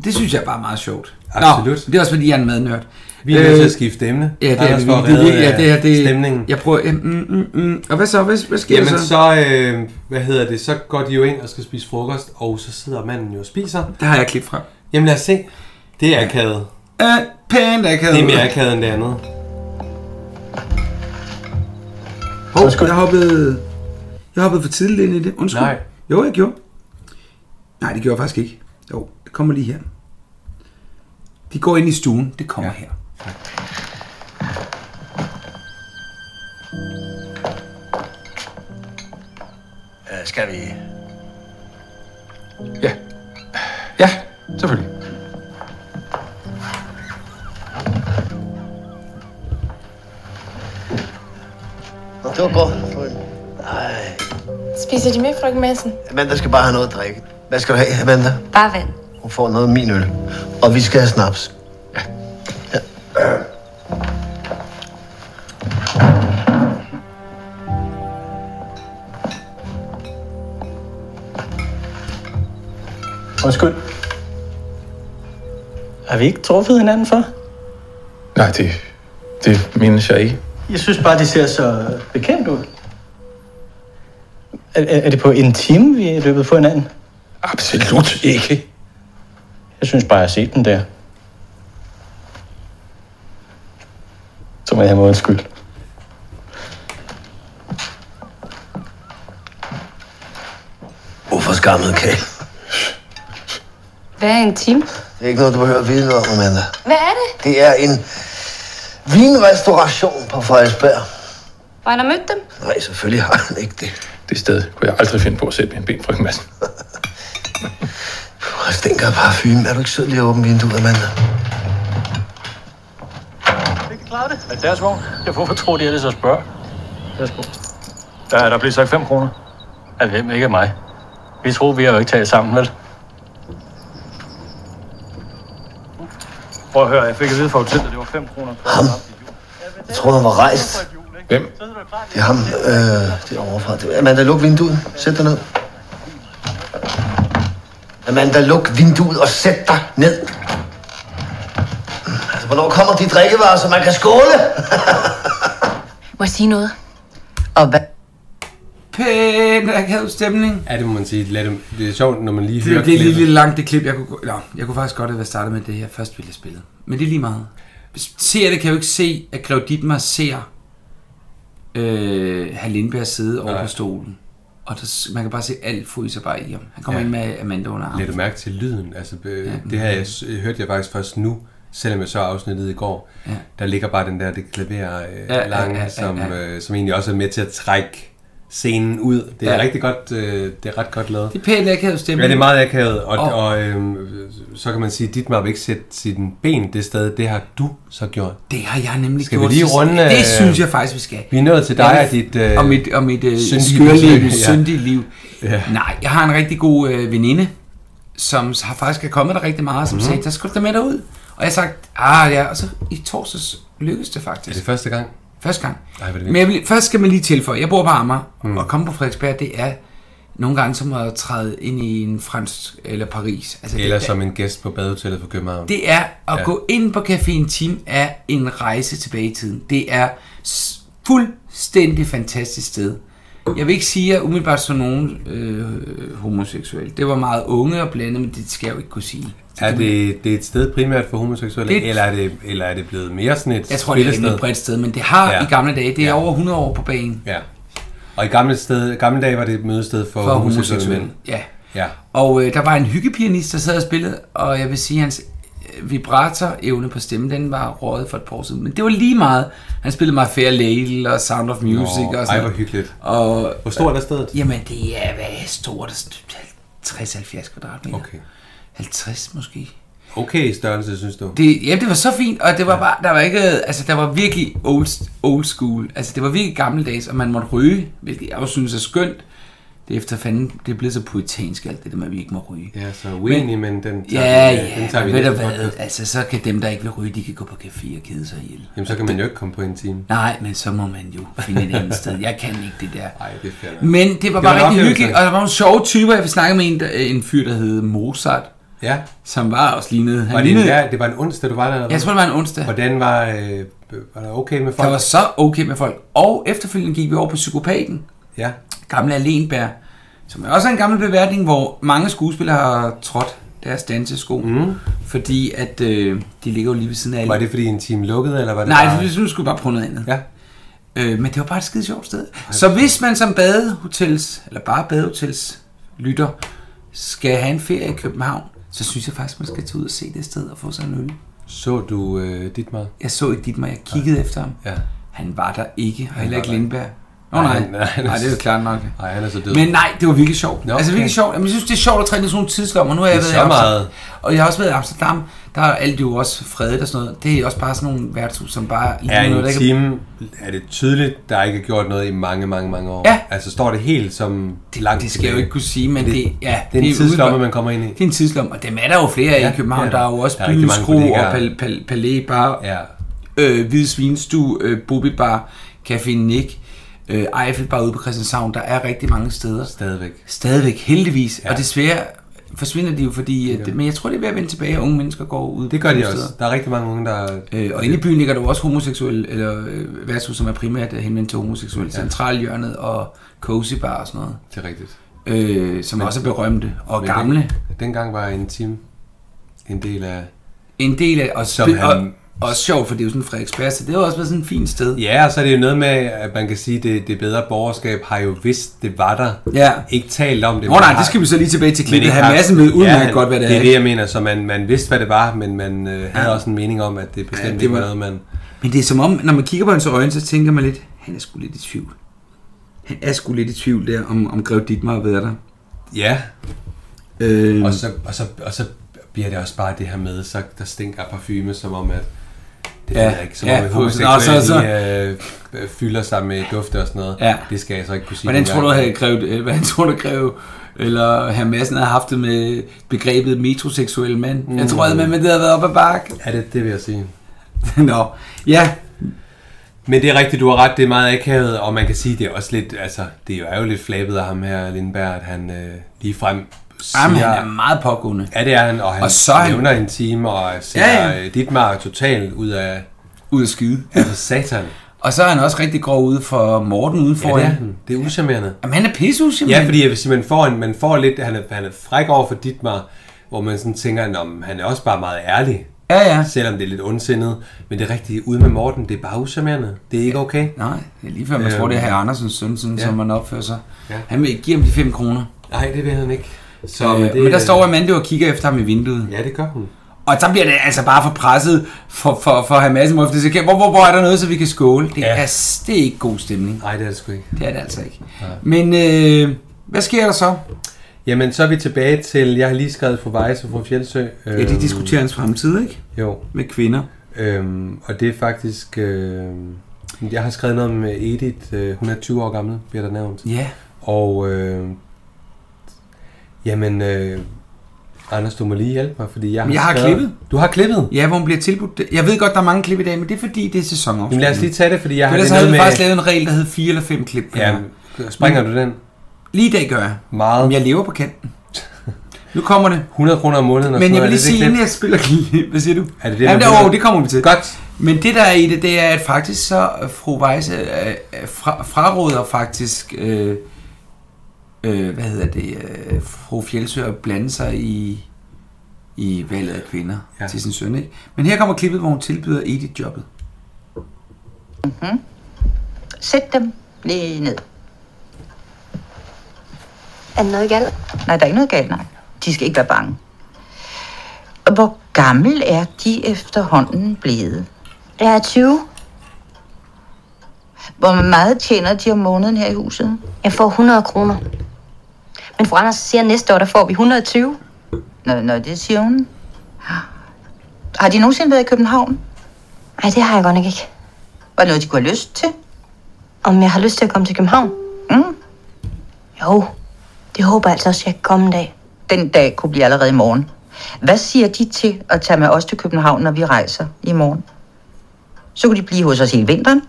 [SPEAKER 1] Det synes jeg bare er meget sjovt.
[SPEAKER 2] Absolut.
[SPEAKER 1] Nå, det er også fordi, jeg er en madnørd. Øh,
[SPEAKER 2] Vi er nødt til at skifte emne.
[SPEAKER 1] Ja, det er,
[SPEAKER 2] Anders,
[SPEAKER 1] vi,
[SPEAKER 2] for at
[SPEAKER 1] det, er
[SPEAKER 2] redde,
[SPEAKER 1] virkelig- ja, det her, det er,
[SPEAKER 2] stemningen.
[SPEAKER 1] Jeg prøver, ja, mm, mm, mm. Og hvad så? Hvad, hvad sker
[SPEAKER 2] Jamen
[SPEAKER 1] der
[SPEAKER 2] så,
[SPEAKER 1] så?
[SPEAKER 2] øh, hvad hedder det, så går de jo ind og skal spise frokost, og så sidder manden jo og spiser.
[SPEAKER 1] Det har jeg klip fra.
[SPEAKER 2] Jamen lad os se. Det er akavet.
[SPEAKER 1] Øh, pænt akavet.
[SPEAKER 2] Det er mere akavet end det andet.
[SPEAKER 1] Hov, jeg hoppede, jeg hoppede for tidligt ind i det. Undskyld.
[SPEAKER 2] Nej.
[SPEAKER 1] Jo, jeg gjorde. Nej, det gjorde jeg faktisk ikke. Jo, det kommer lige her. De går ind i stuen. Det kommer ja. her.
[SPEAKER 3] Øh, skal vi...
[SPEAKER 10] Ja, selvfølgelig.
[SPEAKER 3] Nå, det var godt. frøken. Ej,
[SPEAKER 12] Spiser de med, frøken Madsen?
[SPEAKER 3] Amanda skal bare have noget at drikke. Hvad skal du have, Amanda?
[SPEAKER 6] Bare vand.
[SPEAKER 3] Hun får noget af min øl. Og vi skal have snaps.
[SPEAKER 13] Undskyld. Har vi ikke truffet hinanden for?
[SPEAKER 10] Nej, det, det mindes jeg ikke.
[SPEAKER 13] Jeg synes bare, det ser så bekendt ud. Er, er, er det på en time, vi er løbet på hinanden?
[SPEAKER 10] Absolut ikke.
[SPEAKER 13] Jeg synes bare, jeg har set den der. Så må jeg have mig undskyld.
[SPEAKER 3] Hvorfor skammet, Kjell?
[SPEAKER 6] Hvad er en time?
[SPEAKER 3] Det er ikke noget, du behøver at vide noget om, Amanda.
[SPEAKER 6] Hvad er det?
[SPEAKER 3] Det er en vinrestauration på Frederiksberg.
[SPEAKER 6] Var han har mødt dem?
[SPEAKER 3] Nej, selvfølgelig har han ikke det.
[SPEAKER 10] Det sted kunne jeg aldrig finde på at sætte min ben, frøken Madsen.
[SPEAKER 3] Hvor stinker af parfume. Er du ikke sød lige at åbne vinduet, Amanda?
[SPEAKER 14] Er det deres vogn? Jeg hvorfor tror de ellers at spørge? Værsgo. Der, der blev sagt 5 kroner. Af hvem? Ikke af mig. Vi troede, vi har jo ikke talt sammen, vel? Prøv at høre, jeg fik at vide fra hotellet, det var 5 kroner.
[SPEAKER 3] Ham. Jeg troede, han var rejst.
[SPEAKER 10] Hvem?
[SPEAKER 3] Det er ham. Øh, det er overfra. Det er Amanda, luk vinduet. Sæt dig ned. Amanda, luk vinduet og sæt dig ned. Altså, hvornår kommer de drikkevarer, så man kan skåle?
[SPEAKER 6] Må jeg sige noget?
[SPEAKER 3] Og hvad?
[SPEAKER 1] Pæn akavet stemning.
[SPEAKER 2] Ja, det må man sige. Lad dem, det er sjovt, når man lige hører
[SPEAKER 1] Det blev lige
[SPEAKER 2] klippet.
[SPEAKER 1] lidt langt det klip. Jeg kunne, nå, jeg kunne faktisk godt have været startet med det her. Først ville jeg spille. Men det er lige meget. Seerne kan jo ikke se, at Grev Dittmar ser øh, herr Lindberg sidde over på stolen. Og der, s- man kan bare se alt fryser bare i ham. Han kommer
[SPEAKER 2] Ja.
[SPEAKER 1] ja. ind med Amanda under armen.
[SPEAKER 2] Lad du mærke til lyden? Altså, øh,
[SPEAKER 1] Ja.
[SPEAKER 2] det her jeg, s- hørte jeg faktisk først nu, selvom jeg så afsnittet i går.
[SPEAKER 1] Ja.
[SPEAKER 2] Der ligger bare den der det klaver øh,
[SPEAKER 1] Ja, ja,
[SPEAKER 2] ja, lang,
[SPEAKER 1] ja,
[SPEAKER 2] ja,
[SPEAKER 1] ja,
[SPEAKER 2] som,
[SPEAKER 1] ja.
[SPEAKER 2] øh, som egentlig også er med til at trække scenen ud. Det er
[SPEAKER 1] Ja.
[SPEAKER 2] ja. rigtig godt, øh, det er ret godt lavet.
[SPEAKER 1] Det er pænt akavet stemning.
[SPEAKER 2] Ja, det er meget akavet, og,
[SPEAKER 1] Og-
[SPEAKER 2] og, og øh, så kan man sige, at dit vil ikke sætte sine ben det sted, det har du så gjort.
[SPEAKER 1] Det har jeg nemlig
[SPEAKER 2] Skal
[SPEAKER 1] gjort.
[SPEAKER 2] vi lige
[SPEAKER 1] sidst.
[SPEAKER 2] runde...
[SPEAKER 1] Det
[SPEAKER 2] øh,
[SPEAKER 1] synes jeg faktisk, vi skal.
[SPEAKER 2] Vi er nået til dig
[SPEAKER 1] Ja,
[SPEAKER 2] og dit... Øh,
[SPEAKER 1] og mit, og mit øh,
[SPEAKER 2] syndige
[SPEAKER 1] skørliv,
[SPEAKER 2] besøg. *laughs* Ja.
[SPEAKER 1] syndige liv.
[SPEAKER 2] Ja.
[SPEAKER 1] Nej, jeg har en rigtig god øh, veninde, som har faktisk er kommet der rigtig meget, som mm.
[SPEAKER 2] Mhm.
[SPEAKER 1] sagde, der skal du da med derud. Og jeg har sagt, ah ja, og så i torsdags lykkedes det faktisk.
[SPEAKER 2] Er det første gang?
[SPEAKER 1] Første gang.
[SPEAKER 2] Ej, hvor er det
[SPEAKER 1] Men jeg vil, først skal man lige tilføje, jeg bor på Amager, mm.
[SPEAKER 2] Mm.
[SPEAKER 1] og komme på Frederiksberg, det er nogle gange som at træde ind i en fransk eller Paris. Altså,
[SPEAKER 2] Eller
[SPEAKER 1] det,
[SPEAKER 2] som en gæst på badehotellet for København.
[SPEAKER 1] det er at ja. gå ind på Caféen Tim er en rejse tilbage i tiden. Det er s- fuldstændig fantastisk sted. Jeg vil ikke sige, at jeg umiddelbart så nogen øh, homoseksuel. Det var meget unge og blandet, men det skal jeg jo ikke kunne sige.
[SPEAKER 2] Er det, det er et sted primært for homoseksuelle,
[SPEAKER 1] Det-
[SPEAKER 2] det... eller, er det, eller er det blevet mere sådan et
[SPEAKER 1] Jeg tror, det er
[SPEAKER 2] spillested?
[SPEAKER 1] et bredt sted, men det har ja. i gamle dage, det er ja. over 100 år på banen.
[SPEAKER 2] Ja. Og i gamle, sted, gamle dage var det et mødested for,
[SPEAKER 1] For
[SPEAKER 2] homoseksuelle
[SPEAKER 1] homoseksuelle,
[SPEAKER 2] mænd.
[SPEAKER 1] ja.
[SPEAKER 2] ja.
[SPEAKER 1] Og øh, der var en hyggepianist, der sad og spillede, og jeg vil sige, at hans øh, vibrator-evne på stemmen, den var røget for et par år siden. Men det var lige meget. Han spillede meget Fair Ladle og Sound of Music
[SPEAKER 2] Nå,
[SPEAKER 1] og
[SPEAKER 2] ej,
[SPEAKER 1] sådan
[SPEAKER 2] hvor hyggeligt.
[SPEAKER 1] Og, øh,
[SPEAKER 2] Hvor stort er stedet?
[SPEAKER 1] Jamen, det er, hvad er stort? Det er 60-70 kvadratmeter. Okay. 50 måske.
[SPEAKER 2] Okay størrelse, synes du?
[SPEAKER 1] Det, ja, det var så fint, og det var bare, der var ikke, altså der var virkelig old, old school, altså det var virkelig gammeldags, og man måtte ryge, hvilket jeg også synes er skønt. Det er efter fanden, det er blevet så poetansk alt det der med, at vi ikke må ryge.
[SPEAKER 2] Ja, så uenig, men den tager
[SPEAKER 1] ja,
[SPEAKER 2] vi-
[SPEAKER 1] ja,
[SPEAKER 2] den tager vi
[SPEAKER 1] men ved du
[SPEAKER 2] næste
[SPEAKER 1] hvad,
[SPEAKER 2] podcast.
[SPEAKER 1] altså så kan dem, der ikke vil ryge, de kan gå på café og kede sig ihjel.
[SPEAKER 2] Jamen, så kan man jo ikke komme på en time.
[SPEAKER 1] Nej, men så må man jo finde et andet sted. *laughs* Jeg kan ikke det der.
[SPEAKER 2] Nej, det er fair nok.
[SPEAKER 1] Men det var
[SPEAKER 2] en
[SPEAKER 1] bare rigtig
[SPEAKER 2] oplevelse.
[SPEAKER 1] hyggeligt, og der var nogle sjove typer. Jeg snakkede med en, der, en fyr, der hed Mozart.
[SPEAKER 2] Ja.
[SPEAKER 1] Som var også lignede.
[SPEAKER 2] Var det, en, ja, det var en onsdag, du var der? eller
[SPEAKER 1] Jeg tror, det var en onsdag.
[SPEAKER 2] Hvordan var, øh, var der okay med folk?
[SPEAKER 1] Der var så okay med folk. Og efterfølgende gik vi over på Psykopaten.
[SPEAKER 2] Ja.
[SPEAKER 1] Gamle Alenberg, som er også en gammel beværtning, hvor mange skuespillere har trådt deres dansesko.
[SPEAKER 2] Mm.
[SPEAKER 1] Fordi at øh, de ligger jo lige ved siden af
[SPEAKER 2] Var det, fordi en time lukkede, eller var det
[SPEAKER 1] Nej,
[SPEAKER 2] bare...
[SPEAKER 1] det, nu skulle vi bare prøve noget andet.
[SPEAKER 2] Ja.
[SPEAKER 1] Øh, men det var bare et skide sjovt sted. Så hvis man som badehotels, eller bare badehotels lytter, skal have en ferie i København, så synes jeg faktisk, man skal tage ud og se det sted og få sig en øl.
[SPEAKER 2] Så du øh, dit meget?
[SPEAKER 1] Jeg så ikke Dietmar, jeg kiggede efter ham.
[SPEAKER 2] Ja.
[SPEAKER 1] Han var der ikke, og
[SPEAKER 2] Han
[SPEAKER 1] heller
[SPEAKER 2] var
[SPEAKER 1] ikke
[SPEAKER 2] der.
[SPEAKER 1] Lindberg. Nå nej,
[SPEAKER 2] han-
[SPEAKER 1] nej,
[SPEAKER 2] han *laughs*
[SPEAKER 1] nej, det er jo klart nok.
[SPEAKER 2] Nej, han er så død.
[SPEAKER 1] Men nej, det var virkelig sjovt.
[SPEAKER 2] Nå,
[SPEAKER 1] altså
[SPEAKER 2] okay.
[SPEAKER 1] virkelig sjovt. Jamen, jeg synes, det er sjovt at træne i sådan nogle tidslommer. Nu har jeg
[SPEAKER 2] Det er
[SPEAKER 1] været i
[SPEAKER 2] så
[SPEAKER 1] Amsterdam-
[SPEAKER 2] meget.
[SPEAKER 1] Og jeg har også været i Amsterdam. Der er alt jo også fredet og sådan noget. Det er også bare sådan nogle værtshus, som bare...
[SPEAKER 2] Er
[SPEAKER 1] ligner noget,
[SPEAKER 2] en
[SPEAKER 1] der ikke-
[SPEAKER 2] time, er det tydeligt, der ikke er gjort noget i mange, mange, mange år?
[SPEAKER 1] Ja.
[SPEAKER 2] Altså står det helt som det, langt
[SPEAKER 1] Det skal jeg jo ikke kunne sige, men det, det ja,
[SPEAKER 2] det er en
[SPEAKER 1] ude-
[SPEAKER 2] tidslomme, man kommer ind i.
[SPEAKER 1] Det er en tidslomme, og dem er der jo flere af
[SPEAKER 2] Ja,
[SPEAKER 1] i København.
[SPEAKER 2] ja.
[SPEAKER 1] der er jo også
[SPEAKER 2] Der er rigtig mange
[SPEAKER 1] Byskro og
[SPEAKER 2] kollegaer.
[SPEAKER 1] pal, pal, Palæ Bar,
[SPEAKER 2] ja.
[SPEAKER 1] øh, Hvide Svinestue, øh, Bobby Bar, Café Nick, øh, Eiffel Bar ude på Christianshavn. Der er rigtig mange steder.
[SPEAKER 2] Stadigvæk.
[SPEAKER 1] Stadigvæk, heldigvis. Ja. Og desværre forsvinder de jo, fordi... At, Men jeg tror, det er ved at vende tilbage, at unge mennesker går ud.
[SPEAKER 2] Det gør de også. Der er rigtig mange unge, der...
[SPEAKER 1] Øh, og inde i byen ligger der jo også homoseksuelle, eller øh, værtshus, som er primært øh, henvendt til homoseksuelle.
[SPEAKER 2] Ja.
[SPEAKER 1] Ja. Centralhjørnet og Cozy Bar og sådan noget.
[SPEAKER 2] Det er rigtigt.
[SPEAKER 1] Øh, som også er berømte og
[SPEAKER 2] men
[SPEAKER 1] gamle.
[SPEAKER 2] Den, dengang var en team en del af...
[SPEAKER 1] En del af... Og,
[SPEAKER 2] som
[SPEAKER 1] som
[SPEAKER 2] han,
[SPEAKER 1] og, og sjovt, for det er jo sådan Frederiksberg, så det har også været sådan et fint sted.
[SPEAKER 2] Ja, og så er det jo noget med, at man kan sige, at det, det bedre borgerskab har jo vidst, det var der.
[SPEAKER 1] Ja.
[SPEAKER 2] Ikke talt om det.
[SPEAKER 1] Nå
[SPEAKER 2] men
[SPEAKER 1] nej,
[SPEAKER 2] har-
[SPEAKER 1] det skal vi så lige tilbage til
[SPEAKER 2] men
[SPEAKER 1] klippet.
[SPEAKER 2] ikke
[SPEAKER 1] Han
[SPEAKER 2] har-
[SPEAKER 1] Madsen ved udmærket
[SPEAKER 2] han-
[SPEAKER 1] godt, hvad det
[SPEAKER 2] Det
[SPEAKER 1] er,
[SPEAKER 2] er det,
[SPEAKER 1] ikke?
[SPEAKER 2] jeg mener. Så man, man vidste, hvad det var, men man øh, havde også en mening om, at det bestemt ja, det var, ikke var noget, man...
[SPEAKER 1] Men det er som om, når man kigger på hans øjne, så tænker man lidt, han er sgu lidt i tvivl. Han er sgu lidt i tvivl der, om, om Grev Dietmar har været der.
[SPEAKER 2] Ja.
[SPEAKER 1] Øh,
[SPEAKER 2] Og, så, og, så, og så bliver det også bare det her med, så der stinker af parfume, som om at... Det
[SPEAKER 1] Ja,
[SPEAKER 2] ja, ikke, som
[SPEAKER 1] ja,
[SPEAKER 2] ja, om at
[SPEAKER 1] for-
[SPEAKER 2] homoseksuelle
[SPEAKER 1] Nå, så- så-
[SPEAKER 2] de, øh, fylder sig med dufte og sådan noget.
[SPEAKER 1] Ja.
[SPEAKER 2] Det skal jeg så ikke kunne sige.
[SPEAKER 1] Hvordan
[SPEAKER 2] nu
[SPEAKER 1] tror du,
[SPEAKER 2] hverken.
[SPEAKER 1] havde grevet, øh, hvordan tror du, grev, eller herr Madsen havde haft det med begrebet metroseksuel mand? Mm. Jeg tror, at man med det havde været op ad bakke.
[SPEAKER 2] Ja, det, det vil jeg sige. *laughs*
[SPEAKER 1] Nå, ja.
[SPEAKER 2] Men det er rigtigt, du har ret, det er meget akavet, og man kan sige, det er også lidt, altså, det er jo- er jo lidt flabet af ham her, Lindberg, at han øh, lige frem siger...
[SPEAKER 1] Jamen, han er meget pågående.
[SPEAKER 2] Ja, det er han, og han
[SPEAKER 1] Og så er han-
[SPEAKER 2] nævner en time, og ser
[SPEAKER 1] Ja, ja.
[SPEAKER 2] ja, ja. Dietmar totalt ud af...
[SPEAKER 1] Ud af skide.
[SPEAKER 2] Altså, satan.
[SPEAKER 1] Og så er han også rigtig grov ude for Morten ude
[SPEAKER 2] Ja,
[SPEAKER 1] foran.
[SPEAKER 2] det er han. Det er uschammerende.
[SPEAKER 1] Jamen, han er pisse
[SPEAKER 2] Ja, fordi jeg vil sige, man får, en, man får lidt, han er, han er fræk over for Dietmar, hvor man sådan tænker, om han er også bare meget ærlig.
[SPEAKER 1] Ja, ja.
[SPEAKER 2] Selvom det er lidt ondsindet. Men det er rigtigt, ude med Morten, det er bare uschammerende. Det er ikke okay. Øhm,
[SPEAKER 1] Nej, det er lige før, man tror, det er herr Andersens søn, sådan,
[SPEAKER 2] ja.
[SPEAKER 1] som man opfører sig.
[SPEAKER 2] Ja.
[SPEAKER 1] Han vil ikke give ham de 5 kroner.
[SPEAKER 2] Nej, det vil han ikke.
[SPEAKER 1] Så, øh, men, det, men der står Amanda og kigger efter ham i vinduet.
[SPEAKER 2] Ja, det gør hun.
[SPEAKER 1] Og så bliver det altså bare for presset for, for, for at have masse måde, fordi så kan- hvor, hvor, hvor er der noget, så vi kan skåle? Det, ja. er, det er ikke god stemning.
[SPEAKER 2] Nej, det er det sgu ikke.
[SPEAKER 1] Det er det altså ikke.
[SPEAKER 2] Nej.
[SPEAKER 1] Men øh, hvad sker der så?
[SPEAKER 2] Jamen, så er vi tilbage til, jeg har lige skrevet fru Weiss og øhm, fru Fjeldsø.
[SPEAKER 1] Ja, de diskuterer hans fremtid, ikke?
[SPEAKER 2] Jo.
[SPEAKER 1] Med kvinder.
[SPEAKER 2] Øhm, og det er faktisk, øh, jeg har skrevet noget om øh, Edith, øh, hun er 20 år gammel, bliver der nævnt.
[SPEAKER 1] Ja.
[SPEAKER 2] Og, øh, jamen, øh, Anders, du må lige hjælpe mig, fordi jeg har,
[SPEAKER 1] Men jeg har
[SPEAKER 2] skrevet-
[SPEAKER 1] klippet.
[SPEAKER 2] Du har klippet?
[SPEAKER 1] Ja, hvor hun bliver tilbudt. det. Jeg ved godt, der er mange klip i dag, men det er fordi, det er sæsonafslutning.
[SPEAKER 2] Jamen, lad os lige tage det, fordi jeg har
[SPEAKER 1] Ellers
[SPEAKER 2] det
[SPEAKER 1] havde
[SPEAKER 2] nede
[SPEAKER 1] vi
[SPEAKER 2] med-
[SPEAKER 1] faktisk lavet en regel, der hed fire eller fem klip. på
[SPEAKER 2] Ja,
[SPEAKER 1] den her.
[SPEAKER 2] springer
[SPEAKER 1] Men-
[SPEAKER 2] du den?
[SPEAKER 1] Lige i dag gør jeg.
[SPEAKER 2] Meget.
[SPEAKER 1] Men jeg lever på kanten. Nu kommer det.
[SPEAKER 2] 100 kroner om måneden og sådan
[SPEAKER 1] Men jeg
[SPEAKER 2] noget,
[SPEAKER 1] vil
[SPEAKER 2] er
[SPEAKER 1] lige
[SPEAKER 2] det det
[SPEAKER 1] sige,
[SPEAKER 2] klip?
[SPEAKER 1] inden jeg spiller *laughs* klip, hvad siger du?
[SPEAKER 2] Er det det,
[SPEAKER 1] Jamen,
[SPEAKER 2] der
[SPEAKER 1] det,
[SPEAKER 2] bliver-
[SPEAKER 1] oh, det kommer vi til.
[SPEAKER 2] Godt.
[SPEAKER 1] Men det der er i det, det er, at faktisk så øh, fru Weisse øh, fra, fraråder faktisk, øh, øh, hvad hedder det, øh, fru Fjeldsø at blande sig i, i valget af kvinder ja. til sin søn. Ikke? Men her kommer klippet, hvor hun tilbyder Edith jobbet.
[SPEAKER 5] Mm-hmm. Sæt dem lige ned. Er der noget galt? Nej, der er ikke noget galt, nej. De skal ikke være bange. Og Hvor gammel er de efterhånden blevet? Jeg er 20. Hvor meget tjener de om måneden her i huset? Jeg får 100 kroner.
[SPEAKER 15] Men fru Anders siger, at næste år, der får vi 120.
[SPEAKER 5] Nå, nå, det siger hun. Har de nogensinde været i København?
[SPEAKER 15] Nej, det har jeg godt nok ikke.
[SPEAKER 5] Var det noget, de kunne have lyst til?
[SPEAKER 15] Om jeg har lyst til at komme til København?
[SPEAKER 5] Mm.
[SPEAKER 15] Jo, det håber jeg altså også, jeg kan komme en dag.
[SPEAKER 5] Den dag kunne blive allerede i morgen. Hvad siger de til at tage med os til København, når vi rejser i morgen? Så kunne de blive hos os hele vinteren.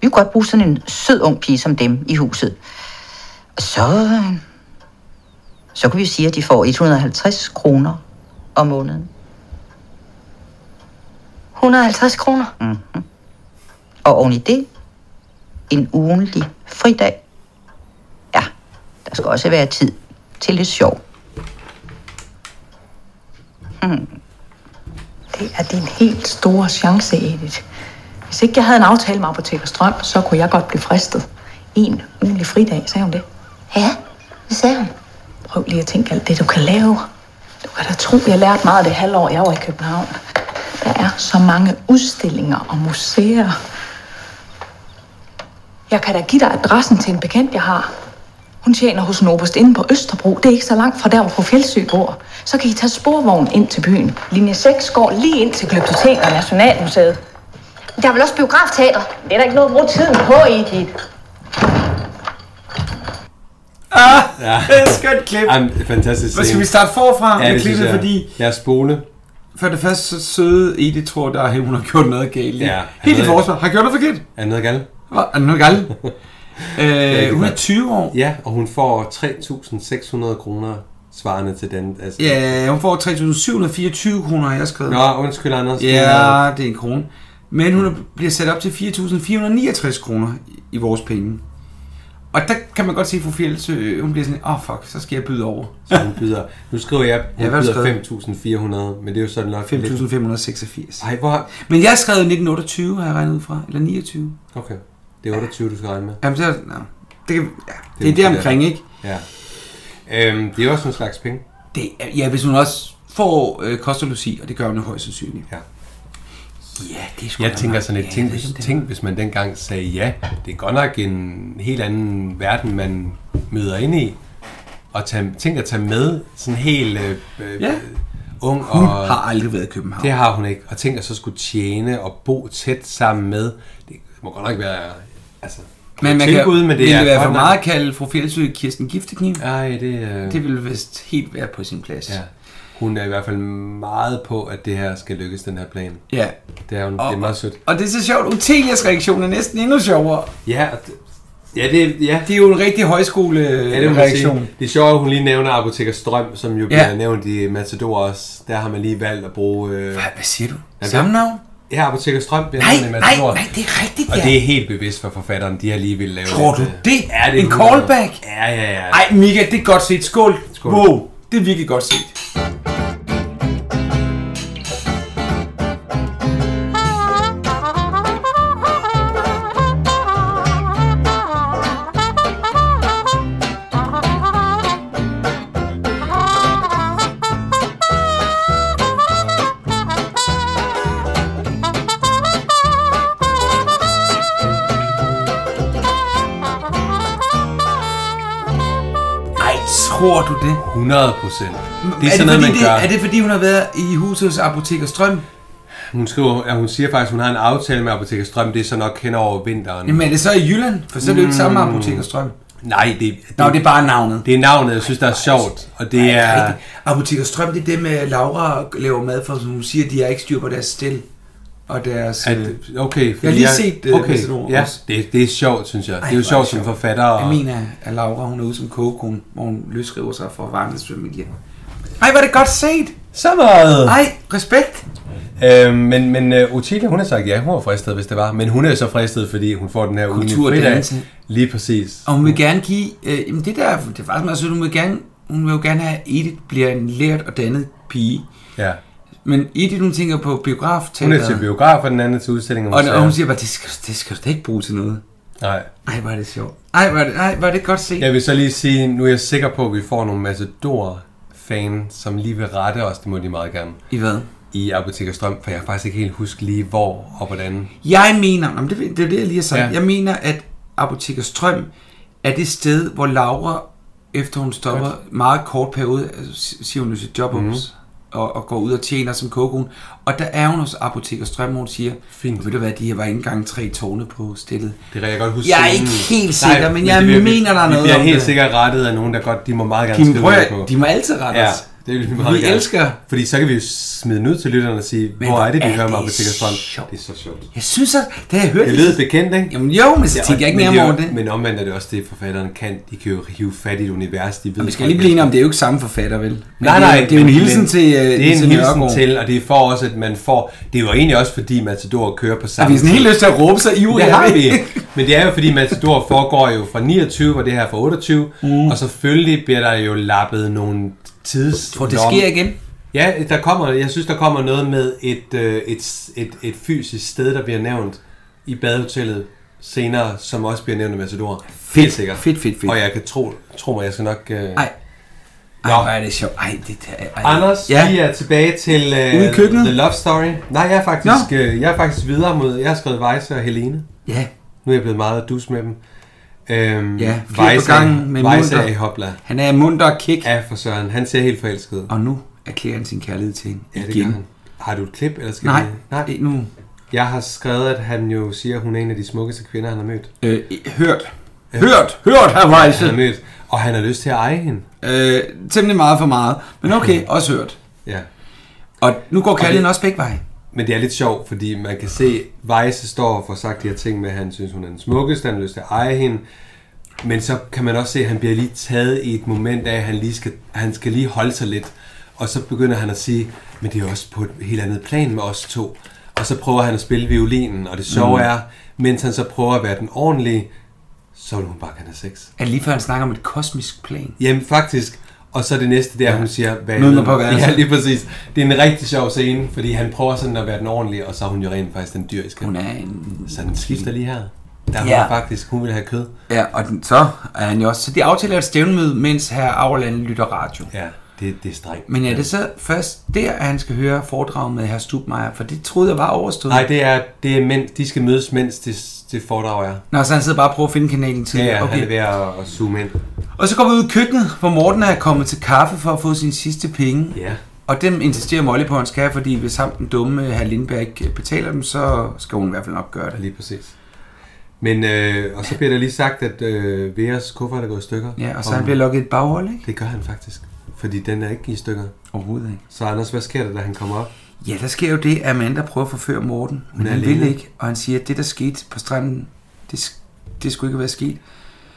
[SPEAKER 5] Vi kunne godt bruge sådan en sød ung pige som dem i huset. Og så, øh, så kunne vi jo sige, at de får 150 kroner om måneden.
[SPEAKER 15] 150 kroner.
[SPEAKER 5] Mm. Og oven i det, en ugenlig fridag. Ja, der skal også være tid til lidt sjov. Hmm.
[SPEAKER 16] Det er din helt store chance, Edith. Hvis ikke jeg havde en aftale med Apoteker Strøm, så kunne jeg godt blive fristet. En ugenlig fridag, sagde hun det. Ja, det sagde hun. Prøv lige at tænke alt det, du kan lave. Du kan da tro, jeg lærte meget af det halvår, jeg var i København. Der er så mange udstillinger og museer. Jeg kan da give dig adressen til en bekendt, jeg har. Hun tjener hos en oberst inde på Østerbro. Det er ikke så langt fra der, hvor fru Fjeldsø bor. Så kan I tage sporvognen ind til byen. Linje 6 går lige ind til Glyptotek og Nationalmuseet.
[SPEAKER 15] Der er vel også biografteater. Det er der ikke noget at bruge tiden på, Edith.
[SPEAKER 1] Ah, *laughs*
[SPEAKER 2] Ja.
[SPEAKER 1] det er et skønt klip.
[SPEAKER 2] Jamen, det er fantastisk.
[SPEAKER 1] Hvad, skal
[SPEAKER 2] scene.
[SPEAKER 1] vi starte forfra med
[SPEAKER 2] det synes
[SPEAKER 1] klippet,
[SPEAKER 2] jeg.
[SPEAKER 1] fordi-
[SPEAKER 2] Lad os spole.
[SPEAKER 1] For det første så søde Edith tror, der er, hun har gjort noget galt. ikke?
[SPEAKER 2] Ja.
[SPEAKER 1] Helt i forsvar. Har jeg gjort noget forkert?
[SPEAKER 2] Er noget galt?
[SPEAKER 1] Hvad? Er der noget
[SPEAKER 2] *laughs*
[SPEAKER 1] galt?
[SPEAKER 2] Det er ikke
[SPEAKER 1] øh, hun er
[SPEAKER 2] godt.
[SPEAKER 1] 20 år.
[SPEAKER 2] Ja, og hun får 3.600 kroner svarende til den. Altså,
[SPEAKER 1] Ja, hun får 3.724 kroner, har jeg skrevet.
[SPEAKER 2] Nå, undskyld, Anders. øh,
[SPEAKER 1] Ja, det er en krone. Men hun bliver sat op til 4.469 kroner i vores penge. Og der kan man godt se, at fru Fjeldsø, øh, hun bliver sådan, åh oh, fuck, så skal jeg byde over.
[SPEAKER 2] Så hun byder, nu skriver jeg, hun
[SPEAKER 1] Ja, hvad har du
[SPEAKER 2] byder
[SPEAKER 1] skrevet?
[SPEAKER 2] 5.400, men det er jo sådan nok...
[SPEAKER 1] 5.586.
[SPEAKER 2] Ej, hvor...
[SPEAKER 1] Men jeg har skrevet 1928, har jeg regnet ud fra, eller 29.
[SPEAKER 2] Okay, det er 28, du skal regne med.
[SPEAKER 1] Jamen, så, no. det, kan, ja, det, er det omkring, ikke?
[SPEAKER 2] Ja. Øhm, det er også en slags penge.
[SPEAKER 1] Det, er- ja, hvis hun også får øh, kost og logi, og det gør hun jo højst sandsynligt.
[SPEAKER 2] Ja.
[SPEAKER 1] Ja, det er sgu
[SPEAKER 2] Jeg
[SPEAKER 1] da
[SPEAKER 2] tænker
[SPEAKER 1] meget.
[SPEAKER 2] sådan lidt,
[SPEAKER 1] Ja,
[SPEAKER 2] tænk,
[SPEAKER 1] jeg ved
[SPEAKER 2] hvis,
[SPEAKER 1] ikke, om det-
[SPEAKER 2] tænk hvis man dengang sagde ja, det er godt nok en helt anden verden, man møder ind i. Og tage, tænk at tage med sådan helt øh, øh,
[SPEAKER 1] Ja.
[SPEAKER 2] ung.
[SPEAKER 1] Hun
[SPEAKER 2] og,
[SPEAKER 1] har aldrig været i København.
[SPEAKER 2] Det har hun ikke. Og tænk at så skulle tjene og bo tæt sammen med. Det må godt nok være... Altså,
[SPEAKER 1] Men man
[SPEAKER 2] tilbud,
[SPEAKER 1] kan,
[SPEAKER 2] men det
[SPEAKER 1] ville
[SPEAKER 2] er
[SPEAKER 1] være
[SPEAKER 2] godt
[SPEAKER 1] for
[SPEAKER 2] nok-
[SPEAKER 1] meget at kalde fru Fjeldsø Kirsten Giftekniv.
[SPEAKER 2] Nej, det... Øh...
[SPEAKER 1] Det ville vist helt være på sin plads.
[SPEAKER 2] Ja. Hun er i hvert fald meget på, at det her skal lykkes, den her plan.
[SPEAKER 1] Ja.
[SPEAKER 2] Det er, hun, det er meget sødt.
[SPEAKER 1] Og det er så sjovt, Utelias reaktion er næsten endnu sjovere.
[SPEAKER 2] Ja, og det, ja, det, ja.
[SPEAKER 1] det er jo en rigtig højskole
[SPEAKER 2] Ja, det, må man sige.
[SPEAKER 1] reaktion.
[SPEAKER 2] det er sjovt, at hun lige nævner Apoteker Strøm, som jo ja.
[SPEAKER 1] Ja.
[SPEAKER 2] bliver nævnt i Matador også. Der har man lige valgt at bruge... Øh... Hvad,
[SPEAKER 1] hvad siger du?
[SPEAKER 2] Samme
[SPEAKER 1] navn?
[SPEAKER 2] Ja, Apoteker Strøm bliver
[SPEAKER 1] Nej,
[SPEAKER 2] nævnt i Matador.
[SPEAKER 1] nej, nej, det er rigtigt,
[SPEAKER 2] Og
[SPEAKER 1] ja.
[SPEAKER 2] det er helt bevidst for forfatteren, de har lige vil lave...
[SPEAKER 1] Tror du
[SPEAKER 2] lidt, øh,
[SPEAKER 1] det?
[SPEAKER 2] Ja, det er
[SPEAKER 1] en
[SPEAKER 2] 100.
[SPEAKER 1] callback?
[SPEAKER 2] Ja, ja, ja.
[SPEAKER 1] Ej, Mika, det er godt set. Skål. Skål. Wow, det er virkelig godt set. Ej, tror du det?
[SPEAKER 2] 100 procent. Det
[SPEAKER 1] er,
[SPEAKER 2] er sådan
[SPEAKER 1] det
[SPEAKER 2] noget,
[SPEAKER 1] fordi,
[SPEAKER 2] man gør.
[SPEAKER 1] det, er det fordi, hun har været i huset hos Apoteker Strøm?
[SPEAKER 2] Hun, skriver, at hun siger faktisk, at hun har en aftale med Apoteker Strøm. Det er så nok hen over vinteren. Mm.
[SPEAKER 1] Jamen er det så i Jylland? For så er det jo ikke samme Apoteker Strøm.
[SPEAKER 2] Nej, det, det,
[SPEAKER 1] Nå, det er bare navnet.
[SPEAKER 2] Det er navnet, jeg synes, der er sjovt. Og det er...
[SPEAKER 1] Rigtigt. Apoteker Strøm, det er det med, at Laura laver mad for, som hun siger, at de har ikke styr på deres stil. Og deres...
[SPEAKER 2] At,
[SPEAKER 1] øh,
[SPEAKER 2] okay,
[SPEAKER 1] jeg har lige set øh, det.
[SPEAKER 2] okay, ja, det, det er sjovt, synes jeg.
[SPEAKER 1] Ej,
[SPEAKER 2] det er jo
[SPEAKER 1] hvor
[SPEAKER 2] sjovt som forfatter.
[SPEAKER 1] Jeg
[SPEAKER 2] Og,
[SPEAKER 1] mener, at Laura, hun er ude som kogekone, hvor hun løsriver sig fra Wagner's familie. Ej, hvor er det godt set!
[SPEAKER 2] Så meget!
[SPEAKER 1] Ej, respekt!
[SPEAKER 2] øh, men men uh, Utilia, hun har sagt ja, hun var fristet, hvis det var. Men hun er jo så fristet, fordi hun får den her ugen i
[SPEAKER 1] Kultur og
[SPEAKER 2] fridag.
[SPEAKER 1] dannelse.
[SPEAKER 2] Lige præcis.
[SPEAKER 1] Og hun vil gerne give... Øh, jamen det der, det er faktisk meget sødt, hun vil gerne... Hun vil jo gerne have, at Edith bliver en lært og dannet pige.
[SPEAKER 2] Ja.
[SPEAKER 1] Men Edith, hun tænker på biograf
[SPEAKER 2] Hun er til biograf, og den anden er til udstilling.
[SPEAKER 1] og, og, hun siger bare, det skal, det skal du da ikke bruge til noget.
[SPEAKER 2] Nej.
[SPEAKER 1] Ej, hvor er det sjovt. Ej, hvor er det, ej, hvor er det godt set.
[SPEAKER 2] Jeg vil så lige sige, nu er jeg sikker på, at vi får nogle Matador fans, som lige vil rette os, det må de meget gerne.
[SPEAKER 1] I hvad?
[SPEAKER 2] I Apoteker Strøm, for jeg kan faktisk ikke helt huske lige hvor og hvordan.
[SPEAKER 1] Jeg mener, jamen det, det er det, jeg lige har sagt.
[SPEAKER 2] Ja.
[SPEAKER 1] Ja. Jeg mener, at Apoteker Strøm er det sted, hvor Laura, efter hun stopper
[SPEAKER 2] Godt. Mhm.
[SPEAKER 1] Godt. meget kort periode, altså, si- siger hun jo sit job mm. og, og går ud og tjener som kokon. Og der er hun hos Apoteker Strøm, hvor hun siger, Fint. ved du hvad, de her var ikke engang tre tårne på stillet.
[SPEAKER 2] Det kan jeg godt huske.
[SPEAKER 1] Jeg er
[SPEAKER 2] scenen.
[SPEAKER 1] ikke helt sikker, men jeg
[SPEAKER 2] det bliver-
[SPEAKER 1] mener, der er
[SPEAKER 2] vi
[SPEAKER 1] noget
[SPEAKER 2] bliver
[SPEAKER 1] om
[SPEAKER 2] helt
[SPEAKER 1] det.
[SPEAKER 2] sikkert rettet af nogen, der godt, de må meget gerne
[SPEAKER 1] De må-
[SPEAKER 2] skrive
[SPEAKER 1] prøv at-
[SPEAKER 2] noget på.
[SPEAKER 1] de må altid rette
[SPEAKER 2] ja,
[SPEAKER 1] os.
[SPEAKER 2] Det vil vi
[SPEAKER 1] Vi
[SPEAKER 2] meget gerne.
[SPEAKER 1] elsker.
[SPEAKER 2] Fordi så kan vi jo smide den ud til lytterne og sige,
[SPEAKER 1] Men
[SPEAKER 2] hvor er det, vi
[SPEAKER 1] hvor er
[SPEAKER 2] hører om
[SPEAKER 1] det
[SPEAKER 2] Apoteker Strøm? Det er så sjovt.
[SPEAKER 1] Jeg synes at da jeg hørte
[SPEAKER 2] Det lød bekendt, ikke?
[SPEAKER 1] Jamen jo, men så tænkte jeg ikke
[SPEAKER 2] men
[SPEAKER 1] nærmere
[SPEAKER 2] jo-
[SPEAKER 1] over det.
[SPEAKER 2] Men omvendt er det også det, forfatteren kan. De kan jo hive fat i et univers, de ved.
[SPEAKER 1] Og vi skal
[SPEAKER 2] folk
[SPEAKER 1] lige blive enige om, det er jo ikke samme forfatter, vel? Men
[SPEAKER 2] Nej,
[SPEAKER 1] det er-
[SPEAKER 2] nej,
[SPEAKER 1] Det er jo en
[SPEAKER 2] men-
[SPEAKER 1] hilsen
[SPEAKER 2] men
[SPEAKER 1] til øh,
[SPEAKER 2] Det er
[SPEAKER 1] til
[SPEAKER 2] en hilsen
[SPEAKER 1] Nørgaard.
[SPEAKER 2] til, og det er for også, at man får... Det er jo egentlig også, fordi Matador kører på samme
[SPEAKER 1] Har vi sådan helt
[SPEAKER 2] tid.
[SPEAKER 1] lyst til at råbe så ivrigt,
[SPEAKER 2] Det har
[SPEAKER 1] er vi?
[SPEAKER 2] vi. Men det er jo, fordi Matador foregår jo fra 29, og det her er fra 28. Mm. Og selvfølgelig bliver der jo lappet nogle tids...
[SPEAKER 1] Tror du, det sker igen?
[SPEAKER 2] Ja, der kommer, jeg synes, der kommer noget med et, øh, et, et, et fysisk sted, der bliver nævnt i badehotellet senere, som også bliver nævnt af Matador. Helt sikkert.
[SPEAKER 1] Fedt, fedt, fedt.
[SPEAKER 2] Og jeg kan tro, tro mig, jeg skal nok... Øh...
[SPEAKER 1] Ej. Ej, hvor er det sjovt. Ej, det er... Ej.
[SPEAKER 2] Anders,
[SPEAKER 1] Ja.
[SPEAKER 2] ja. vi er tilbage til øh,
[SPEAKER 1] Ude i køkkenet?
[SPEAKER 2] The Love Story. Nej, jeg er faktisk, øh, jeg er faktisk videre mod... Jeg har skrevet Weisse og Helene.
[SPEAKER 1] Ja.
[SPEAKER 2] Nu er jeg blevet meget dus med dem. Øhm,
[SPEAKER 1] Ja, flere på gangen, men
[SPEAKER 2] Weisse
[SPEAKER 1] munter.
[SPEAKER 2] er i hopla.
[SPEAKER 1] Han er munter og kik.
[SPEAKER 2] Ja, for søren. Han ser helt forelsket.
[SPEAKER 1] Og nu erklærer han sin kærlighed til hende
[SPEAKER 2] Ja, det
[SPEAKER 1] igen.
[SPEAKER 2] gør han. Har du et klip, eller skal
[SPEAKER 1] Nej,
[SPEAKER 2] vi... Nej,
[SPEAKER 1] nu.
[SPEAKER 2] Jeg har skrevet, at han jo siger, at hun er en af de smukkeste kvinder, han har mødt. Øh,
[SPEAKER 1] Øh, hørt. Hørt, hørt, herr Weisse.
[SPEAKER 2] Han har mødt, og han har lyst til at eje hende.
[SPEAKER 1] Øh, temmelig meget for meget. Men okay, også hørt.
[SPEAKER 2] Ja.
[SPEAKER 1] Og nu går
[SPEAKER 2] Og
[SPEAKER 1] kærligheden
[SPEAKER 2] det-
[SPEAKER 1] også begge veje.
[SPEAKER 2] Men det er lidt sjovt, fordi man kan se, Weisse står og får sagt de her ting med, at han synes, hun er den smukkeste, han har lyst til at eje hende. Men så kan man også se, at han bliver lige taget i et moment af, at han, lige skal, han skal lige holde sig lidt. Og så begynder han at sige, men det er også på et helt andet plan med os to. Og så prøver han at spille violinen, og det sjove
[SPEAKER 1] Mm.
[SPEAKER 2] mm. er, mens han så prøver at være den ordentlige, så vil hun bare gerne have sex.
[SPEAKER 1] Er det lige før han snakker om et kosmisk plan?
[SPEAKER 2] Jamen faktisk. Og så det næste der, hun siger, hvad
[SPEAKER 1] Nudler på
[SPEAKER 2] Ja,
[SPEAKER 1] værelset.
[SPEAKER 2] lige præcis. Det er en rigtig sjov scene, fordi han prøver sådan at være den ordentlige, og så er hun jo rent faktisk den dyriske. Hun
[SPEAKER 1] er en...
[SPEAKER 2] Så den skifter lige her. Der er
[SPEAKER 1] Ja.
[SPEAKER 2] hun faktisk, hun vil have kød.
[SPEAKER 1] Ja, og den, så er han jo også... Så de aftaler et stævnemøde, mens her Auerland lytter radio.
[SPEAKER 2] Ja, det, det er strengt.
[SPEAKER 1] Men er det så først der, at han skal høre foredrag med herr Stubmeier? For det troede jeg var overstået.
[SPEAKER 2] Nej, det er, det er mænd, de skal mødes, mens det, det foredrag er.
[SPEAKER 1] Nå, så han sidder bare og prøver at finde kanalen til.
[SPEAKER 2] Ja, ja, han er ved at, at zoome ind.
[SPEAKER 1] Og så går vi ud i køkkenet, hvor Morten er kommet til kaffe for at få sine sidste penge.
[SPEAKER 2] Ja.
[SPEAKER 1] Og dem insisterer Molly på, at han skal, fordi hvis ham den dumme herr Lindberg ikke øh, betaler dem, så skal hun i hvert fald nok gøre det.
[SPEAKER 2] Lige præcis. Men, øh, og så bliver der lige sagt, at øh, Veras kuffert er gået i stykker.
[SPEAKER 1] Ja, og så han bliver lukket i et baghold, ikke?
[SPEAKER 2] Det gør han faktisk. Fordi den er ikke i stykker.
[SPEAKER 1] Overhovedet ikke.
[SPEAKER 2] Så Anders, hvad sker der, da han kommer op?
[SPEAKER 1] Ja, der sker jo det, at Amanda prøver at forføre Morten,
[SPEAKER 2] Hun
[SPEAKER 1] men
[SPEAKER 2] er
[SPEAKER 1] han vil
[SPEAKER 2] alene.
[SPEAKER 1] ikke, og han siger, at det, der skete på stranden, det, sk- det skulle ikke være sket.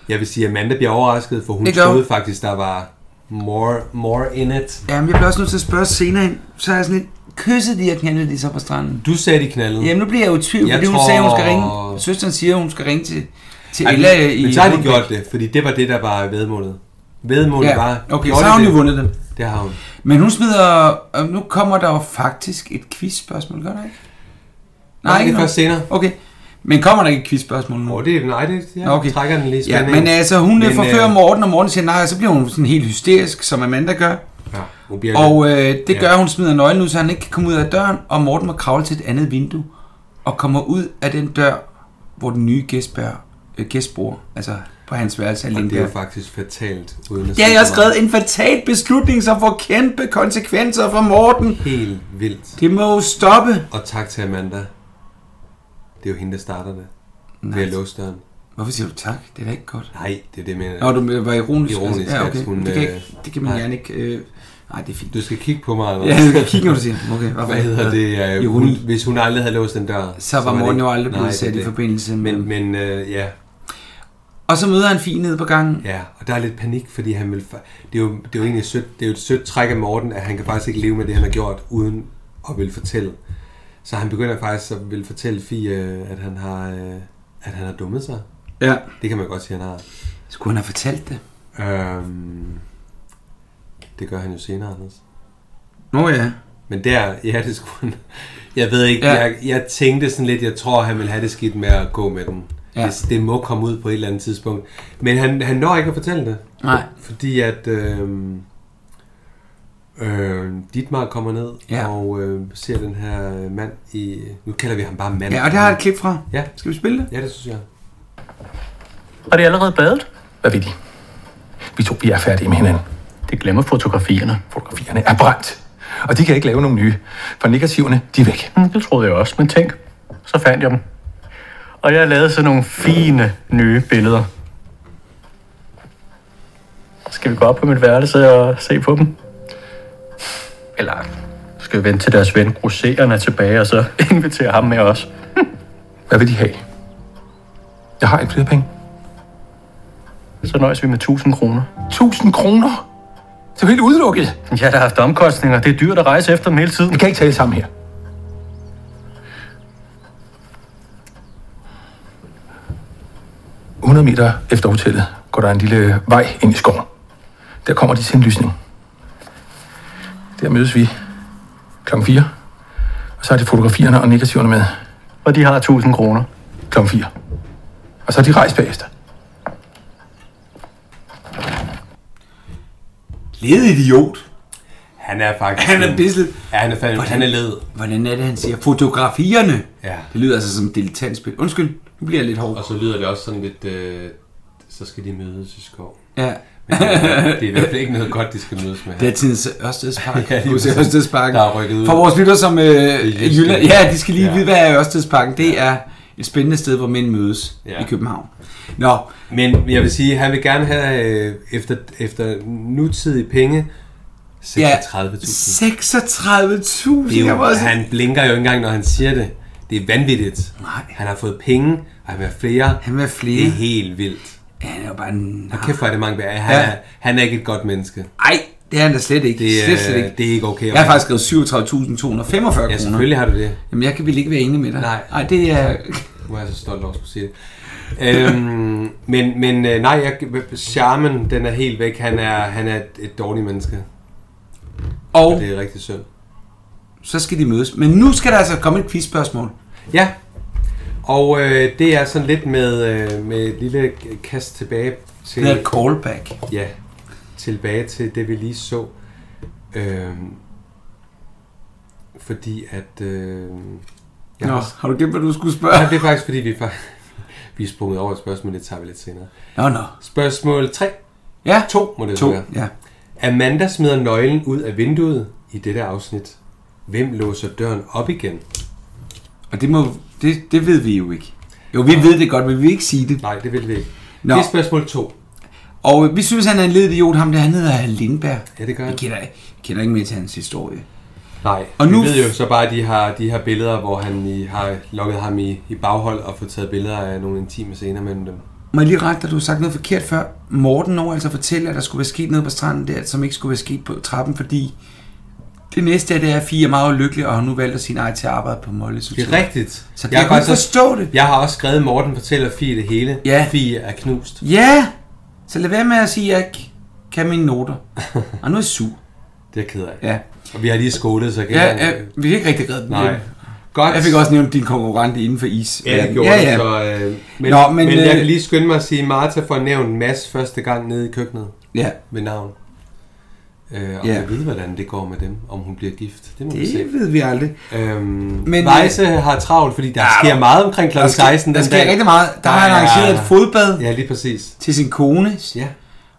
[SPEAKER 2] Jeg vil sige, at Amanda bliver overrasket, for hun
[SPEAKER 1] Ikke
[SPEAKER 2] troede
[SPEAKER 1] dog.
[SPEAKER 2] faktisk, der var more, more in it.
[SPEAKER 1] Jamen, jeg bliver også nødt til at spørge senere ind, så er jeg sådan lidt, kyssede de og knaldede de så på stranden?
[SPEAKER 2] Du sagde, de knaldede.
[SPEAKER 1] Jamen, nu bliver jeg jo i tvivl,
[SPEAKER 2] Jeg
[SPEAKER 1] fordi hun
[SPEAKER 2] tror-
[SPEAKER 1] sagde, hun skal ringe. Søsteren siger, hun skal ringe til, til
[SPEAKER 2] Ej,
[SPEAKER 1] Ella
[SPEAKER 2] men,
[SPEAKER 1] i...
[SPEAKER 2] men så har de
[SPEAKER 1] Rudbæk.
[SPEAKER 2] gjort det, fordi det var det, der var vedmålet. Vedmålet
[SPEAKER 1] Ja,
[SPEAKER 2] var...
[SPEAKER 1] okay,
[SPEAKER 2] gjorde
[SPEAKER 1] så
[SPEAKER 2] de
[SPEAKER 1] har hun
[SPEAKER 2] det?
[SPEAKER 1] jo vundet det.
[SPEAKER 2] Det har hun.
[SPEAKER 1] Men hun smider... Og nu kommer der jo faktisk et quizspørgsmål, gør der ikke?
[SPEAKER 2] Nej, det er
[SPEAKER 1] ikke nu.
[SPEAKER 2] først senere.
[SPEAKER 1] Okay. Men kommer der ikke et quizspørgsmål nu?
[SPEAKER 2] Oh, det, nej, det jeg
[SPEAKER 1] Nå, okay.
[SPEAKER 2] trækker den lige
[SPEAKER 1] Ja,
[SPEAKER 2] spændende.
[SPEAKER 1] men altså, hun men, forfører
[SPEAKER 2] øh,
[SPEAKER 1] Morten, og Morten siger nej, og så bliver hun sådan helt hysterisk, som Amanda gør.
[SPEAKER 2] Ja, hun bliver
[SPEAKER 1] Og øh, det
[SPEAKER 2] Ja.
[SPEAKER 1] gør, at hun smider nøglen ud, så han ikke kan komme ud af døren, og Morten må kravle til et andet vindue, og kommer ud af den dør, hvor den nye gæst bør, øh, gæst bor, altså på hans værelse
[SPEAKER 2] Og
[SPEAKER 1] af
[SPEAKER 2] det er jo
[SPEAKER 1] Lindberg.
[SPEAKER 2] faktisk fatalt. Uden at
[SPEAKER 1] Det har
[SPEAKER 2] sige
[SPEAKER 1] jeg
[SPEAKER 2] så
[SPEAKER 1] skrevet, en fatal beslutning, som får kæmpe konsekvenser for Morten.
[SPEAKER 2] meget. Helt vildt.
[SPEAKER 1] Det må jo stoppe.
[SPEAKER 2] Og tak til Amanda. Det er jo hende, der starter det. Nej. Ved at låse døren.
[SPEAKER 1] Hvorfor siger du tak? Det er da ikke godt.
[SPEAKER 2] Nej, det er det, jeg mener.
[SPEAKER 1] Nå, du var ironisk.
[SPEAKER 2] Ironisk,
[SPEAKER 1] altså. ja, okay.
[SPEAKER 2] at hun,
[SPEAKER 1] det, kan
[SPEAKER 2] øh,
[SPEAKER 1] ikke, det kan man
[SPEAKER 2] nej.
[SPEAKER 1] gerne ikke... Øh, nej, det er fint.
[SPEAKER 2] Du skal kigge på mig. eller
[SPEAKER 1] Ja,
[SPEAKER 2] hvad?
[SPEAKER 1] du skal kigge, når du siger. Okay,
[SPEAKER 2] hvad, hedder det? Øh, hun, hvis hun aldrig havde låst den dør.
[SPEAKER 1] Så var
[SPEAKER 2] det
[SPEAKER 1] Morten jo
[SPEAKER 2] ikke-
[SPEAKER 1] aldrig blevet
[SPEAKER 2] Nej, det er
[SPEAKER 1] sat i
[SPEAKER 2] det.
[SPEAKER 1] forbindelse med-
[SPEAKER 2] Men, men øh, ja,
[SPEAKER 1] Og så møder han Fie nede på gangen.
[SPEAKER 2] Ja, og der er lidt panik, fordi han vil... fa- Det er jo, det er jo egentlig sødt, det er jo et sødt træk af Morten, at han kan faktisk ikke leve med det, han har gjort, uden at vil fortælle. Så han begynder faktisk at vil fortælle Fie, øh, at han har, øh, at han har dummet sig.
[SPEAKER 1] Ja.
[SPEAKER 2] Det kan man godt sige, han har.
[SPEAKER 1] Skulle han have fortalt det?
[SPEAKER 2] Øhm, det gør han jo senere, Anders.
[SPEAKER 1] Nå ja.
[SPEAKER 2] Men der, ja, det skulle han. Jeg ved ikke,
[SPEAKER 1] Ja.
[SPEAKER 2] ja. jeg, jeg tænkte sådan lidt, jeg tror, han vil have det skidt med at gå med den.
[SPEAKER 1] Ja.
[SPEAKER 2] Ja. Det, det må komme ud på et eller andet tidspunkt. Men han, han når ikke at fortælle det.
[SPEAKER 1] Nej.
[SPEAKER 2] Fordi at øh, øh, Dietmar kommer ned
[SPEAKER 1] Ja.
[SPEAKER 2] ja. og øh, ser den her mand i... Nu kalder vi ham bare mand.
[SPEAKER 1] Ja, og det har jeg et klip fra.
[SPEAKER 2] Ja.
[SPEAKER 1] Skal vi spille det?
[SPEAKER 2] Ja, det synes jeg.
[SPEAKER 13] Har de allerede badet?
[SPEAKER 7] Hvad ved de? Vi to, vi er færdige med hinanden. Det glemmer fotografierne. Fotografierne er brændt. Og de kan ikke lave nogen nye, for negativerne, de er væk.
[SPEAKER 17] Mm, Det troede jeg også, men tænk, så fandt jeg dem. Og jeg lavede sådan nogle fine nye billeder. Skal vi gå op på mit værelse og se på dem? Eller skal vi vente til deres ven Groseren er tilbage, og
[SPEAKER 7] *laughs*
[SPEAKER 17] så invitere ham med os? Hvad vil de have? Jeg har ikke flere penge. Så nøjes vi med 1000 kroner.
[SPEAKER 7] 1000 kroner? Det er jo helt udelukket.
[SPEAKER 17] Jeg har da haft omkostninger. Det er dyrt at rejse efter dem hele tiden.
[SPEAKER 7] Vi kan ikke tale sammen her. – 100 meter efter hotellet går der en lille vej ind i skoven. Der kommer de til en lysning. Der mødes vi klokken 4. Og så er det fotografierne og negativerne med.
[SPEAKER 17] Og de har 1000 kroner.
[SPEAKER 7] Klokken 4. Og så er de rejst bagefter.
[SPEAKER 1] Led idiot.
[SPEAKER 2] Han er faktisk...
[SPEAKER 1] Han er bislet.
[SPEAKER 2] Ja, han er fandme... han er led.
[SPEAKER 1] Hvordan er det, han siger? Fotografierne.
[SPEAKER 2] Ja.
[SPEAKER 1] Det lyder altså som dilettantspil. Undskyld, nu bliver jeg lidt hård.
[SPEAKER 2] Og så lyder det også sådan lidt... Øh, så skal de mødes i skov.
[SPEAKER 1] Ja.
[SPEAKER 2] Men det er, det er i hvert fald ikke noget godt, de skal mødes med. her.
[SPEAKER 1] Det er tidens
[SPEAKER 2] *laughs*
[SPEAKER 1] Ørstedspark.
[SPEAKER 2] Ja, lige
[SPEAKER 1] Husk
[SPEAKER 2] præcis.
[SPEAKER 1] Ørstedsparken.
[SPEAKER 2] Der er rykket ud.
[SPEAKER 1] For vores lytter som øh,
[SPEAKER 2] er
[SPEAKER 1] i Jylland,
[SPEAKER 2] Jyske.
[SPEAKER 1] ja, de skal lige ja.
[SPEAKER 2] Ja.
[SPEAKER 1] vide, hvad er Ørstedsparken. Det er et spændende sted, hvor mænd mødes ja.
[SPEAKER 2] Ja.
[SPEAKER 1] i København. Nå.
[SPEAKER 2] Men jeg vil sige, han vil gerne have, øh, efter, efter nutidige penge, 36.000.
[SPEAKER 1] Ja,
[SPEAKER 2] Ja,
[SPEAKER 1] 36.000. Jeg var også-
[SPEAKER 2] han blinker jo ikke engang, når han siger det. Det er vanvittigt.
[SPEAKER 1] Nej.
[SPEAKER 2] Han har fået penge, og han vil have flere.
[SPEAKER 1] Han vil have flere.
[SPEAKER 2] Det er helt vildt.
[SPEAKER 1] Han er jo bare en
[SPEAKER 2] Og kæft, hvor er det mange bær. Han,
[SPEAKER 1] Ja.
[SPEAKER 2] ja. han er ikke et godt menneske.
[SPEAKER 1] Nej, det er han da slet ikke.
[SPEAKER 2] Det er-
[SPEAKER 1] slet, slet ikke.
[SPEAKER 2] det er ikke okay.
[SPEAKER 1] Jeg har faktisk skrevet 37.245 kroner.
[SPEAKER 2] Ja, selvfølgelig har du det.
[SPEAKER 1] Jamen, jeg kan vel ikke være enig med dig.
[SPEAKER 2] Nej.
[SPEAKER 1] Nej, det er...
[SPEAKER 2] Nu er jeg så stolt over at skulle sige det. øhm, *laughs* men, men øh, nej, jeg, charmen, den er helt væk. Han er, han er et, et dårligt menneske.
[SPEAKER 1] Og,
[SPEAKER 2] det er rigtig synd.
[SPEAKER 1] Så skal de mødes. Men nu skal der altså komme et quizspørgsmål.
[SPEAKER 2] Ja. Og øh, det er sådan lidt med, øh, med et lille kast tilbage til...
[SPEAKER 1] Det er et callback.
[SPEAKER 2] Ja, tilbage til det, vi lige så. Øhm, fordi at... Øh,
[SPEAKER 1] Nå, har du glemt, hvad du skulle spørge?
[SPEAKER 2] Nej, det er faktisk, fordi vi, fa- vi er sprunget over et spørgsmål, det tager vi lidt senere.
[SPEAKER 1] Nå, nå.
[SPEAKER 2] Spørgsmål 3.
[SPEAKER 1] Ja.
[SPEAKER 2] 2 må det
[SPEAKER 1] To,
[SPEAKER 2] være.
[SPEAKER 1] ja.
[SPEAKER 2] Amanda smider nøglen ud af vinduet i dette afsnit. Hvem låser døren op igen?
[SPEAKER 1] Og det, må, det, det ved vi jo ikke. Jo, vi ved det godt, men vi vil ikke sige det.
[SPEAKER 2] Nej, det vil vi ikke. Det er spørgsmål 2.
[SPEAKER 1] Og øh, vi synes, han er en ledig idiot. Ham der, han hedder Lindberg.
[SPEAKER 2] Ja, det gør
[SPEAKER 1] vi kender, vi kender ikke mere til hans historie.
[SPEAKER 2] Nej,
[SPEAKER 1] Og
[SPEAKER 2] og
[SPEAKER 1] nu-
[SPEAKER 2] nu... vi ved jo så bare, at de har de her billeder, hvor han i, har lukket ham i, i baghold og fået taget billeder af nogle intime scener mellem dem.
[SPEAKER 1] Må jeg lige rette dig, du har sagt noget forkert før. Morten når altså at fortælle, at der skulle være sket noget på stranden der, som ikke skulle være sket på trappen, fordi det næste er, det er, at Fie er meget ulykkelig, og har nu valgt at sige nej til at arbejde på Molles
[SPEAKER 2] Det er rigtigt.
[SPEAKER 1] Så jeg kan
[SPEAKER 2] faktisk-
[SPEAKER 1] forstå det.
[SPEAKER 2] Jeg har også skrevet, Morten fortæller Fie det hele. Ja. Fie er knust.
[SPEAKER 1] Ja, så lad være med at sige, at jeg ikke kan
[SPEAKER 2] *laughs*
[SPEAKER 1] mine noter. Og nu er jeg sur.
[SPEAKER 2] Det er jeg ked af.
[SPEAKER 1] Ja.
[SPEAKER 2] Og vi har lige skolet, så kan
[SPEAKER 1] Ja,
[SPEAKER 2] jeg-
[SPEAKER 1] ja, vi kan ikke rigtig redde den.
[SPEAKER 2] Nej.
[SPEAKER 1] Godt. Jeg fik også nævnt din konkurrent inden for is.
[SPEAKER 2] Ja, det gjorde
[SPEAKER 1] ja,
[SPEAKER 2] ja,
[SPEAKER 1] ja.
[SPEAKER 2] Så, øh, men,
[SPEAKER 1] Nå, men,
[SPEAKER 2] men jeg
[SPEAKER 1] øh,
[SPEAKER 2] kan lige skynde mig at sige, Martha får nævnt Mads første gang nede i køkkenet.
[SPEAKER 1] Ja.
[SPEAKER 2] Med navn. Øh, og
[SPEAKER 1] Ja.
[SPEAKER 2] ja. jeg ved, hvordan det går med dem, om hun bliver gift. Det må vi
[SPEAKER 1] Det
[SPEAKER 2] se.
[SPEAKER 1] ved vi aldrig.
[SPEAKER 2] Øhm,
[SPEAKER 1] Men,
[SPEAKER 2] men,
[SPEAKER 1] øh,
[SPEAKER 2] Vejse har travlt, fordi der
[SPEAKER 1] Ja,
[SPEAKER 2] sker
[SPEAKER 1] der-
[SPEAKER 2] meget omkring kl.
[SPEAKER 1] der sker-
[SPEAKER 2] 16
[SPEAKER 1] der
[SPEAKER 2] den
[SPEAKER 1] sker
[SPEAKER 2] dag.
[SPEAKER 1] rigtig meget. Der har han
[SPEAKER 2] er-
[SPEAKER 1] arrangeret et fodbad.
[SPEAKER 2] Ja, lige præcis.
[SPEAKER 1] Til sin kone.
[SPEAKER 2] Ja.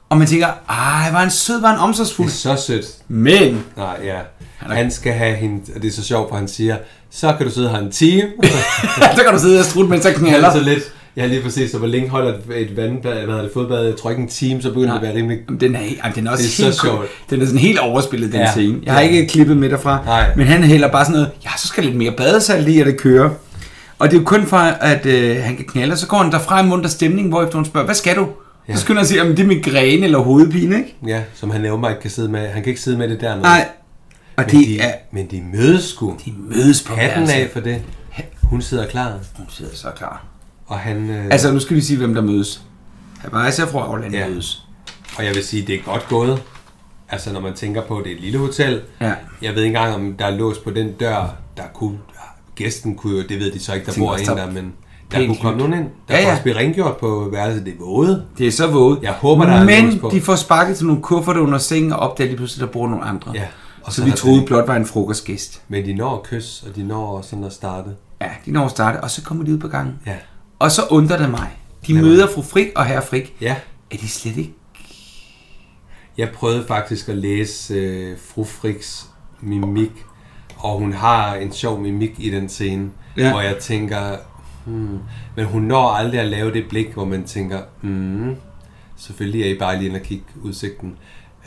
[SPEAKER 1] Og man tænker, ej, var han sød, var han omsorgsfuld.
[SPEAKER 2] Det er så sødt.
[SPEAKER 1] Men...
[SPEAKER 2] Nej, ja. Han skal have hende, og det er så sjovt, for han siger, så kan du sidde her en time.
[SPEAKER 1] *laughs* så kan du sidde og strutte, mens jeg knalder.
[SPEAKER 2] så lidt. Ja, lige præcis. Så hvor længe holder et, et vandbad, hvad hedder det, fodbad, jeg tror ikke en time, så begynder det at være rimelig...
[SPEAKER 1] Den er, jamen, den er også
[SPEAKER 2] det er
[SPEAKER 1] helt
[SPEAKER 2] så
[SPEAKER 1] cool.
[SPEAKER 2] sjovt.
[SPEAKER 1] Den er sådan helt overspillet, den
[SPEAKER 2] Ja.
[SPEAKER 1] scene. Jeg har ikke klippet med derfra.
[SPEAKER 2] Nej.
[SPEAKER 1] Men han hælder bare sådan noget, ja, så skal lidt mere badesalt i, og det kører. Og det er jo kun for, at øh, han kan knalde, og så går han derfra i munter stemning, hvorefter hun spørger, hvad skal du? Ja.
[SPEAKER 2] Ja.
[SPEAKER 1] Så skynder han sig, om det er migræne eller hovedpine, ikke?
[SPEAKER 2] Ja, som han nævner ikke kan sidde med. Han kan ikke sidde med det dernede.
[SPEAKER 1] Nej. Og
[SPEAKER 2] men
[SPEAKER 1] det
[SPEAKER 2] de,
[SPEAKER 1] er-
[SPEAKER 2] Men de mødes sgu.
[SPEAKER 1] De mødes på
[SPEAKER 2] Hatten
[SPEAKER 1] værelset.
[SPEAKER 2] af for det. Hun sidder klar.
[SPEAKER 1] Hun sidder så klar.
[SPEAKER 2] Og han... Øh...
[SPEAKER 1] Altså, nu skal vi sige, hvem der mødes. Havajsa og fru Auland ja. mødes.
[SPEAKER 2] Og jeg vil sige, det er godt gået. Altså, når man tænker på, at det er et lille hotel.
[SPEAKER 1] Ja.
[SPEAKER 2] Jeg ved ikke engang, om der er lås på den dør, der kunne... Gæsten kunne jo, det ved de så ikke, der
[SPEAKER 1] Tænker
[SPEAKER 2] bor en
[SPEAKER 1] også, der-
[SPEAKER 2] der, men der
[SPEAKER 1] Pænt
[SPEAKER 2] kunne komme
[SPEAKER 1] nyt.
[SPEAKER 2] nogen ind. Der
[SPEAKER 1] Ja,
[SPEAKER 2] ja, ja.
[SPEAKER 1] ja.
[SPEAKER 2] kunne også blive rengjort på værelset. Det er våde.
[SPEAKER 1] Det er så våde.
[SPEAKER 2] Jeg håber, der er lås
[SPEAKER 1] Men
[SPEAKER 2] på.
[SPEAKER 1] de får sparket til nogle kufferter under sengen og opdager lige pludselig, der bor nogle andre.
[SPEAKER 2] Ja.
[SPEAKER 1] Og så, så vi troede blot var en frokostgæst.
[SPEAKER 2] Men de når at kysse, og de når også sådan at starte.
[SPEAKER 1] Ja, de når at starte, og så kommer de ud på gangen.
[SPEAKER 2] Ja.
[SPEAKER 1] Og så undrer det mig. De møder fru Frik og herre Frik.
[SPEAKER 2] Ja.
[SPEAKER 1] Er de slet ikke?
[SPEAKER 2] Jeg prøvede faktisk at læse øh, fru Friks mimik, og hun har en sjov mimik i den scene,
[SPEAKER 1] Ja.
[SPEAKER 2] ja. hvor jeg tænker, hmm, men hun når aldrig at lave det blik, hvor man tænker, hmm, selvfølgelig er I bare lige inde og kigge udsigten.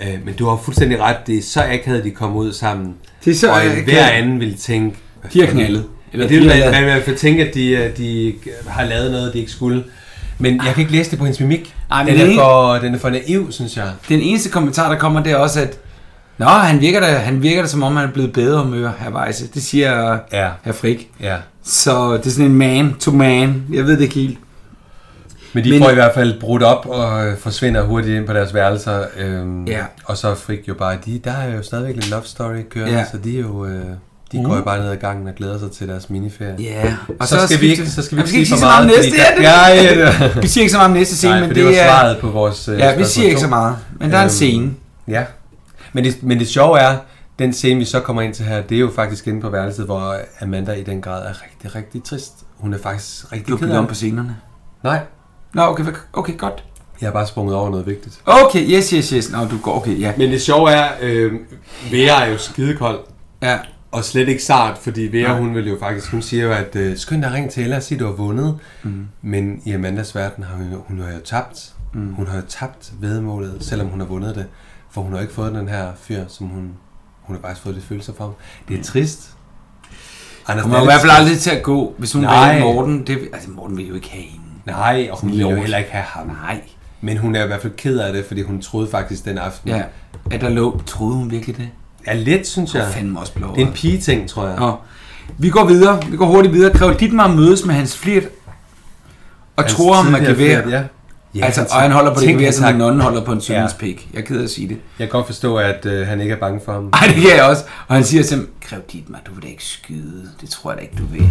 [SPEAKER 2] Øh, men du har fuldstændig ret, det er så akavet, de kom ud sammen.
[SPEAKER 1] Det er så
[SPEAKER 2] og
[SPEAKER 1] akavet.
[SPEAKER 2] hver anden ville tænke, hvad
[SPEAKER 1] De har
[SPEAKER 2] fanden-
[SPEAKER 1] knaldet. Eller
[SPEAKER 2] Ja, det
[SPEAKER 1] de
[SPEAKER 2] vil
[SPEAKER 1] har
[SPEAKER 2] man,
[SPEAKER 1] lavet-
[SPEAKER 2] man, man vil tænke, at de, øh, de har lavet noget, de ikke skulle. Men jeg kan ikke læse det på hendes mimik.
[SPEAKER 1] Ej, men
[SPEAKER 2] den,
[SPEAKER 1] det er-
[SPEAKER 2] er for, den er for naiv, synes jeg.
[SPEAKER 1] Den eneste kommentar, der kommer, det er også, at Nå, han virker da, han virker da som om, han er blevet bedre humør, herr Weisse. Det siger
[SPEAKER 2] ja.
[SPEAKER 1] herr Frik.
[SPEAKER 2] Ja.
[SPEAKER 1] Så det er sådan en man to man. Jeg ved det ikke helt.
[SPEAKER 2] Men de
[SPEAKER 1] Men-
[SPEAKER 2] men, får i hvert fald brudt op og øh, forsvinder hurtigt ind på deres værelser. Øhm,
[SPEAKER 1] Ja.
[SPEAKER 2] Og så fik jo bare de, der er jo stadigvæk en love story kørende,
[SPEAKER 1] Ja.
[SPEAKER 2] ja. så de er jo... Øh, de
[SPEAKER 1] Mm.
[SPEAKER 2] mm. går jo bare ned ad gangen og glæder sig til deres miniferie.
[SPEAKER 1] Ja,
[SPEAKER 2] og så, så, skal, vi ikke, så skal vi ikke sige for
[SPEAKER 1] så meget om
[SPEAKER 2] meget.
[SPEAKER 1] næste.
[SPEAKER 2] fordi der-
[SPEAKER 1] Ja, det-
[SPEAKER 2] ja, ja, det-
[SPEAKER 1] *laughs* Vi siger ikke så meget om næste scene,
[SPEAKER 2] Nej,
[SPEAKER 1] men
[SPEAKER 2] for
[SPEAKER 1] det,
[SPEAKER 2] det var
[SPEAKER 1] er...
[SPEAKER 2] svaret på vores øh,
[SPEAKER 1] Ja, vi
[SPEAKER 2] spørgsmål
[SPEAKER 1] siger ikke
[SPEAKER 2] to.
[SPEAKER 1] så meget, men der er en
[SPEAKER 2] Øhm,
[SPEAKER 1] scene.
[SPEAKER 2] Ja, men det, men det sjove er, den scene, vi så kommer ind til her, det er jo faktisk inde på værelset, hvor Amanda i den grad er rigtig, rigtig trist. Hun er faktisk rigtig
[SPEAKER 1] Du
[SPEAKER 2] ked af
[SPEAKER 1] bytter om
[SPEAKER 2] det.
[SPEAKER 1] på scenerne.
[SPEAKER 2] Nej.
[SPEAKER 1] Nå, okay, hvad- okay, godt.
[SPEAKER 2] Jeg har bare sprunget over noget vigtigt.
[SPEAKER 1] Okay, yes, yes, yes. Nå, du går, okay, ja.
[SPEAKER 2] Men det sjove er, øh, Vera er jo skidekold.
[SPEAKER 1] Ja.
[SPEAKER 2] Og slet ikke sart, fordi Vera,
[SPEAKER 1] Nej.
[SPEAKER 2] hun vil jo faktisk, hun siger jo, at øh, skynd dig at ringe til Ella og sige, du har vundet.
[SPEAKER 1] Mhm.
[SPEAKER 2] Mm. Men i Amandas verden har hun, jo- hun har jo tabt.
[SPEAKER 1] Mhm.
[SPEAKER 2] Mm. Hun har jo tabt vedmålet, selvom hun har vundet det. For hun har ikke fået den her fyr, som hun, hun har faktisk fået lidt følelser for. Det er trist. Anders,
[SPEAKER 1] Mm.
[SPEAKER 2] det
[SPEAKER 1] Hun var
[SPEAKER 2] er
[SPEAKER 1] i
[SPEAKER 2] lidt
[SPEAKER 1] hvert fald aldrig
[SPEAKER 2] trist.
[SPEAKER 1] til at gå, hvis hun
[SPEAKER 2] Nej.
[SPEAKER 1] valgte Morten. Det, altså, Morten ville jo ikke have hende.
[SPEAKER 2] Nej, og hun
[SPEAKER 1] Sådan
[SPEAKER 2] ville jo
[SPEAKER 1] lort.
[SPEAKER 2] heller ikke have ham.
[SPEAKER 1] Nej.
[SPEAKER 2] Men hun er i hvert fald ked af det, fordi hun troede faktisk den aften.
[SPEAKER 1] Ja. At der lå, troede hun virkelig det?
[SPEAKER 2] Ja, lidt, synes jeg.
[SPEAKER 1] Hun er fandme også blå.
[SPEAKER 2] Det er en pigeting, tror jeg.
[SPEAKER 1] Nå. Vi går videre. Vi går hurtigt videre. Kræver Dietmar mødes med hans flirt og
[SPEAKER 2] Hans
[SPEAKER 1] tror ham med
[SPEAKER 2] tidligere
[SPEAKER 1] gevær.
[SPEAKER 2] flirt, ja. Ja,
[SPEAKER 1] altså,
[SPEAKER 2] han
[SPEAKER 1] og han holder på det
[SPEAKER 2] tænker
[SPEAKER 1] gevær, som en
[SPEAKER 2] sig-
[SPEAKER 1] nonne holder på en sømans
[SPEAKER 2] Ja.
[SPEAKER 1] pik. Jeg er ked af at sige det.
[SPEAKER 2] Jeg kan godt forstå, at øh, han ikke er bange for ham.
[SPEAKER 1] Ej, det kan jeg også. Og han siger simpelthen, Kræv Dietmar, du vil da ikke skyde. Det tror jeg da ikke, du vil. Nej.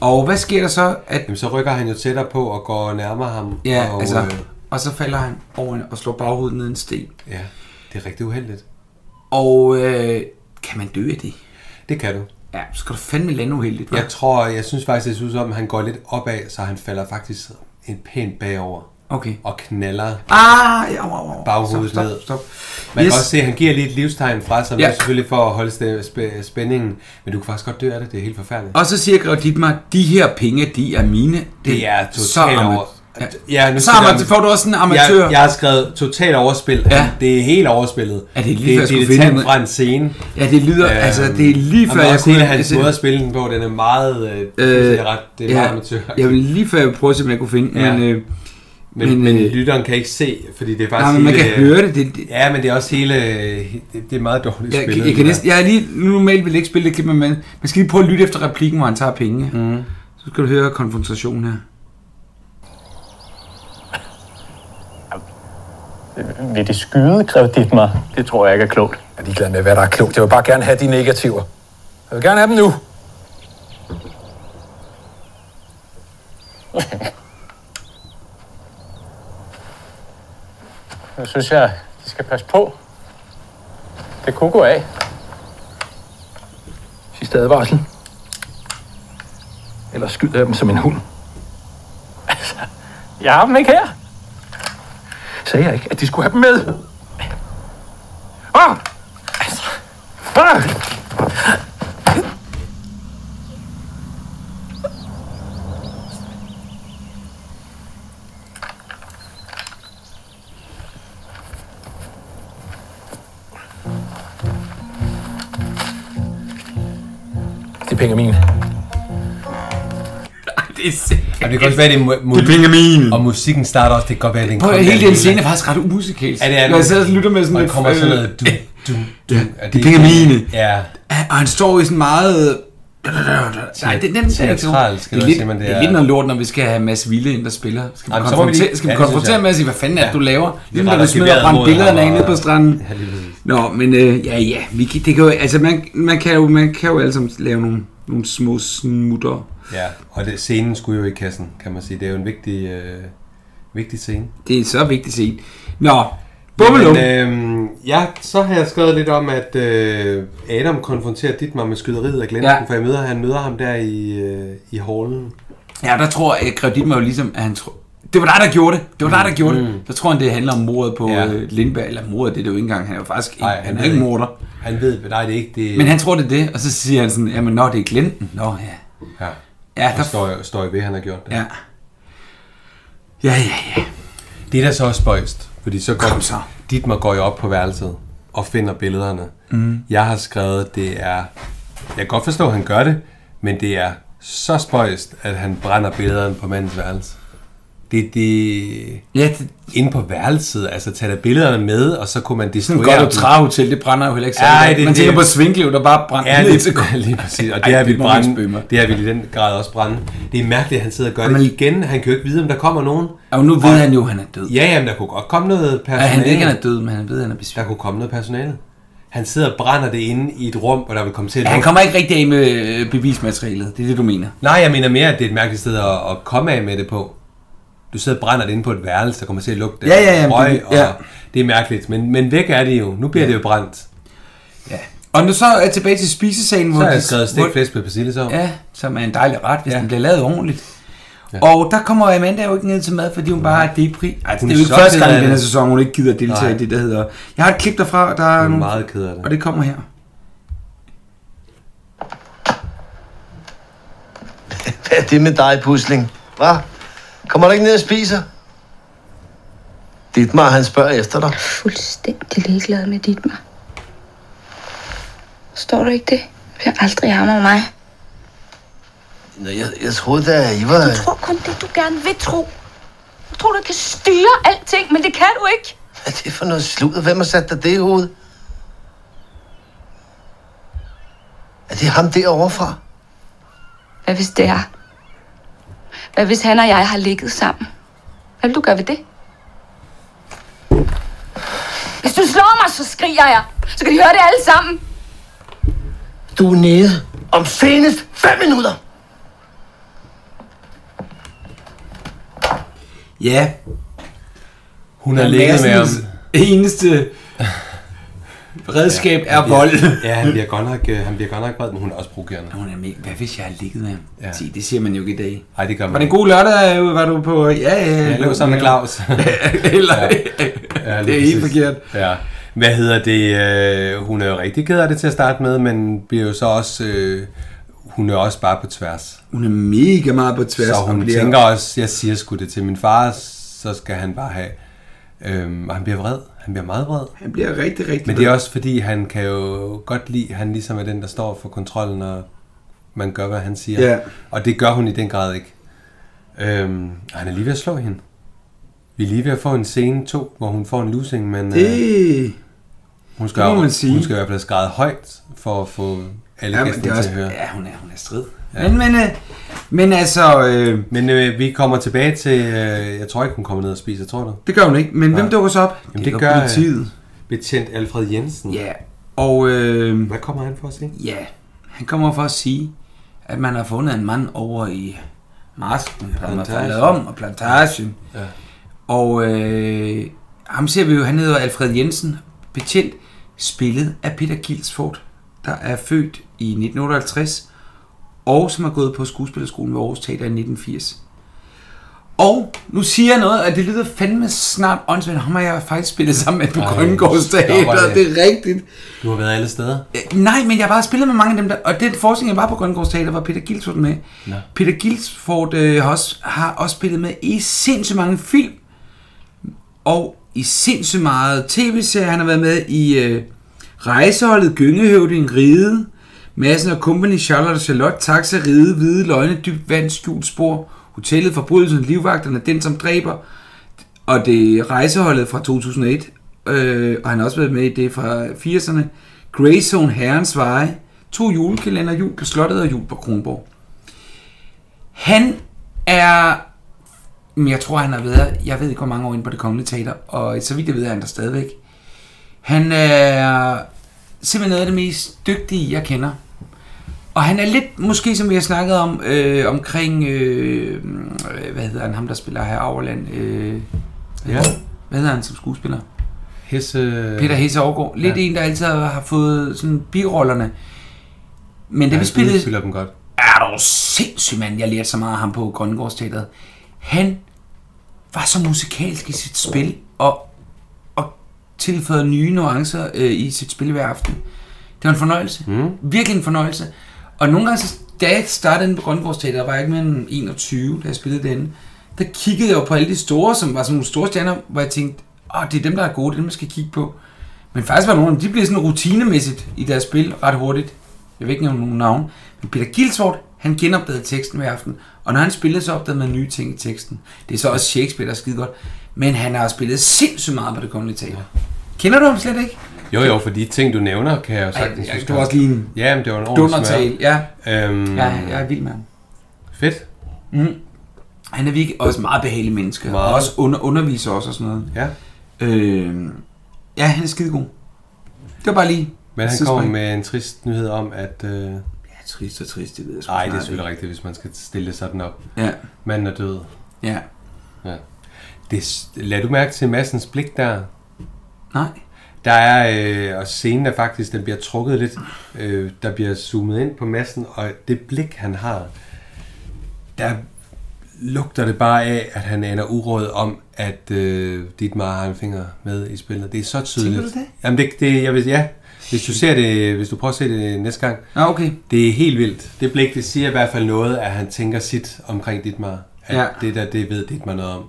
[SPEAKER 1] Og hvad sker der så? At...
[SPEAKER 2] Jamen, så rykker han jo tættere på og går nærmere ham.
[SPEAKER 1] Ja,
[SPEAKER 2] og, øh,
[SPEAKER 1] og, altså, og så falder han over en- og slår baghovedet ned i en sten.
[SPEAKER 2] Ja, det er rigtig uheldigt.
[SPEAKER 1] Og øh, kan man dø af det?
[SPEAKER 2] Det kan du.
[SPEAKER 1] Ja, så skal du fandme lande uheldigt, hva'?
[SPEAKER 2] Jeg tror, jeg synes faktisk, det ser ud som, om, han går lidt opad, så han falder faktisk en pæn bagover.
[SPEAKER 1] Okay.
[SPEAKER 2] Og knaller
[SPEAKER 1] Ah, ja, wow, wow.
[SPEAKER 2] baghovedet
[SPEAKER 1] Stop,
[SPEAKER 2] ned.
[SPEAKER 1] stop,
[SPEAKER 2] Man yes.
[SPEAKER 1] Yes.
[SPEAKER 2] kan også se, at han giver lige et livstegn fra sig, men
[SPEAKER 1] Ja.
[SPEAKER 2] ja. selvfølgelig for at holde st- sp- spændingen. Men du kan faktisk godt dø af det, det er helt forfærdeligt.
[SPEAKER 1] Og så siger Grev Dietmar, de her penge, de er mine.
[SPEAKER 2] Det er
[SPEAKER 1] så
[SPEAKER 2] totalt
[SPEAKER 1] ama-
[SPEAKER 2] over... Ja, nu
[SPEAKER 1] så
[SPEAKER 2] skal
[SPEAKER 1] ama-
[SPEAKER 2] der-
[SPEAKER 1] får du også en amatør.
[SPEAKER 2] Jeg, jeg har skrevet totalt overspil. Ja. Det er helt overspillet.
[SPEAKER 1] Ja, det er lige før, jeg
[SPEAKER 2] det,
[SPEAKER 1] skulle
[SPEAKER 2] det
[SPEAKER 1] finde ud-
[SPEAKER 2] fra en scene. Øhm,
[SPEAKER 1] Ja, det lyder- altså, det er lige
[SPEAKER 2] og
[SPEAKER 1] før,
[SPEAKER 2] men
[SPEAKER 1] jeg
[SPEAKER 2] også
[SPEAKER 1] kunne-
[SPEAKER 2] hele hans
[SPEAKER 1] altså-
[SPEAKER 2] måde at spille den på, den er meget... Øh, det er ret, det er
[SPEAKER 1] ja,
[SPEAKER 2] meget amatør.
[SPEAKER 1] Jeg vil lige før jeg prøve at se, om jeg kunne finde,
[SPEAKER 2] Ja.
[SPEAKER 1] ja. men, øh,
[SPEAKER 2] Men, men, men
[SPEAKER 1] øh,
[SPEAKER 2] lytteren kan ikke se, fordi det er faktisk
[SPEAKER 1] Nej, men man
[SPEAKER 2] hele,
[SPEAKER 1] kan høre det, det- det-
[SPEAKER 2] Ja, men det er også hele... Det, det er meget dårligt
[SPEAKER 1] jeg,
[SPEAKER 2] spillet.
[SPEAKER 1] jeg, jeg,
[SPEAKER 2] det
[SPEAKER 1] kan
[SPEAKER 2] der.
[SPEAKER 1] næsten, jeg er lige, nu normalt vil jeg ikke spille det klip, men man, man skal lige prøve at lytte efter replikken, hvor han tager penge.
[SPEAKER 2] Mm.
[SPEAKER 1] Så skal du høre konfrontationen her.
[SPEAKER 13] Vil det skyde, kræv dit mig? Det tror jeg ikke er klogt.
[SPEAKER 7] Jeg er ligeglad med, hvad der er klogt. Jeg vil bare gerne have de negativer. Jeg vil gerne have dem nu.
[SPEAKER 13] Nu synes *laughs* jeg, de skal passe på. Det kunne gå af.
[SPEAKER 7] Sidste advarsel. Ellers skyder jeg dem som en hund.
[SPEAKER 13] Altså, Jeg har dem ikke her.
[SPEAKER 7] Sagde jeg ikke, at de skulle have dem med? Ah! Altså. Ah! De penge er mine.
[SPEAKER 1] Det er sikkert.
[SPEAKER 2] Og det kan også være, det er mu- mu-
[SPEAKER 1] Det er Benjamin.
[SPEAKER 2] Og musikken starter også, det kan godt være, det er en
[SPEAKER 1] Prøv at
[SPEAKER 2] comeback
[SPEAKER 1] hele den
[SPEAKER 2] alligevel.
[SPEAKER 1] scene er faktisk ret umusikalsk.
[SPEAKER 2] Ja, det er
[SPEAKER 1] Når jeg
[SPEAKER 2] den.
[SPEAKER 1] sidder og lytter med sådan
[SPEAKER 2] Og
[SPEAKER 1] lidt,
[SPEAKER 2] der kommer sådan
[SPEAKER 1] øh, *laughs*
[SPEAKER 2] noget, du, du, du.
[SPEAKER 1] Ja,
[SPEAKER 2] Er
[SPEAKER 1] de penge er mine.
[SPEAKER 2] Ja.
[SPEAKER 1] Og han står i sådan meget... Nej, den, den, den, den,
[SPEAKER 2] Teatralsk,
[SPEAKER 1] det, er
[SPEAKER 2] eller
[SPEAKER 1] lidt,
[SPEAKER 2] hvad siger man,
[SPEAKER 1] det,
[SPEAKER 2] det
[SPEAKER 1] det er
[SPEAKER 2] er-
[SPEAKER 1] lidt noget lort, når vi skal have Mads Ville ind, der spiller. Skal vi
[SPEAKER 2] Jamen, så må vi lige-
[SPEAKER 1] konfrontere, skal vi
[SPEAKER 2] ja, det synes
[SPEAKER 1] konfrontere
[SPEAKER 2] jeg.
[SPEAKER 1] Mads i, hvad fanden er det,
[SPEAKER 2] Ja.
[SPEAKER 1] du laver?
[SPEAKER 2] Vi
[SPEAKER 1] Lige når
[SPEAKER 2] retter
[SPEAKER 1] du smider
[SPEAKER 2] geværet
[SPEAKER 1] og brænder
[SPEAKER 2] mod ham
[SPEAKER 1] billederne
[SPEAKER 2] og-
[SPEAKER 1] af inde på stranden.
[SPEAKER 2] Ja, lige præcis.
[SPEAKER 1] Nå, men øh, ja, ja, vi, kan- det kan jo, altså, man, man, kan jo, man kan jo alle sammen lave nogle, nogle små smutter.
[SPEAKER 2] Ja, og det, scenen skulle jo i kassen, kan man sige. Det er jo en vigtig, øh, vigtig scene.
[SPEAKER 1] Det er så vigtigt set. Nå, bummelum.
[SPEAKER 2] Men, øh, ja, så har jeg skrevet lidt om, at øh, Adam konfronterer Dietmar med skyderiet af Glensken, ja.
[SPEAKER 1] Ja.
[SPEAKER 2] for jeg møder, han møder ham der i, øh, i hallen.
[SPEAKER 1] Ja, der tror jeg, Kredit mig jo ligesom, at han tror... Det var dig, der gjorde det. Det var
[SPEAKER 2] Mm.
[SPEAKER 1] dig, der gjorde det. Der tror han, det handler om mordet på ja. Lindberg. Eller mordet, det er det jo ikke engang. Han er jo faktisk ikke, han, er
[SPEAKER 2] ved
[SPEAKER 1] ikke morder.
[SPEAKER 2] Han ved, nej, det er ikke det.
[SPEAKER 1] Men han tror, det er det. Og så siger han sådan, jamen nå, det er Glenten. Nå, ja.
[SPEAKER 2] Ja,
[SPEAKER 1] Ja,
[SPEAKER 2] ja der...
[SPEAKER 1] der-
[SPEAKER 2] står, jeg- står jeg ved, at han har gjort det.
[SPEAKER 1] Ja. Ja, ja, ja.
[SPEAKER 2] Det er da så også spøjst, fordi så går
[SPEAKER 1] Kom så.
[SPEAKER 2] Dietmar går jo op på værelset og finder billederne.
[SPEAKER 1] Mhm.
[SPEAKER 2] Jeg har skrevet, det er... Jeg kan godt forstå, at han gør det, men det er så spøjst, at han brænder billederne på mandens værelse. Det, det...
[SPEAKER 1] Ja, det...
[SPEAKER 2] Inde på værelset, altså tage da billederne med, og så kunne man
[SPEAKER 1] Sådan
[SPEAKER 2] destruere
[SPEAKER 1] et godt og
[SPEAKER 2] dem.
[SPEAKER 1] træhotel, det brænder jo heller ikke særlig
[SPEAKER 2] Ej,
[SPEAKER 1] godt.
[SPEAKER 2] det er
[SPEAKER 1] Man tænker
[SPEAKER 2] det.
[SPEAKER 1] på Svinglev, der bare brændte
[SPEAKER 2] Ja,
[SPEAKER 1] ned
[SPEAKER 2] lige,
[SPEAKER 1] til grunden.
[SPEAKER 2] *laughs* lige præcis. Og
[SPEAKER 1] Ej,
[SPEAKER 2] det er vi
[SPEAKER 1] må man ikke
[SPEAKER 2] brænde.
[SPEAKER 1] spøge med.
[SPEAKER 2] Det er vi i den grad også brænde. Det er mærkeligt, at han sidder og gør det igen. Han kan jo ikke vide, om der kommer nogen.
[SPEAKER 1] Og nu ved han jo, at han er død.
[SPEAKER 2] Ja, jamen, der kunne godt komme noget
[SPEAKER 1] han
[SPEAKER 2] personale.
[SPEAKER 1] ved ikke, han er død, men han ved, at han er besvimt.
[SPEAKER 2] Der kunne komme noget personale. Han sidder og brænder det inde i et rum, hvor der vil komme til at
[SPEAKER 1] Ja, han
[SPEAKER 2] lugte.
[SPEAKER 1] kommer ikke rigtig af med øh, bevismaterialet. Det er det, du mener.
[SPEAKER 2] Nej, jeg mener mere, at det er et mærkeligt sted at, at komme af med det på. Du sidder og brænder det inde på et værelse, der kommer til at lugte
[SPEAKER 1] Ja, ja, ja,
[SPEAKER 2] af
[SPEAKER 1] men
[SPEAKER 2] røg,
[SPEAKER 1] det-
[SPEAKER 2] og
[SPEAKER 1] ja.
[SPEAKER 2] det er mærkeligt. Men, men væk er det jo. Nu bliver ja.
[SPEAKER 1] Ja.
[SPEAKER 2] det jo brændt.
[SPEAKER 1] Ja. Og nu så er jeg tilbage til spisesalen, hvor
[SPEAKER 2] Så har jeg
[SPEAKER 1] de-
[SPEAKER 2] skrevet
[SPEAKER 1] hvor-
[SPEAKER 2] stik flæsk med persillesovs.
[SPEAKER 1] Ja, som er en dejlig ret, hvis ja. den bliver lavet ordentligt. Ja. Og der kommer Amanda jo ikke ned til mad, fordi hun bare er depri. Ej, det
[SPEAKER 2] Hun
[SPEAKER 1] er
[SPEAKER 2] er
[SPEAKER 1] jo ikke
[SPEAKER 2] så
[SPEAKER 1] første
[SPEAKER 2] ked af
[SPEAKER 1] gang i den her
[SPEAKER 2] det.
[SPEAKER 1] sæson, hun ikke gider deltage
[SPEAKER 2] Nej.
[SPEAKER 1] Nej. i det, der hedder... Jeg har et klip derfra, der er,
[SPEAKER 2] Hun er
[SPEAKER 1] nogle...
[SPEAKER 2] meget ked af det.
[SPEAKER 1] Og det kommer her.
[SPEAKER 3] Hvad er det med dig, Pusling? Hvad? Kommer du ikke ned og spiser? Dietmar, han spørger efter dig.
[SPEAKER 18] fuldstændig ligeglad med dit mig. Står du ikke det? Du vil aldrig hammer mig.
[SPEAKER 3] Nå, jeg, jeg troede da, I var...
[SPEAKER 18] Du tror kun det, du gerne vil tro.
[SPEAKER 6] Du tror, du kan styre alting, men det kan du ikke.
[SPEAKER 3] Hvad er det for noget sludder? Hvem har sat dig det i hovedet? Er det ham derovre fra?
[SPEAKER 18] Hvad hvis det er? Hvad hvis han og jeg har ligget sammen? Hvad vil du gøre ved det?
[SPEAKER 6] Hvis du slår mig, så skriger jeg. Så kan de høre det alle sammen.
[SPEAKER 3] Du er nede om senest 5 minutter.
[SPEAKER 1] Ja.
[SPEAKER 2] Hun har ligget med ham. *laughs*
[SPEAKER 1] Eneste redskab er
[SPEAKER 2] han bliver-
[SPEAKER 1] vold.
[SPEAKER 2] *laughs* Ja, han bliver godt nok, øh, han bliver godt nok vred, men hun er også provokerende.
[SPEAKER 1] Hun er med. Hvad hvis jeg har ligget med ham?
[SPEAKER 2] Ja.
[SPEAKER 1] Se, det siger man jo ikke i dag.
[SPEAKER 2] Nej, det gør man
[SPEAKER 1] Var det en god lørdag, øh, var du på... Ja, ja,
[SPEAKER 2] Ja, jeg lå sammen med
[SPEAKER 1] *laughs*
[SPEAKER 2] Claus.
[SPEAKER 1] Eller... Ja. *laughs* det
[SPEAKER 2] lige
[SPEAKER 1] er
[SPEAKER 2] præcis.
[SPEAKER 1] helt forkert.
[SPEAKER 2] Ja. Hvad hedder det? øh, Hun er jo rigtig ked af det til at starte med, men bliver jo så også... Øh, hun er også bare på tværs.
[SPEAKER 1] Hun er mega meget på tværs,
[SPEAKER 2] Så
[SPEAKER 1] og
[SPEAKER 2] hun
[SPEAKER 1] bliver-
[SPEAKER 2] bliver... tænker også, jeg siger sgu det til min far, så skal han bare have... Øhm, og han bliver vred. Han bliver meget vred.
[SPEAKER 1] Han bliver rigtig, rigtig
[SPEAKER 2] Men det er
[SPEAKER 1] vred.
[SPEAKER 2] også fordi, han kan jo godt lide, han ligesom er den, der står for kontrollen, og man gør, hvad han siger.
[SPEAKER 1] Ja.
[SPEAKER 2] Og det gør hun i den grad ikke. Øhm, og han er lige ved at slå hende. Vi er lige ved at få en scene 2, hvor hun får en losing, men...
[SPEAKER 1] Det-
[SPEAKER 2] øh, hun skal,
[SPEAKER 1] det må
[SPEAKER 2] jo-
[SPEAKER 1] man sige.
[SPEAKER 2] Hun skal i hvert fald have skrevet højt for at få alle ja,
[SPEAKER 1] Ja, men det
[SPEAKER 2] gæsterne
[SPEAKER 1] er
[SPEAKER 2] til
[SPEAKER 1] også-
[SPEAKER 2] at høre.
[SPEAKER 1] Ja, hun er, hun er strid. Men, men, øh, men altså... Øh,
[SPEAKER 2] men øh, vi kommer tilbage til... Øh, jeg tror ikke, hun kommer ned og spiser, tror du?
[SPEAKER 1] Det gør hun ikke, men
[SPEAKER 2] Nej.
[SPEAKER 1] hvem dukker så op?
[SPEAKER 2] Jamen,
[SPEAKER 1] Det
[SPEAKER 2] det,
[SPEAKER 1] var
[SPEAKER 2] det gør øh,
[SPEAKER 1] politiet.
[SPEAKER 2] betjent Alfred Jensen.
[SPEAKER 1] Ja, og... Øh,
[SPEAKER 2] Hvad kommer han for at sige?
[SPEAKER 1] Ja, han kommer for at sige, at man har fundet en mand over i marsken, som er
[SPEAKER 2] Plantagen.
[SPEAKER 1] faldet om, og plantagen.
[SPEAKER 2] Ja.
[SPEAKER 1] Og øh, ham ser vi jo, han hedder Alfred Jensen, betjent, spillet af Peter Gilsford, der er født i 1958, og som er gået på skuespillerskolen ved Aarhus Teater i 1980. Og nu siger jeg noget, og det lyder fandme snart åndssvendt. Ham har jeg faktisk spillet sammen med på
[SPEAKER 2] Ej,
[SPEAKER 1] Grøngårds
[SPEAKER 2] stopper
[SPEAKER 1] Teater,
[SPEAKER 2] det.
[SPEAKER 1] det er rigtigt.
[SPEAKER 2] Du har været alle steder.
[SPEAKER 1] Øh, Nej, men jeg har bare spillet med mange af dem, der, og den forskning, jeg var på Grøngårds Teater, var Peter Gilsford med.
[SPEAKER 2] Nå.
[SPEAKER 1] Peter Gilsford øh, har, også, har også spillet med i sindssygt mange film, og i sindssygt meget tv-serier. Han har været med i øh, Rejseholdet, Gyngehøvding, Ride, Madsen og Company, Charlotte og Charlotte, Taxa, Ride, Hvide Løgne, Dybt Vand, Skjult Spor, Hotellet, Forbrydelsen, Livvagterne, Den som dræber, og det er Rejseholdet fra 2001. Øh, og han har også været med i det fra 80'erne. Greyzone, Herrens Veje, to julekalender, jul på Slottet og jul på Kronborg. Han er... Men jeg tror, han har været... Jeg ved ikke, hvor mange år inde på det kongelige teater, og så vidt jeg ved, er han der stadigvæk. Han er simpelthen noget af det mest dygtige, jeg kender. Og han er lidt, måske som vi har snakket om, øh, omkring, øh, hvad hedder han, ham der spiller her Auerland, øh, hvad,
[SPEAKER 2] Ja.
[SPEAKER 1] hedder, hvad hedder han som skuespiller?
[SPEAKER 2] Hesse...
[SPEAKER 1] Peter Hesse Overgaard. Lidt ja. en, der altid har fået sådan birollerne. Men da
[SPEAKER 2] Ja,
[SPEAKER 1] vi
[SPEAKER 2] han
[SPEAKER 1] spillede...
[SPEAKER 2] udfylder dem godt.
[SPEAKER 1] Er du sindssyg, mand? Jeg lærte så meget af ham på Grønnegårdsteateret. Han var så musikalsk i sit spil, og, og tilføjede nye nuancer øh, i sit spil hver aften. Det var en fornøjelse. Mm. Virkelig en fornøjelse. Og nogle gange, så, da jeg startede inde på Grønnegårdsteateret, var jeg ikke mere end 21, da jeg spillede derinde. Der kiggede jeg jo på alle de store, som var sådan nogle store stjerner, hvor jeg tænkte, åh, det er dem, der er gode, det er dem, man skal kigge på. Men faktisk var nogle af dem, de blev sådan rutinemæssigt i deres spil ret hurtigt. Jeg vil ikke nævne nogen navn. Men Peter Gilsvort, han genopdagede teksten hver aften. Og når han spillede, så opdagede man nye ting i teksten. Det er så også Shakespeare, der er skide godt. Men han har spillet sindssygt meget på det kongelige teater. Kender du ham slet ikke?
[SPEAKER 2] Jo, jo, for de ting, du nævner, kan Altså, jeg jo sagtens
[SPEAKER 1] jeg-
[SPEAKER 2] huske.
[SPEAKER 1] det var også lige en
[SPEAKER 2] Ja, men det var en ordentlig
[SPEAKER 1] Dundertale,
[SPEAKER 2] smør.
[SPEAKER 1] ja.
[SPEAKER 2] Øhm,
[SPEAKER 1] ja. Jeg er vild med ham.
[SPEAKER 2] Fedt.
[SPEAKER 1] Mm. Han er virkelig også meget behagelig menneske. Meget.
[SPEAKER 2] Meget.
[SPEAKER 1] Og også under, underviser også og sådan noget.
[SPEAKER 2] Ja.
[SPEAKER 1] Øh, ja, han er skidegod. Det var bare lige.
[SPEAKER 2] Men han
[SPEAKER 1] Sidespring.
[SPEAKER 2] kommer med en trist nyhed om, at... Øh... Ja,
[SPEAKER 1] trist og trist, det ved jeg sgu
[SPEAKER 2] Nej, det er
[SPEAKER 1] snart
[SPEAKER 2] selvfølgelig rigtigt, hvis man skal stille sådan op.
[SPEAKER 1] Ja.
[SPEAKER 2] Manden er død.
[SPEAKER 1] Ja.
[SPEAKER 2] ja. Det, s- lad du mærke til massens blik der?
[SPEAKER 1] Nej.
[SPEAKER 2] Der er, øh, og scenen er faktisk, den bliver trukket lidt, øh, der bliver zoomet ind på massen, og det blik, han har, der lugter det bare af, at han aner uråd om, at øh, Dietmar har en finger med i spillet. Det er så tydeligt.
[SPEAKER 1] Tænker du det?
[SPEAKER 2] Jamen, det, det jeg vil, ja. Hvis du, ser det, hvis du prøver at se det næste gang.
[SPEAKER 1] Ah, okay.
[SPEAKER 2] Det er helt vildt. Det blik, det siger i hvert fald noget, at han tænker sit omkring Dietmar. At
[SPEAKER 1] Ja.
[SPEAKER 2] det der, det ved Dietmar noget om.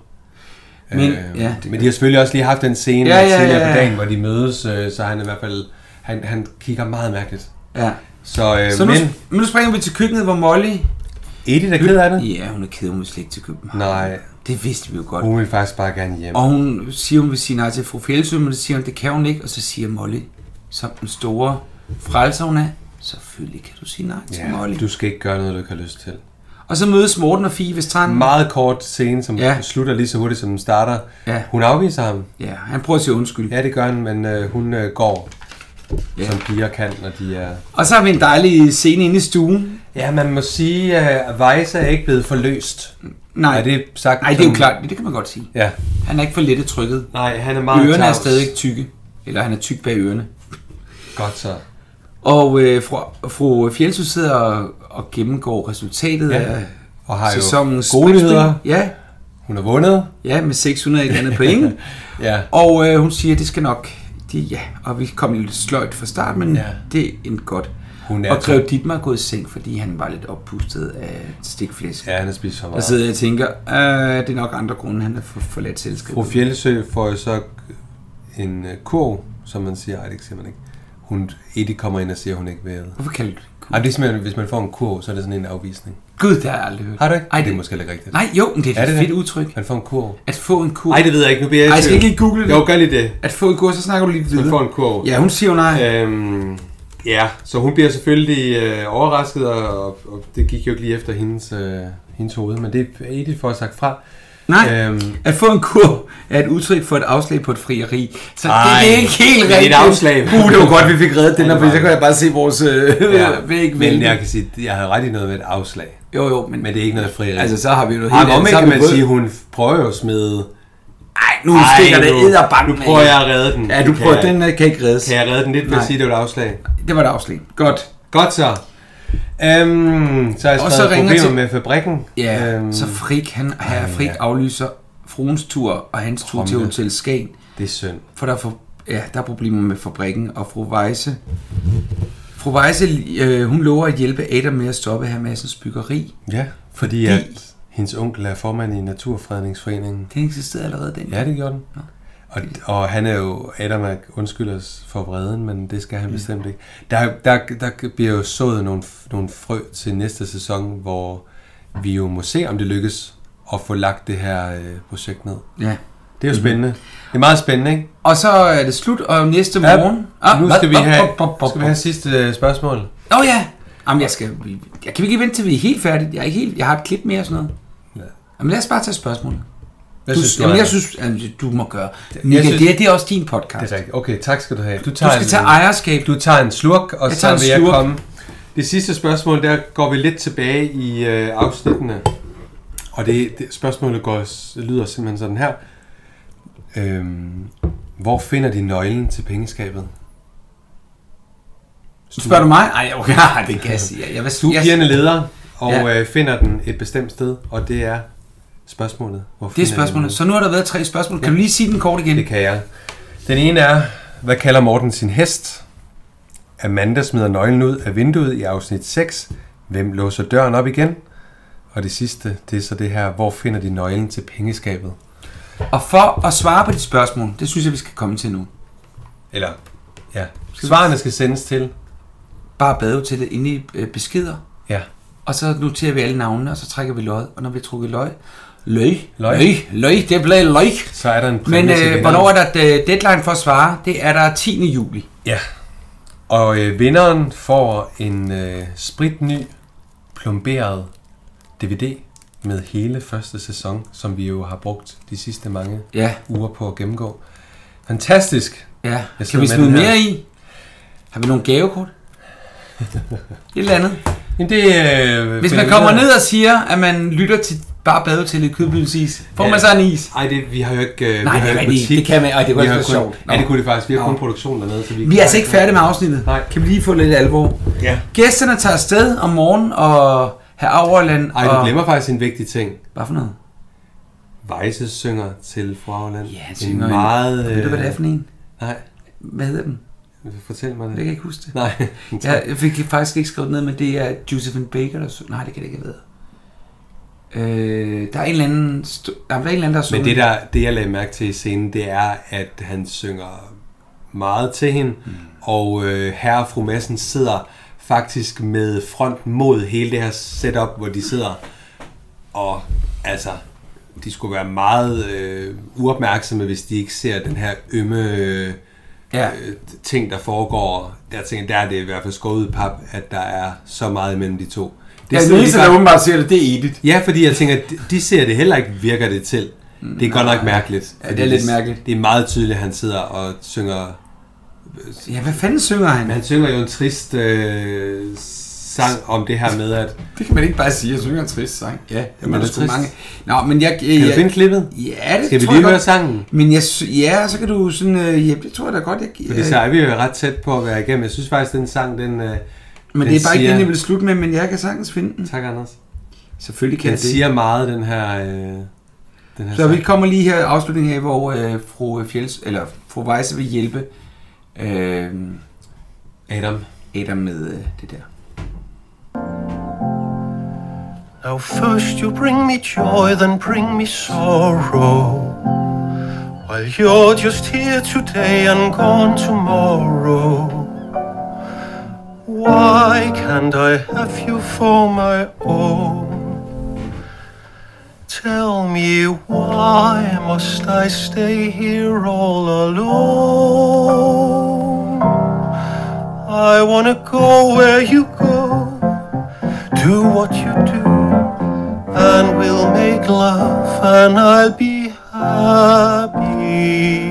[SPEAKER 1] Men-
[SPEAKER 2] øh,
[SPEAKER 1] ja,
[SPEAKER 2] men de har selvfølgelig også lige haft den scene
[SPEAKER 1] Ja,
[SPEAKER 2] ja,
[SPEAKER 1] ja,
[SPEAKER 2] ja, tidligere
[SPEAKER 1] ja,
[SPEAKER 2] på
[SPEAKER 1] ja.
[SPEAKER 2] dagen, hvor de mødes, øh, så han er i hvert fald, han, han kigger meget mærkeligt.
[SPEAKER 1] Ja.
[SPEAKER 2] Så, øh,
[SPEAKER 1] Så nu,
[SPEAKER 2] men,
[SPEAKER 1] men nu springer vi til køkkenet, hvor Molly
[SPEAKER 2] Edith er ked af det?
[SPEAKER 1] Ja, hun er ked, hun vil slet ikke til København.
[SPEAKER 2] Nej.
[SPEAKER 1] Det vidste vi jo godt.
[SPEAKER 2] Hun vil faktisk bare gerne hjem.
[SPEAKER 1] Og hun siger, hun vil sige nej til fru Fjeldsø, men det siger hun, det kan hun ikke. Og så siger Molly, som den store frelser hun er, selvfølgelig kan du sige nej til
[SPEAKER 2] Ja,
[SPEAKER 1] ja. Molly.
[SPEAKER 2] du skal ikke gøre noget, du ikke har lyst til.
[SPEAKER 1] Og så mødes Morten og Fie ved stranden.
[SPEAKER 2] Meget kort scene, som
[SPEAKER 1] Ja.
[SPEAKER 2] ja. slutter lige så hurtigt, som den starter.
[SPEAKER 1] Ja.
[SPEAKER 2] Hun afviser ham.
[SPEAKER 1] Ja, han prøver at sige undskyld.
[SPEAKER 2] Ja, det gør han, men øh, hun øh, går, ja. som piger kan, når de er...
[SPEAKER 1] Og så har vi en dejlig scene inde i stuen.
[SPEAKER 2] Ja, man må sige, at Weisse er ikke blevet forløst.
[SPEAKER 1] Nej,
[SPEAKER 2] er det, sagt,
[SPEAKER 1] nej, det er jo
[SPEAKER 2] som-
[SPEAKER 1] klart. Det kan man godt sige.
[SPEAKER 2] Ja.
[SPEAKER 1] Han er ikke for lettet trykket.
[SPEAKER 2] Nej, han er meget
[SPEAKER 1] Ørerne
[SPEAKER 2] tavs.
[SPEAKER 1] er stadig tykke. Eller han er tyk bag ørerne.
[SPEAKER 2] Godt så.
[SPEAKER 1] Og øh, fru, fru Fjeldsø sidder og, og gennemgår resultatet
[SPEAKER 2] Ja,
[SPEAKER 1] af
[SPEAKER 2] og har jo
[SPEAKER 1] sæsonens
[SPEAKER 2] gode
[SPEAKER 1] springspil.
[SPEAKER 2] nyheder.
[SPEAKER 1] Ja.
[SPEAKER 2] Hun har vundet.
[SPEAKER 1] Ja, med 600 et andet
[SPEAKER 2] *laughs*
[SPEAKER 1] point.
[SPEAKER 2] ja.
[SPEAKER 1] Og øh, hun siger, at det skal nok... Det, ja, og vi kom lidt sløjt fra start, men ja. det endte godt.
[SPEAKER 2] Hun er altså-
[SPEAKER 1] og Grev
[SPEAKER 2] så-
[SPEAKER 1] Dietmar er gået i seng, fordi han var lidt oppustet af stikflæsk.
[SPEAKER 2] Ja, han har spist så meget.
[SPEAKER 1] Der sidder jeg og tænker, øh, det er nok andre grunde, han har for, forladt selskabet.
[SPEAKER 2] Fru Fjellesø får jo så en øh, kurv, som man siger. Ej, det siger man ikke. Hun, Edith kommer ind og siger, at hun ikke vil.
[SPEAKER 1] Hvorfor kalder du det
[SPEAKER 2] kurv? Ej, det er simpelthen, hvis man får en kurv, så er det sådan en afvisning.
[SPEAKER 1] Gud, det har jeg aldrig hørt.
[SPEAKER 2] Har du ikke?
[SPEAKER 1] Ej,
[SPEAKER 2] det,
[SPEAKER 1] det-
[SPEAKER 2] er måske heller ikke rigtigt.
[SPEAKER 1] Nej, jo, men det er et fedt
[SPEAKER 2] udtryk. Man får en kurv.
[SPEAKER 1] At få en kurv.
[SPEAKER 2] Ej, det ved jeg ikke. Nu bliver jeg
[SPEAKER 1] Ej,
[SPEAKER 2] i
[SPEAKER 1] skal
[SPEAKER 2] tvivl.
[SPEAKER 1] ikke lige google det?
[SPEAKER 2] Jo, gør lige det.
[SPEAKER 1] At få en kurv, så snakker du lige
[SPEAKER 2] Hvis
[SPEAKER 1] videre.
[SPEAKER 2] man får en kurv.
[SPEAKER 1] Ja, hun siger jo nej.
[SPEAKER 2] Øhm, ja, så hun bliver selvfølgelig øh, overrasket, og, og, og, det gik jo ikke lige efter hendes, øh, hendes hoved, men det er Edith for sagt fra. Øhm,
[SPEAKER 1] Nej, at få en kurv er et udtryk for et afslag *laughs* på et frieri. Så
[SPEAKER 2] Ej,
[SPEAKER 1] det er ikke helt
[SPEAKER 2] det er et
[SPEAKER 1] rigtigt.
[SPEAKER 2] afslag.
[SPEAKER 1] Uh, det var godt, vi fik reddet den,
[SPEAKER 2] Ja, det
[SPEAKER 1] her, for
[SPEAKER 2] var
[SPEAKER 1] så
[SPEAKER 2] det.
[SPEAKER 1] kan jeg bare se vores øh,
[SPEAKER 2] Ja,
[SPEAKER 1] væg
[SPEAKER 2] men
[SPEAKER 1] vælte.
[SPEAKER 2] jeg kan sige, at jeg havde ret i noget med et afslag.
[SPEAKER 1] Jo, jo, men...
[SPEAKER 2] Men det er ikke noget frieri.
[SPEAKER 1] Altså, så har vi jo noget
[SPEAKER 2] Ej,
[SPEAKER 1] helt
[SPEAKER 2] men
[SPEAKER 1] andet. Så
[SPEAKER 2] omvendt
[SPEAKER 1] har
[SPEAKER 2] kan man
[SPEAKER 1] vi både-
[SPEAKER 2] sige, at hun prøver jo at smide...
[SPEAKER 1] Ej, nu stikker det edderbanken
[SPEAKER 2] Nu prøver
[SPEAKER 1] af.
[SPEAKER 2] jeg at redde den.
[SPEAKER 1] Ja, du
[SPEAKER 2] Det
[SPEAKER 1] prøver-
[SPEAKER 2] jeg-
[SPEAKER 1] den, øh, kan ikke reddes.
[SPEAKER 2] Kan jeg redde den lidt ved
[SPEAKER 1] Nej.
[SPEAKER 2] at sige, at det var et afslag?
[SPEAKER 1] Det var et afslag. Godt.
[SPEAKER 2] Godt så. Øhm, så har jeg
[SPEAKER 1] Og så
[SPEAKER 2] skrevet
[SPEAKER 1] ringer
[SPEAKER 2] problemer
[SPEAKER 1] til-
[SPEAKER 2] til... med fabrikken.
[SPEAKER 1] Ja,
[SPEAKER 2] Øhm,
[SPEAKER 1] så Frik, han, her Frik aflyser fruens tur og hans tur til
[SPEAKER 2] Tromle.
[SPEAKER 1] Hotel Skagen.
[SPEAKER 2] Det er synd.
[SPEAKER 1] For der er, for, ja, der er problemer med fabrikken, og fru Weisse, fru Weisse øh, hun lover at hjælpe Adam med at stoppe her Massens byggeri.
[SPEAKER 2] Ja, fordi at hendes onkel er formand i Naturfredningsforeningen.
[SPEAKER 1] Den eksisterede allerede den.
[SPEAKER 2] Ja, det gjorde den. Og, og han er jo, Adam er, undskyld os for vreden, men det skal
[SPEAKER 1] Mm.
[SPEAKER 2] han bestemt ikke. Der, der, der bliver jo sået nogle, nogle frø til næste sæson, hvor vi jo må se, om det lykkes at få lagt det her øh, projekt ned.
[SPEAKER 1] Ja.
[SPEAKER 2] Det er jo
[SPEAKER 1] Mhm.
[SPEAKER 2] spændende. Det er meget spændende, ikke?
[SPEAKER 1] Og så er det slut, og næste morgen... Ah,
[SPEAKER 2] Ja, nu
[SPEAKER 1] hvad?
[SPEAKER 2] skal vi
[SPEAKER 1] Op,
[SPEAKER 2] have,
[SPEAKER 1] op, op, op,
[SPEAKER 2] skal vi have sidste øh, spørgsmål.
[SPEAKER 1] Nå ja! Jamen, jeg skal... Jeg kan ikke vente til vi er helt færdige. Jeg, er ikke helt, jeg har et klip mere og sådan noget.
[SPEAKER 2] Ja.
[SPEAKER 1] Jamen, lad os bare tage spørgsmålet.
[SPEAKER 2] Hvad
[SPEAKER 1] du,
[SPEAKER 2] synes du,
[SPEAKER 1] jamen, jeg
[SPEAKER 2] Anders?
[SPEAKER 1] synes, jamen, du må gøre. Michael,
[SPEAKER 2] synes-
[SPEAKER 1] det, her, det er også din podcast.
[SPEAKER 2] Det er rigtigt. Okay, tak skal du have. Du,
[SPEAKER 1] skal tage ejerskab.
[SPEAKER 2] Du tager en slurk, og
[SPEAKER 1] Jeg
[SPEAKER 2] jeg
[SPEAKER 1] tager
[SPEAKER 2] så
[SPEAKER 1] en
[SPEAKER 2] vil jeg
[SPEAKER 1] slurk.
[SPEAKER 2] komme. Det sidste spørgsmål, der går vi lidt tilbage i øh, afsnittene. Og det, det spørgsmålet går, s- lyder simpelthen sådan her. Øhm, hvor finder de nøglen til pengeskabet?
[SPEAKER 1] Spørger du mig? Ej, *laughs* okay, det kan jeg sige. Jeg, jeg,
[SPEAKER 2] Du er pigerne leder, og
[SPEAKER 1] Ja.
[SPEAKER 2] øh, finder den et bestemt sted, og det er spørgsmålet. Hvor
[SPEAKER 1] Det er
[SPEAKER 2] finder I den?
[SPEAKER 1] spørgsmålet. Så nu har der været tre spørgsmål. Kan du lige sige den kort igen?
[SPEAKER 2] Det kan jeg. Den ene er, hvad kalder Morten sin hest? Amanda smider nøglen ud af vinduet i afsnit 6. Hvem låser døren op igen? Og det sidste, det er så det her, hvor finder de nøglen til pengeskabet?
[SPEAKER 1] Og for at svare på dit spørgsmål, det synes jeg, vi skal komme til nu.
[SPEAKER 2] Eller, ja. Svarene skal sendes til?
[SPEAKER 1] Bare badehotellet inde i øh, beskeder.
[SPEAKER 2] Ja.
[SPEAKER 1] Og så noterer vi alle navnene, og så trækker vi løg. Og når vi har trukket løg, løg,
[SPEAKER 2] Løg.
[SPEAKER 1] løg, løg, det bliver løg.
[SPEAKER 2] Så er der en præmie
[SPEAKER 1] Men
[SPEAKER 2] til
[SPEAKER 1] øh,
[SPEAKER 2] vinderen.
[SPEAKER 1] hvornår er der et, øh, deadline for at svare? Det er der 10. juli.
[SPEAKER 2] Ja. Og øh, vinderen får en øh, spritny, plomberet DVD med hele første sæson, som vi jo har brugt de sidste mange
[SPEAKER 1] Ja.
[SPEAKER 2] uger på at gennemgå. Fantastisk.
[SPEAKER 1] Ja.
[SPEAKER 2] Jeg
[SPEAKER 1] Kan
[SPEAKER 2] sidder
[SPEAKER 1] vi
[SPEAKER 2] med
[SPEAKER 1] smide
[SPEAKER 2] den her.
[SPEAKER 1] mere i? Har vi nogle gavekort? Et eller andet.
[SPEAKER 2] *laughs* Jamen, det, øh,
[SPEAKER 1] Hvis man
[SPEAKER 2] finder
[SPEAKER 1] kommer
[SPEAKER 2] vi ud af.
[SPEAKER 1] ned og siger, at man lytter til bare badehotellet i Kødbyens Is, får
[SPEAKER 2] Ja.
[SPEAKER 1] man så en is?
[SPEAKER 2] Nej, det, vi har jo ikke... Øh,
[SPEAKER 1] Nej,
[SPEAKER 2] vi har
[SPEAKER 1] det er
[SPEAKER 2] jo ikke
[SPEAKER 1] rigtigt.
[SPEAKER 2] butik.
[SPEAKER 1] Det kan man- og det kunne
[SPEAKER 2] Vi
[SPEAKER 1] også
[SPEAKER 2] har
[SPEAKER 1] være
[SPEAKER 2] kun-
[SPEAKER 1] sjovt.
[SPEAKER 2] Ja, det kunne det faktisk. Vi har
[SPEAKER 1] Nå.
[SPEAKER 2] kun produktion dernede. Så vi,
[SPEAKER 1] Vi er altså ikke færdige med afsnittet. Nej. Kan vi lige få lidt alvor?
[SPEAKER 2] Ja.
[SPEAKER 1] Gæsterne tager afsted om morgenen og herr Auerland
[SPEAKER 2] Ej, du
[SPEAKER 1] og...
[SPEAKER 2] glemmer faktisk en vigtig ting.
[SPEAKER 1] Hvad for noget?
[SPEAKER 2] Vejse synger til fru Auland. Ja, han
[SPEAKER 1] synger en-
[SPEAKER 2] meget... øh,
[SPEAKER 1] Ved du, hvad det er for en?
[SPEAKER 2] Nej.
[SPEAKER 1] Hvad hedder den?
[SPEAKER 2] Fortæl mig det.
[SPEAKER 1] Jeg kan ikke huske det.
[SPEAKER 2] Nej.
[SPEAKER 1] jeg, jeg fik faktisk ikke skrevet ned, men det er Josephine Baker, der synger. Nej, det kan det ikke have været. Øh, der er en eller anden... St- der er en eller anden, der
[SPEAKER 2] Men
[SPEAKER 1] synger.
[SPEAKER 2] det, der, det, jeg lagde mærke til i scenen, det er, at han synger meget til hende, mm. og øh, herre og fru Madsen sidder faktisk med front mod hele det her setup, hvor de sidder og altså, de skulle være meget øh, uopmærksomme, hvis de ikke ser den her ømme øh,
[SPEAKER 1] ja.
[SPEAKER 2] øh, ting, der foregår. Der, tænker, jeg, der er det i hvert fald skåret ud i pap, at der er så meget imellem de to.
[SPEAKER 1] Ja, den
[SPEAKER 2] sådan, de
[SPEAKER 1] eneste,
[SPEAKER 2] bare-
[SPEAKER 1] der åbenbart ser det, det er Edith.
[SPEAKER 2] Ja, fordi jeg tænker, de- de ser det heller ikke, virker det til. Det er godt nok mærkeligt.
[SPEAKER 1] Ja, det er
[SPEAKER 2] fordi
[SPEAKER 1] lidt mærkeligt.
[SPEAKER 2] Det er meget tydeligt, at han sidder og synger...
[SPEAKER 1] Ja, hvad fanden synger han?
[SPEAKER 2] Han synger jo en trist øh, sang om det her med, at...
[SPEAKER 1] Det kan man ikke bare sige, jeg synger en trist sang. Ja,
[SPEAKER 2] Jamen,
[SPEAKER 1] der
[SPEAKER 2] det er
[SPEAKER 1] sgu
[SPEAKER 2] trist.
[SPEAKER 1] Nå, men jeg...
[SPEAKER 2] Kan du finde klippet?
[SPEAKER 1] Ja, det
[SPEAKER 2] Skal vi
[SPEAKER 1] tror
[SPEAKER 2] lige
[SPEAKER 1] jeg
[SPEAKER 2] høre
[SPEAKER 1] godt.
[SPEAKER 2] sangen?
[SPEAKER 1] Men jeg, sy- ja, så kan du sådan... Øh, ja, det tror jeg da godt, jeg...
[SPEAKER 2] Fordi så er vi jo ret tæt på at være igennem. Jeg synes faktisk, den sang, den... Øh,
[SPEAKER 1] Men det er bare ikke den, jeg vil slutte med, men jeg kan sagtens finde den.
[SPEAKER 2] Tak, Anders.
[SPEAKER 1] Selvfølgelig kan
[SPEAKER 2] den
[SPEAKER 1] jeg det.
[SPEAKER 2] siger meget, den her... Øh, den her
[SPEAKER 1] Så
[SPEAKER 2] sang.
[SPEAKER 1] vi kommer lige her afslutningen her, hvor øh, fru, Fjels, eller fru Weisse vil hjælpe øh,
[SPEAKER 2] Adam.
[SPEAKER 1] Adam med øh, det der.
[SPEAKER 11] Now first you bring me joy, then bring me sorrow. While you're just here today and gone tomorrow. Why can't I have you for my own? Tell me why must I stay here all alone? I wanna go where you go, do what you do, and we'll make love, and I'll be happy.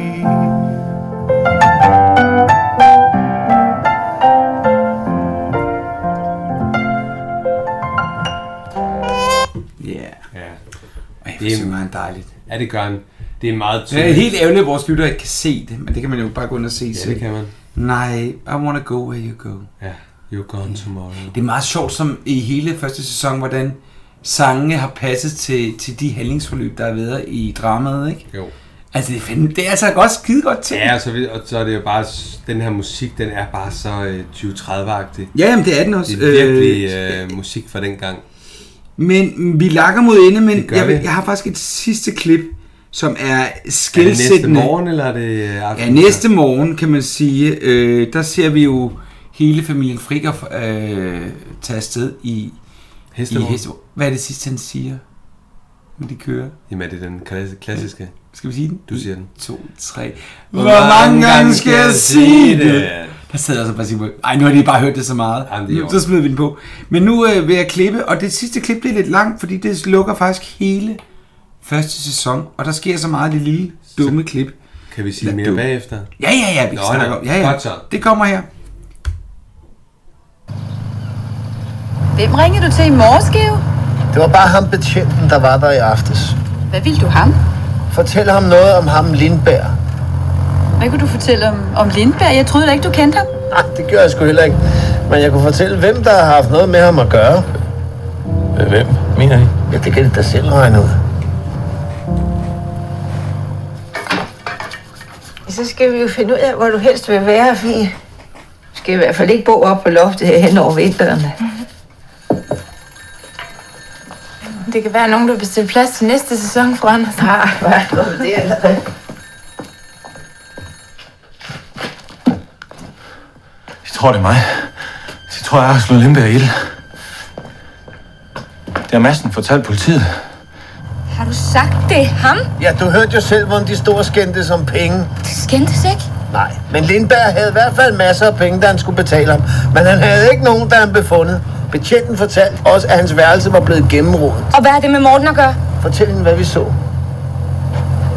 [SPEAKER 1] Yeah.
[SPEAKER 2] Ja.
[SPEAKER 1] Ej, det er meget dejligt.
[SPEAKER 2] Ja, det gør han. Det er meget
[SPEAKER 1] Det er helt ærgerligt, at vores lytter ikke kan se det, men det kan man jo bare gå ind og se
[SPEAKER 2] Ja,
[SPEAKER 1] selv.
[SPEAKER 2] det kan man.
[SPEAKER 1] Nej, I wanna go where you go.
[SPEAKER 2] Ja, you're gone tomorrow.
[SPEAKER 1] Det er meget sjovt, som i hele første sæson, hvordan sangene har passet til, til de handlingsforløb, der har været i dramaet, ikke?
[SPEAKER 2] Jo.
[SPEAKER 1] Altså, det er, fandme, det er altså godt skide godt til.
[SPEAKER 2] Ja, og så, vi- og så er det jo bare, s- den her musik, den er bare så øh, 2030-agtig.
[SPEAKER 1] Ja, jamen, det er den også. Øh,
[SPEAKER 2] Det er virkelig øh, musik fra dengang.
[SPEAKER 1] Men vi lakker mod ende, men
[SPEAKER 2] gør
[SPEAKER 1] jeg, vil,
[SPEAKER 2] vi.
[SPEAKER 1] jeg har faktisk et sidste klip, som er
[SPEAKER 2] Er det næste
[SPEAKER 1] skældsættende.
[SPEAKER 2] morgen, eller er det øh, aften?
[SPEAKER 1] Ja, næste morgen, kan man sige, øh, der ser vi jo hele familien Fricker øh, tage afsted i
[SPEAKER 2] Hestevogn.
[SPEAKER 1] I Hestevogn. Hvad er det sidste, han siger, når de kører?
[SPEAKER 2] Jamen er det den klasse- klassiske?
[SPEAKER 1] Skal vi sige den?
[SPEAKER 2] Du siger den.
[SPEAKER 1] 2, 3. Hvor mange gange skal jeg sige det? Der sad jeg så bare og siger, ej, nu har de bare hørt det så meget.
[SPEAKER 2] det er
[SPEAKER 1] nu,
[SPEAKER 2] jo-
[SPEAKER 1] så smider vi den på. Men nu øh, vil jeg klippe, og det sidste klip, det er lidt langt, fordi det lukker faktisk hele første sæson, og der sker så meget i det lille, dumme klip.
[SPEAKER 2] Kan vi sige
[SPEAKER 1] Eller
[SPEAKER 2] mere
[SPEAKER 1] dum.
[SPEAKER 2] bagefter?
[SPEAKER 1] Ja, ja, ja, vi
[SPEAKER 2] Nå,
[SPEAKER 1] kan snakke
[SPEAKER 2] nå,
[SPEAKER 1] om. Ja, ja.
[SPEAKER 2] Godt så.
[SPEAKER 1] Det kommer her.
[SPEAKER 6] Hvem ringer du til i morgeskæve?
[SPEAKER 3] Det var bare ham betjenten, der var der i aftes.
[SPEAKER 6] Hvad vil du ham?
[SPEAKER 3] Fortæl ham noget om ham Lindberg.
[SPEAKER 6] Hvad kunne du fortælle om, om Lindberg? Jeg troede da ikke, du kendte ham.
[SPEAKER 3] Nej, det gør jeg sgu heller ikke. Men jeg kunne fortælle, hvem der har haft noget med ham at gøre.
[SPEAKER 7] Hvem, mener I?
[SPEAKER 3] Ja, det kan det da selv regne ud.
[SPEAKER 4] Så skal vi jo finde ud af, hvor du helst vil være, Fie. Du skal i hvert fald ikke bo op på loftet her hen over vinteren.
[SPEAKER 12] Det kan være, at nogen der bestiller plads til næste sæson fra Anders. Ah, hvad?
[SPEAKER 4] Det er allerede.
[SPEAKER 11] De tror, det er mig. De tror, jeg har slået Lindberg ihjel. Det har Madsen fortalt politiet.
[SPEAKER 6] Har du sagt det er ham?
[SPEAKER 3] Ja, du hørte jo selv, hvordan de store skændtes om penge.
[SPEAKER 6] Det skændtes ikke?
[SPEAKER 3] Nej, men Lindberg havde i hvert fald masser af penge, da han skulle betale ham. Men han havde ikke nogen, der han befundet. Betjenten fortalte også, at hans værelse var blevet gennemrodet.
[SPEAKER 15] Og hvad har det med Morten at gøre?
[SPEAKER 3] Fortæl hende, hvad vi så.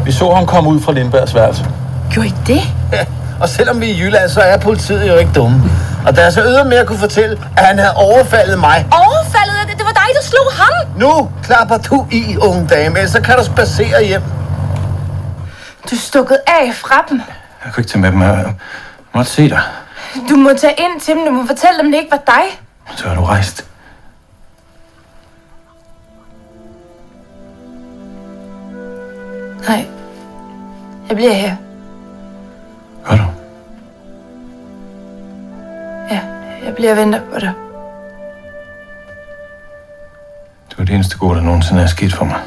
[SPEAKER 11] Vi så ham komme ud fra Lindbergs værelse.
[SPEAKER 6] Gjorde I det?
[SPEAKER 3] Ja, og selvom vi er i Jylland, så er politiet jo ikke dumme. Og da jeg så yder med at kunne fortælle, at han havde overfaldet mig.
[SPEAKER 15] Overfaldet af det, det var dig, der slog ham!
[SPEAKER 3] Nu klapper du i, unge dame, ellers så kan du spacere hjem.
[SPEAKER 12] Du stukkede af fra dem.
[SPEAKER 11] Jeg kunne ikke tage med dem. Jeg måtte se dig.
[SPEAKER 12] Du må tage ind til dem. Du må fortælle dem, det ikke var dig.
[SPEAKER 11] Så er du rejst.
[SPEAKER 12] Nej. Jeg bliver her.
[SPEAKER 11] Gør du?
[SPEAKER 12] Ja, jeg bliver og venter på dig.
[SPEAKER 11] Det var det eneste gode, der nogensinde er sket for mig.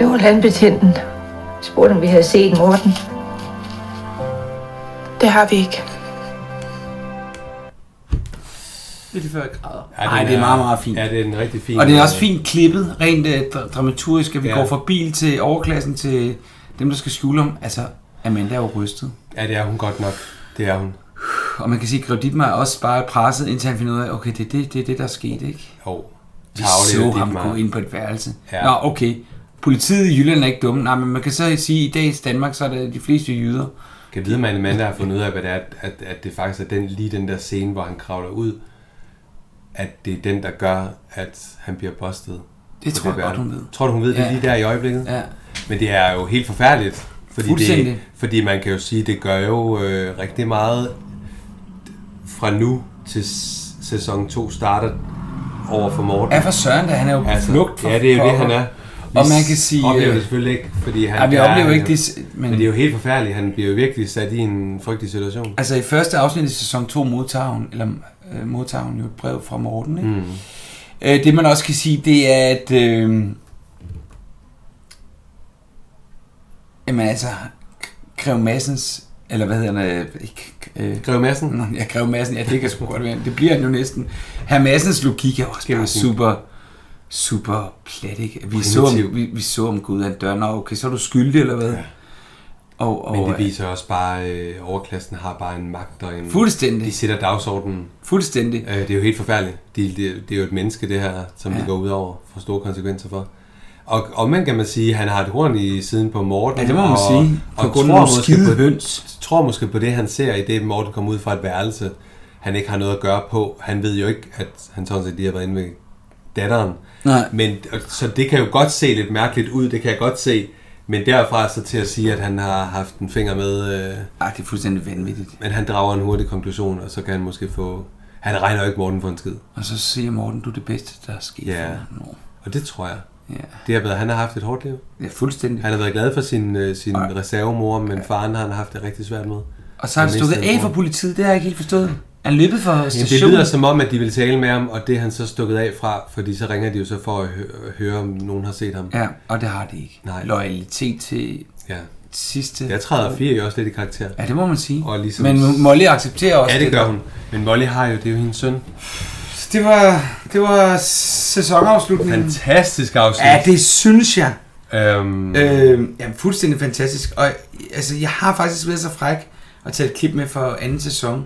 [SPEAKER 4] på landbetjenten. Spurgte, om vi havde set Morten. Det har vi ikke.
[SPEAKER 1] Det er lige før jeg græder.
[SPEAKER 2] Ja, den
[SPEAKER 1] Nej, det er meget, meget fint.
[SPEAKER 2] Ja, det er en rigtig fin.
[SPEAKER 1] Og det er også
[SPEAKER 2] øh,
[SPEAKER 1] fint klippet, rent øh, dra- dramaturgisk, at vi
[SPEAKER 2] Ja.
[SPEAKER 1] ja. går fra bil til overklassen til dem, der skal skjule om. Altså, Amanda er jo rystet.
[SPEAKER 2] Ja, det er hun godt nok. Det er hun.
[SPEAKER 1] Og man kan sige, at Grev Dittmar er også bare presset, indtil han finder ud af, okay, det er det, det, er det der er sket, ikke?
[SPEAKER 2] Jo.
[SPEAKER 1] Vi
[SPEAKER 2] Tarveligt,
[SPEAKER 1] så
[SPEAKER 2] Dittmar.
[SPEAKER 1] ham gå ind på et værelse.
[SPEAKER 2] Ja.
[SPEAKER 1] Ja. Nå, okay. Politiet i Jylland er ikke dumme. Nej, men man kan så sige, at i dag i Danmark, så er det de fleste jyder.
[SPEAKER 2] Kan vide, man Amanda har fundet ud af, hvad det er, at, at, at det faktisk er den, lige den der scene, hvor han kravler ud, at det er den, der gør, at han bliver bustet.
[SPEAKER 1] Det
[SPEAKER 2] på
[SPEAKER 1] tror jeg godt,
[SPEAKER 2] værelse.
[SPEAKER 1] hun ved.
[SPEAKER 2] Tror du, hun ved det
[SPEAKER 1] Ja.
[SPEAKER 2] lige der i øjeblikket?
[SPEAKER 1] Ja.
[SPEAKER 2] Men det er jo helt forfærdeligt. Fordi, det,
[SPEAKER 1] Fuldstændig.
[SPEAKER 2] fordi man kan jo sige, det gør jo øh, rigtig meget fra nu til s- sæson 2 starter over for Morten.
[SPEAKER 1] Ja, for søren da, han er jo på flugt fra
[SPEAKER 2] Ja, det er jo det, han er.
[SPEAKER 1] Og man kan sige,
[SPEAKER 2] oplever det
[SPEAKER 1] øh,
[SPEAKER 2] selvfølgelig ikke, fordi han
[SPEAKER 1] ja, vi
[SPEAKER 2] er-
[SPEAKER 1] oplever ikke
[SPEAKER 2] han-
[SPEAKER 1] det, men-
[SPEAKER 2] men det er jo helt forfærdeligt. Han bliver jo virkelig sat i en frygtelig situation.
[SPEAKER 1] Altså i første afsnit i sæson 2 modtager hun, eller, øh, modtager hun jo et brev fra Morten. Ikke?
[SPEAKER 2] Mm.
[SPEAKER 1] Øh, det man også kan sige, det er, at... Øh, jamen altså, Grev Massens... Eller hvad hedder han? Øh, ikke, øh,
[SPEAKER 2] Grev Madsen?
[SPEAKER 1] Nå, ja, Grev Madsen. Ja, det kan sgu godt være. Det bliver han jo næsten. Herr Massens logik er også bare super super plat, ikke? Vi så, om,
[SPEAKER 2] Primitiv.
[SPEAKER 1] vi, vi så om Gud han dør. Nå, okay, så er du skyldig, eller hvad? Ja. Og, øh,
[SPEAKER 2] Men
[SPEAKER 1] og,
[SPEAKER 2] det viser også bare, at øh, overklassen har bare en magt og en...
[SPEAKER 1] Fuldstændig.
[SPEAKER 2] De sætter dagsordenen.
[SPEAKER 1] Fuldstændig.
[SPEAKER 2] Øh, det er jo helt forfærdeligt. Det, det, det er jo et menneske, det her, som ja.
[SPEAKER 1] Ja.
[SPEAKER 2] det går ud over. Får store konsekvenser for. Og omvendt kan man sige, at han har et horn i siden på Morten.
[SPEAKER 1] Ja, det må man
[SPEAKER 2] og,
[SPEAKER 1] sige.
[SPEAKER 2] Og,
[SPEAKER 1] På
[SPEAKER 2] og tror,
[SPEAKER 1] troen
[SPEAKER 2] måske
[SPEAKER 1] skide
[SPEAKER 2] på, høns. tror måske på det, han ser i det, Morten kommer ud fra et værelse, han ikke har noget at gøre på. Han ved jo ikke, at han sådan set lige har været inde ved datteren.
[SPEAKER 1] Nej.
[SPEAKER 2] Men, og- så det kan jo godt se lidt mærkeligt ud, det kan jeg godt se. Men derfra så til at sige, at han har haft en finger med... Øh,
[SPEAKER 1] Ej, det er fuldstændig vanvittigt.
[SPEAKER 2] Men han drager en hurtig konklusion, og så kan han måske få... Han regner jo ikke Morten for en skid.
[SPEAKER 1] Og så siger Morten, du er det bedste, der er sket
[SPEAKER 2] Ja.
[SPEAKER 1] for mig. Nå.
[SPEAKER 2] Og det tror jeg.
[SPEAKER 1] Ja.
[SPEAKER 2] Det har været, han har haft et hårdt liv.
[SPEAKER 1] Ja, fuldstændig.
[SPEAKER 2] Han har været glad for sin, øh, sin reservemor, men faren har han haft det rigtig svært med.
[SPEAKER 1] Og så har han stukket af fra politiet, det har jeg ikke helt forstået. Han er løbet fra
[SPEAKER 2] Jamen, det
[SPEAKER 1] stationen.
[SPEAKER 2] lyder som om, at de vil tale med ham, og det er han så stukket af fra, fordi så ringer de jo så for at hø- høre, om nogen har set ham.
[SPEAKER 1] Ja, og det har de ikke.
[SPEAKER 2] Nej.
[SPEAKER 1] Loyalitet til
[SPEAKER 2] ja.
[SPEAKER 1] sidste...
[SPEAKER 2] Jeg træder fire jo også lidt i karakter.
[SPEAKER 1] Ja, det må man sige.
[SPEAKER 2] Og ligesom...
[SPEAKER 1] Men Molly accepterer også
[SPEAKER 2] Ja, det
[SPEAKER 1] det.
[SPEAKER 2] gør hun. Men Molly har jo, det er jo hendes søn.
[SPEAKER 1] Det var, det var sæsonafslutningen.
[SPEAKER 2] Fantastisk afsnit.
[SPEAKER 1] Ja, det synes jeg.
[SPEAKER 2] Øhm,
[SPEAKER 1] Øh, jamen, fuldstændig fantastisk. Og altså, jeg har faktisk været så fræk at tage et klip med fra anden sæson.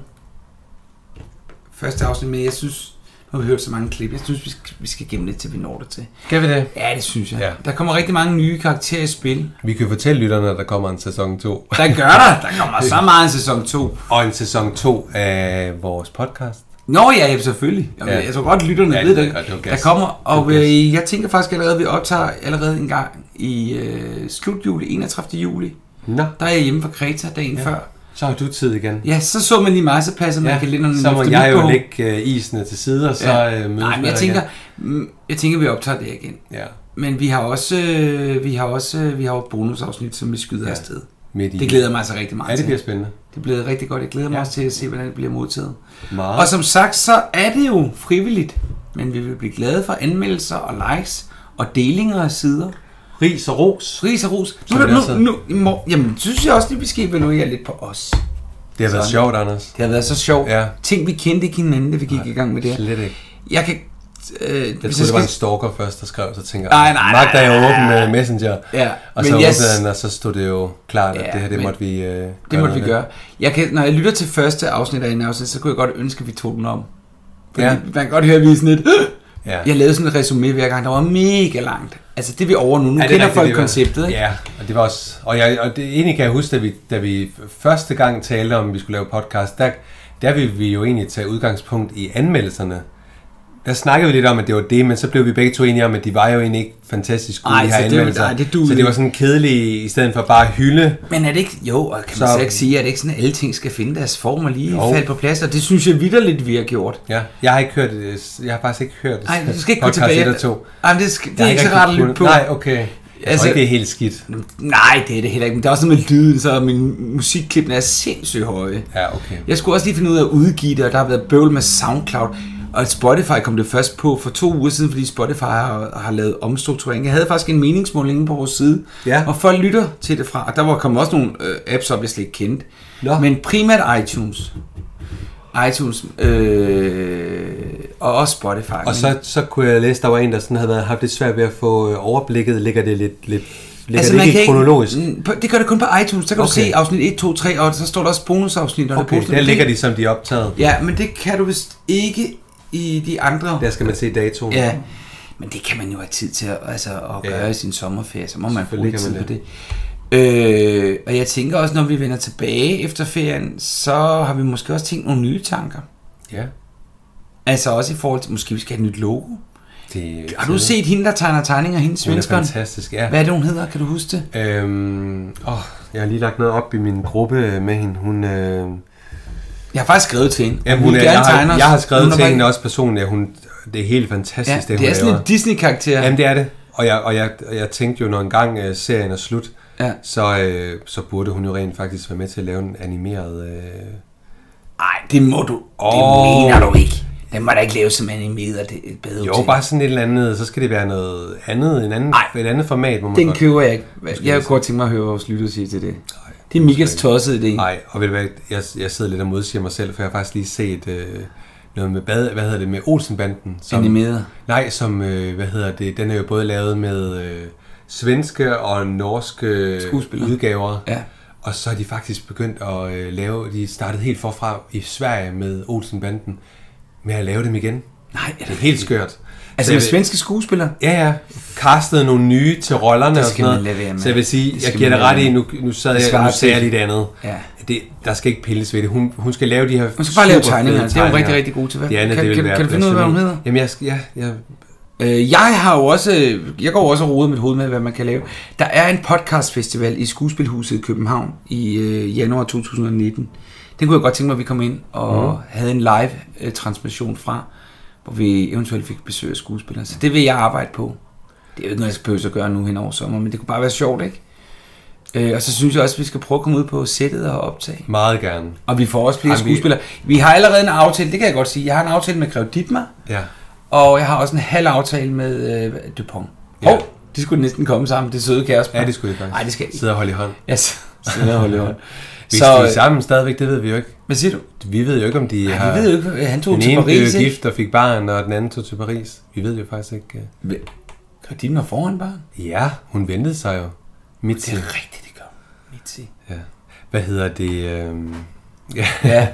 [SPEAKER 1] Første afsnit, men jeg synes, nu har vi hørt så mange klip. Jeg synes, vi skal, vi skal gemme lidt, til vi når det til.
[SPEAKER 2] Kan vi det?
[SPEAKER 1] Ja, det synes jeg.
[SPEAKER 2] Ja.
[SPEAKER 1] Der kommer rigtig mange nye karakterer i spil.
[SPEAKER 2] Vi kan jo fortælle lytterne, at der kommer en sæson 2.
[SPEAKER 1] Der gør der. Der
[SPEAKER 2] *laughs*
[SPEAKER 1] kommer så meget en sæson 2.
[SPEAKER 2] Og en sæson 2 af vores podcast.
[SPEAKER 1] Nå ja, ja selvfølgelig. Jeg,
[SPEAKER 2] Ja.
[SPEAKER 1] ja. jeg tror godt, lytterne
[SPEAKER 2] Ja,
[SPEAKER 1] ja, ved
[SPEAKER 2] det
[SPEAKER 1] det.
[SPEAKER 2] er godt. Det var
[SPEAKER 1] der
[SPEAKER 2] gas.
[SPEAKER 1] kommer,
[SPEAKER 2] Det var
[SPEAKER 1] og
[SPEAKER 2] gas.
[SPEAKER 1] øh, jeg tænker faktisk allerede, at vi optager allerede en gang i øh, slut juli, 31. juli.
[SPEAKER 2] Nå.
[SPEAKER 1] Der er jeg hjemme fra Kreta dagen
[SPEAKER 2] Ja.
[SPEAKER 1] ja. før.
[SPEAKER 2] Så har du tid igen.
[SPEAKER 1] Ja, så så man lige mig, så passer man ja, kalenderen.
[SPEAKER 2] så må
[SPEAKER 1] efter
[SPEAKER 2] jeg jo
[SPEAKER 1] nytår.
[SPEAKER 2] lægge øh, isene til side, og så ja. øh, mødes
[SPEAKER 1] Nej, men
[SPEAKER 2] med
[SPEAKER 1] jeg
[SPEAKER 2] dig
[SPEAKER 1] tænker,
[SPEAKER 2] igen.
[SPEAKER 1] mm, jeg tænker, vi optager det igen.
[SPEAKER 2] Ja.
[SPEAKER 1] Men vi har også, øh, vi har også, øh, vi har jo et bonusafsnit, som vi skyder ja. afsted.
[SPEAKER 2] Midt i.
[SPEAKER 1] Det glæder jeg mig altså rigtig meget
[SPEAKER 2] Ja, det
[SPEAKER 1] til.
[SPEAKER 2] bliver spændende.
[SPEAKER 1] Det bliver rigtig godt. Jeg glæder mig også til at se, hvordan det bliver modtaget.
[SPEAKER 2] Meget.
[SPEAKER 1] Og som sagt, så er det jo frivilligt. Men vi vil blive glade for anmeldelser og likes og delinger af sider.
[SPEAKER 2] Ris og ros.
[SPEAKER 1] Ris og ros.
[SPEAKER 2] Som
[SPEAKER 1] Nu,
[SPEAKER 2] det altså-
[SPEAKER 1] nu,
[SPEAKER 2] altid.
[SPEAKER 1] nu, nu, jamen, synes jeg også, at vi skal evaluere lidt på os.
[SPEAKER 2] Det har været
[SPEAKER 1] Sådan.
[SPEAKER 2] sjovt, Anders.
[SPEAKER 1] Det har været så sjovt.
[SPEAKER 2] Ja.
[SPEAKER 1] Ting, vi kendte ikke hinanden, da vi gik i gang med det her.
[SPEAKER 2] Slet ikke.
[SPEAKER 1] Jeg kan... Øh, hvis
[SPEAKER 2] Jeg troede,
[SPEAKER 1] jeg
[SPEAKER 2] det var en
[SPEAKER 1] skal-
[SPEAKER 2] stalker først, der skrev, så tænker
[SPEAKER 1] Nej, nej, nej,
[SPEAKER 2] Magda, jeg
[SPEAKER 1] nej,
[SPEAKER 2] åbne
[SPEAKER 1] nej.
[SPEAKER 2] med øh, Messenger.
[SPEAKER 1] Ja,
[SPEAKER 2] Og
[SPEAKER 1] men
[SPEAKER 2] så
[SPEAKER 1] jeg-
[SPEAKER 2] åbnede han, og så stod det jo klart, at
[SPEAKER 1] Ja,
[SPEAKER 2] det her, det
[SPEAKER 1] men-
[SPEAKER 2] måtte vi øh, gøre
[SPEAKER 1] Det måtte
[SPEAKER 2] noget
[SPEAKER 1] vi
[SPEAKER 2] ved.
[SPEAKER 1] gøre. Jeg kan, når jeg lytter til første afsnit af en afsnit, så kunne jeg godt ønske, at vi tog den om. Fordi
[SPEAKER 2] Ja.
[SPEAKER 1] ja. man kan godt høre, at vi er sådan lidt...
[SPEAKER 2] Ja.
[SPEAKER 1] Ja. Jeg lavede sådan et resume hver gang, der var mega langt. Altså det er vi over nu. Nu
[SPEAKER 2] Ja,
[SPEAKER 1] ja,
[SPEAKER 2] det er
[SPEAKER 1] kender
[SPEAKER 2] rigtigt,
[SPEAKER 1] folk
[SPEAKER 2] det var-
[SPEAKER 1] konceptet, ikke?
[SPEAKER 2] Ja, og det var også... Og, jeg, og det, egentlig kan jeg huske, da vi, da vi første gang talte om, at vi skulle lave podcast, der, der ville vi jo egentlig tage udgangspunkt i anmeldelserne. Der snakkede vi lidt om, at det var det, men så blev vi begge to enige om, at de var jo egentlig ikke fantastisk gode,
[SPEAKER 1] Ej,
[SPEAKER 2] de
[SPEAKER 1] så
[SPEAKER 2] her
[SPEAKER 1] det-
[SPEAKER 2] anmeldelser.
[SPEAKER 1] nej, det
[SPEAKER 2] så
[SPEAKER 1] duede
[SPEAKER 2] det var
[SPEAKER 1] ikke.
[SPEAKER 2] sådan kedeligt, i stedet for bare at hylde.
[SPEAKER 1] Men er det ikke... Jo, og kan man
[SPEAKER 2] Så-
[SPEAKER 1] så, så ikke sige, at det ikke sådan, at alle ting skal finde deres form og lige
[SPEAKER 2] Jo.
[SPEAKER 1] falde på plads? Og det synes jeg vidderligt, vi har gjort.
[SPEAKER 2] Ja, jeg har ikke hørt øh, det. Jeg har faktisk ikke hørt
[SPEAKER 1] Nej, du skal ikke gå
[SPEAKER 2] podcast
[SPEAKER 1] tilbage.
[SPEAKER 2] 1 og 2.
[SPEAKER 1] Ej, men det, skal, det
[SPEAKER 2] Jeg
[SPEAKER 1] er
[SPEAKER 2] har
[SPEAKER 1] ikke så
[SPEAKER 2] rigtig
[SPEAKER 1] rart at lytte
[SPEAKER 2] kunnet-
[SPEAKER 1] på.
[SPEAKER 2] Nej, okay. Jeg altså, tror ikke, det er helt skidt.
[SPEAKER 1] Nej, det er det heller ikke. Men der er også noget med lyden, så min musikklippen er sindssygt høje.
[SPEAKER 2] Ja, okay.
[SPEAKER 1] Jeg skulle også lige finde ud af at udgive det, og der har været bøvl med SoundCloud. Og at Spotify kom det først på for to uger siden, fordi Spotify har, har lavet omstrukturering. Jeg havde faktisk en meningsmåling inde på vores side,
[SPEAKER 2] ja.
[SPEAKER 1] og folk lytter til det fra. Og der var kommet også nogle øh, apps op, jeg slet ikke kendte.
[SPEAKER 2] Nå.
[SPEAKER 1] Men primært iTunes. iTunes øh, og også Spotify.
[SPEAKER 2] Og så, så kunne jeg læse, der var en, der sådan havde været, haft lidt svært ved at få øh, overblikket. Ligger det lidt, lidt ligger altså, det ikke helt kronologisk?
[SPEAKER 1] Ikke, Mm, på- det gør det kun på iTunes. Der kan okay.
[SPEAKER 2] Okay.
[SPEAKER 1] du se afsnit 1, 2, 3, og så står der også bonusafsnit. Og
[SPEAKER 2] Okay, der ligger de, som de er optaget.
[SPEAKER 1] Ja, men det kan du vist ikke i de andre.
[SPEAKER 2] Der skal man se datoen.
[SPEAKER 1] Ja, men det kan man jo have tid til at, altså, at gøre i sin sommerferie, så må man
[SPEAKER 2] Selvfølgelig
[SPEAKER 1] bruge lidt tid på
[SPEAKER 2] kan
[SPEAKER 1] det. Øh, og jeg tænker også, når vi vender tilbage efter ferien, så har vi måske også tænkt nogle nye tanker.
[SPEAKER 2] Ja.
[SPEAKER 1] Altså også i forhold til, måske vi skal have et nyt logo.
[SPEAKER 2] Det,
[SPEAKER 1] Har du set hende, der tegner tegninger, hende
[SPEAKER 2] Hun er
[SPEAKER 1] svenskeren?
[SPEAKER 2] fantastisk, ja.
[SPEAKER 1] Hvad er det, hun hedder? Kan du huske det?
[SPEAKER 2] Øhm, åh, jeg har lige lagt noget op i min gruppe øh, med hende. Hun, øh,
[SPEAKER 1] Jeg har faktisk skrevet til hende.
[SPEAKER 2] Jamen,
[SPEAKER 1] Hun
[SPEAKER 2] hun
[SPEAKER 1] vil
[SPEAKER 2] er,
[SPEAKER 1] gerne
[SPEAKER 2] jeg,
[SPEAKER 1] tegne
[SPEAKER 2] har,
[SPEAKER 1] os.
[SPEAKER 2] jeg har
[SPEAKER 1] Hun
[SPEAKER 2] skrevet
[SPEAKER 1] er
[SPEAKER 2] til
[SPEAKER 1] bare-
[SPEAKER 2] hende også personligt, at hun, det er helt fantastisk,
[SPEAKER 1] Ja,
[SPEAKER 2] det,
[SPEAKER 1] det
[SPEAKER 2] hun
[SPEAKER 1] er sådan
[SPEAKER 2] laver.
[SPEAKER 1] lidt Disney-karakter.
[SPEAKER 2] Jamen, det er det. Og jeg, og jeg, og jeg tænkte jo, når engang øh, serien er slut,
[SPEAKER 1] Ja.
[SPEAKER 2] så, øh, så burde hun jo rent faktisk være med til at lave en animeret... Øh...
[SPEAKER 1] Nej, det må du. Det mener du ikke. Den må da ikke lave som animeret det er et bedre
[SPEAKER 2] Jo,
[SPEAKER 1] til.
[SPEAKER 2] bare sådan et eller andet, så skal det være noget andet, en anden, et andet format, hvor man
[SPEAKER 1] Den
[SPEAKER 2] godt-
[SPEAKER 1] køber jeg ikke. Jeg kunne
[SPEAKER 2] læse.
[SPEAKER 1] godt tænke mig at høre vores lytter sige til det. Det er Mikkels tossede idé.
[SPEAKER 2] Nej, og ved du hvad, jeg, jeg sidder lidt og modsiger mig selv, for jeg har faktisk lige set øh, noget med bad, hvad hedder det, med Olsenbanden.
[SPEAKER 1] Animeret.
[SPEAKER 2] Nej, som, øh, hvad hedder det, den er jo både lavet med øh, svenske og norske øh,
[SPEAKER 1] Skuespillere.
[SPEAKER 2] udgaver.
[SPEAKER 1] Ja.
[SPEAKER 2] Og så er de faktisk begyndt at øh, lave, de startede helt forfra i Sverige med Olsenbanden, med at lave dem igen.
[SPEAKER 1] Nej,
[SPEAKER 2] det er helt skørt.
[SPEAKER 1] Altså
[SPEAKER 2] Så
[SPEAKER 1] med
[SPEAKER 2] jeg vil-
[SPEAKER 1] svenske skuespillere?
[SPEAKER 2] Ja, ja. Castede nogle nye til rollerne
[SPEAKER 1] Det
[SPEAKER 2] og
[SPEAKER 1] skal
[SPEAKER 2] sådan
[SPEAKER 1] man lade være
[SPEAKER 2] noget.
[SPEAKER 1] med.
[SPEAKER 2] Så jeg vil sige,
[SPEAKER 1] Det
[SPEAKER 2] jeg
[SPEAKER 1] skal
[SPEAKER 2] giver
[SPEAKER 1] man
[SPEAKER 2] dig
[SPEAKER 1] lade
[SPEAKER 2] ret i,
[SPEAKER 1] være med.
[SPEAKER 2] nu, nu sad
[SPEAKER 1] Det
[SPEAKER 2] jeg,
[SPEAKER 1] svarer
[SPEAKER 2] nu sagde jeg
[SPEAKER 1] til-
[SPEAKER 2] lidt andet.
[SPEAKER 1] Ja.
[SPEAKER 2] Det, der skal ikke pilles ved det. Hun, hun skal lave de her
[SPEAKER 1] Hun skal bare lave
[SPEAKER 2] superfede
[SPEAKER 1] tegningerne. Det er hun rigtig, rigtig god til. Hvad-
[SPEAKER 2] Det andet,
[SPEAKER 1] kan-
[SPEAKER 2] det vil
[SPEAKER 1] kan-
[SPEAKER 2] være
[SPEAKER 1] kan du finde ud af, hvad hun
[SPEAKER 2] blasfemi.
[SPEAKER 1] hedder?
[SPEAKER 2] Jamen, jeg, skal- ja, jeg,
[SPEAKER 1] Øh, jeg har jo også, øh, jeg går jo også og roder mit hoved med, hvad man kan lave. Der er en podcastfestival i Skuespilhuset i København i øh, januar 2019. Den kunne jeg godt tænke mig, at vi kom ind og
[SPEAKER 2] Mhm.
[SPEAKER 1] mm. havde en live øh, transmission fra, hvor vi eventuelt fik besøg af skuespillere. Så det vil jeg arbejde på. Det er jo ikke noget, jeg skal behøve at gøre nu hen over sommer, men det kunne bare være sjovt, ikke? Øh, og så synes jeg også, at vi skal prøve at komme ud på sættet og optage.
[SPEAKER 2] meget gerne.
[SPEAKER 1] Og vi får også flere
[SPEAKER 2] Ej, vi-
[SPEAKER 1] skuespillere. Vi har allerede en aftale, det kan jeg godt sige. Jeg har en aftale med Grev Dittmar.
[SPEAKER 2] Ja.
[SPEAKER 1] Og jeg har også en halv aftale med øh, Dupont. Ja. Hov, de skulle næsten komme sammen, det søde kæreste.
[SPEAKER 2] Ja, det skulle de faktisk.
[SPEAKER 1] Nej, det skal de ikke.
[SPEAKER 2] Sidde og holde i hånd.
[SPEAKER 1] Ja, s- sidde og holde i hånd.
[SPEAKER 2] Hvis de er sammen stadigvæk, det ved vi jo ikke.
[SPEAKER 1] Hvad siger du?
[SPEAKER 2] Vi ved jo ikke, om de
[SPEAKER 1] vi
[SPEAKER 2] har...
[SPEAKER 1] ved jo ikke, han tog
[SPEAKER 2] den
[SPEAKER 1] til
[SPEAKER 2] ene blev
[SPEAKER 1] Paris, ikke?
[SPEAKER 2] gift og fik barn, og den anden tog til Paris. Vi ved jo faktisk ikke... øh.
[SPEAKER 1] Gardinen var foran barn.
[SPEAKER 2] Ja, hun ventede sig jo. Mitzi.
[SPEAKER 1] Det er rigtigt, det gør Mitzi.
[SPEAKER 2] Ja. Hvad hedder det? øhm, *laughs* Ja.
[SPEAKER 1] Ja,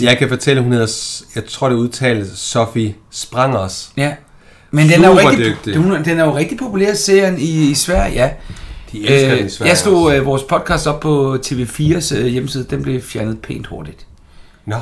[SPEAKER 2] jeg kan fortælle, hun hedder, S- jeg tror det udtales, Sofie Sprangers.
[SPEAKER 1] Ja. Men den er, jo rigtig,
[SPEAKER 2] Superdygtig.
[SPEAKER 1] den, den er jo rigtig populær, serien i, i Sverige, ja.
[SPEAKER 2] De elsker den i Sverige
[SPEAKER 1] Jeg slog øh, vores podcast op på TV4's øh, hjemmeside. Den blev fjernet pænt hurtigt.
[SPEAKER 2] Nå.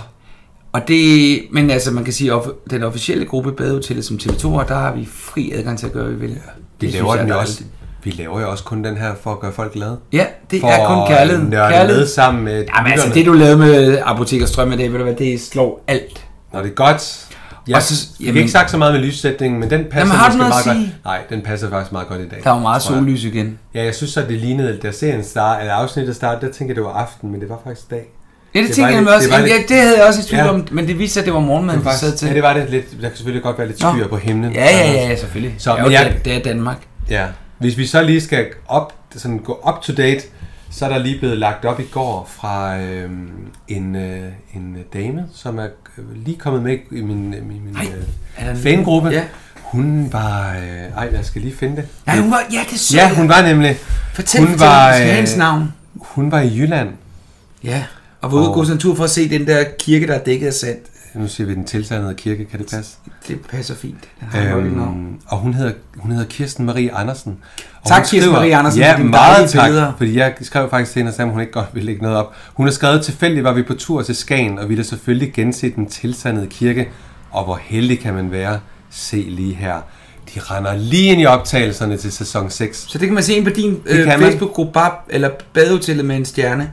[SPEAKER 1] Og det, men altså, man kan sige, at den officielle gruppe Badehotellet som TV2, og der har vi fri adgang til at gøre, hvad vi vil.
[SPEAKER 2] Vi
[SPEAKER 1] Det synes
[SPEAKER 2] laver,
[SPEAKER 1] jeg
[SPEAKER 2] den
[SPEAKER 1] er
[SPEAKER 2] jo
[SPEAKER 1] dejligt.
[SPEAKER 2] også, vi laver jo også kun den her for at gøre folk glade.
[SPEAKER 1] Ja, det
[SPEAKER 2] for
[SPEAKER 1] er kun kærligheden.
[SPEAKER 2] at nørde
[SPEAKER 1] Kærlighed.
[SPEAKER 2] med sammen med
[SPEAKER 1] Jamen altså,
[SPEAKER 2] lytterne.
[SPEAKER 1] det du lavede med Apoteker Strøm i dag, ved du hvad, det slår alt.
[SPEAKER 2] Nå, det er godt. Jeg
[SPEAKER 1] Og
[SPEAKER 2] så,
[SPEAKER 1] så-
[SPEAKER 2] fik
[SPEAKER 1] jamen-
[SPEAKER 2] ikke sagt så meget med lyssætningen, men den passer
[SPEAKER 1] Jamen, har du
[SPEAKER 2] måske
[SPEAKER 1] noget at
[SPEAKER 2] meget
[SPEAKER 1] sige?
[SPEAKER 2] godt. Nej, den passer faktisk meget godt i dag.
[SPEAKER 1] Der er jo meget
[SPEAKER 2] tror jeg.
[SPEAKER 1] sollys igen.
[SPEAKER 2] Ja, jeg synes at det lignede, da serien start, eller afsnittet startede, der tænkte jeg, det var aften, men det var faktisk dag.
[SPEAKER 1] Ja, det, det
[SPEAKER 2] var
[SPEAKER 1] tænkte jeg
[SPEAKER 2] lidt-
[SPEAKER 1] nemlig også.
[SPEAKER 2] var
[SPEAKER 1] Det,
[SPEAKER 2] lidt-
[SPEAKER 1] det, det havde jeg også i tvivl
[SPEAKER 2] Ja.
[SPEAKER 1] ja. om, men det viste sig, at det var morgenmaden,
[SPEAKER 2] Det var
[SPEAKER 1] vi sad
[SPEAKER 2] faktisk-
[SPEAKER 1] til.
[SPEAKER 2] ja, det var det lidt. Der kan selvfølgelig godt være lidt
[SPEAKER 1] Nå.
[SPEAKER 2] skyer på himlen. altså.
[SPEAKER 1] Ja, ja, ja, ja, selvfølgelig.
[SPEAKER 2] Så,
[SPEAKER 1] Ja,
[SPEAKER 2] men
[SPEAKER 1] jo,
[SPEAKER 2] jeg,
[SPEAKER 1] det er Danmark.
[SPEAKER 2] Ja. Hvis vi så lige skal op, sådan gå up to date, så er der lige blevet lagt op i går fra øh, en, øh, en dame, som er øh, lige kommet med i min, øh, min, min
[SPEAKER 1] er der
[SPEAKER 2] øh,
[SPEAKER 1] en-
[SPEAKER 2] fangruppe.
[SPEAKER 1] Ja.
[SPEAKER 2] Hun var... Øh, ej, jeg skal lige finde det.
[SPEAKER 1] Nej, hun var... Ja, det så
[SPEAKER 2] Ja,
[SPEAKER 1] jeg.
[SPEAKER 2] hun var nemlig... øh,
[SPEAKER 1] Fortæl, fortæl, vi skal have hendes navn.
[SPEAKER 2] Hun var i Jylland.
[SPEAKER 1] Ja, og var ude og gå sådan en tur for at se den der kirke, der er dækket af sand.
[SPEAKER 2] Nu siger vi den tilsandede kirke, kan det passe?
[SPEAKER 1] Det passer fint. Den har nok et navn.
[SPEAKER 2] Øhm, og hun hedder, hun hedder Kirsten Marie Andersen. Og
[SPEAKER 1] Tak,
[SPEAKER 2] hun
[SPEAKER 1] Kirsten Marie Andersen,
[SPEAKER 2] Ja,
[SPEAKER 1] for dine
[SPEAKER 2] meget
[SPEAKER 1] dejlige
[SPEAKER 2] tak,
[SPEAKER 1] billeder.
[SPEAKER 2] fordi jeg skrev faktisk til hende og sagde, at hun ikke godt ville lægge noget op. Hun har skrevet, tilfældigt var vi på tur til Skagen, og ville selvfølgelig gense den tilsandede kirke. Og hvor heldig kan man være? Se lige her. De render lige ind i optagelserne til sæson 6.
[SPEAKER 1] Så det kan man se ind på din
[SPEAKER 2] Det
[SPEAKER 1] øh,
[SPEAKER 2] kan man.
[SPEAKER 1] Facebook-gruppe, bare, eller badehotellet med en stjerne.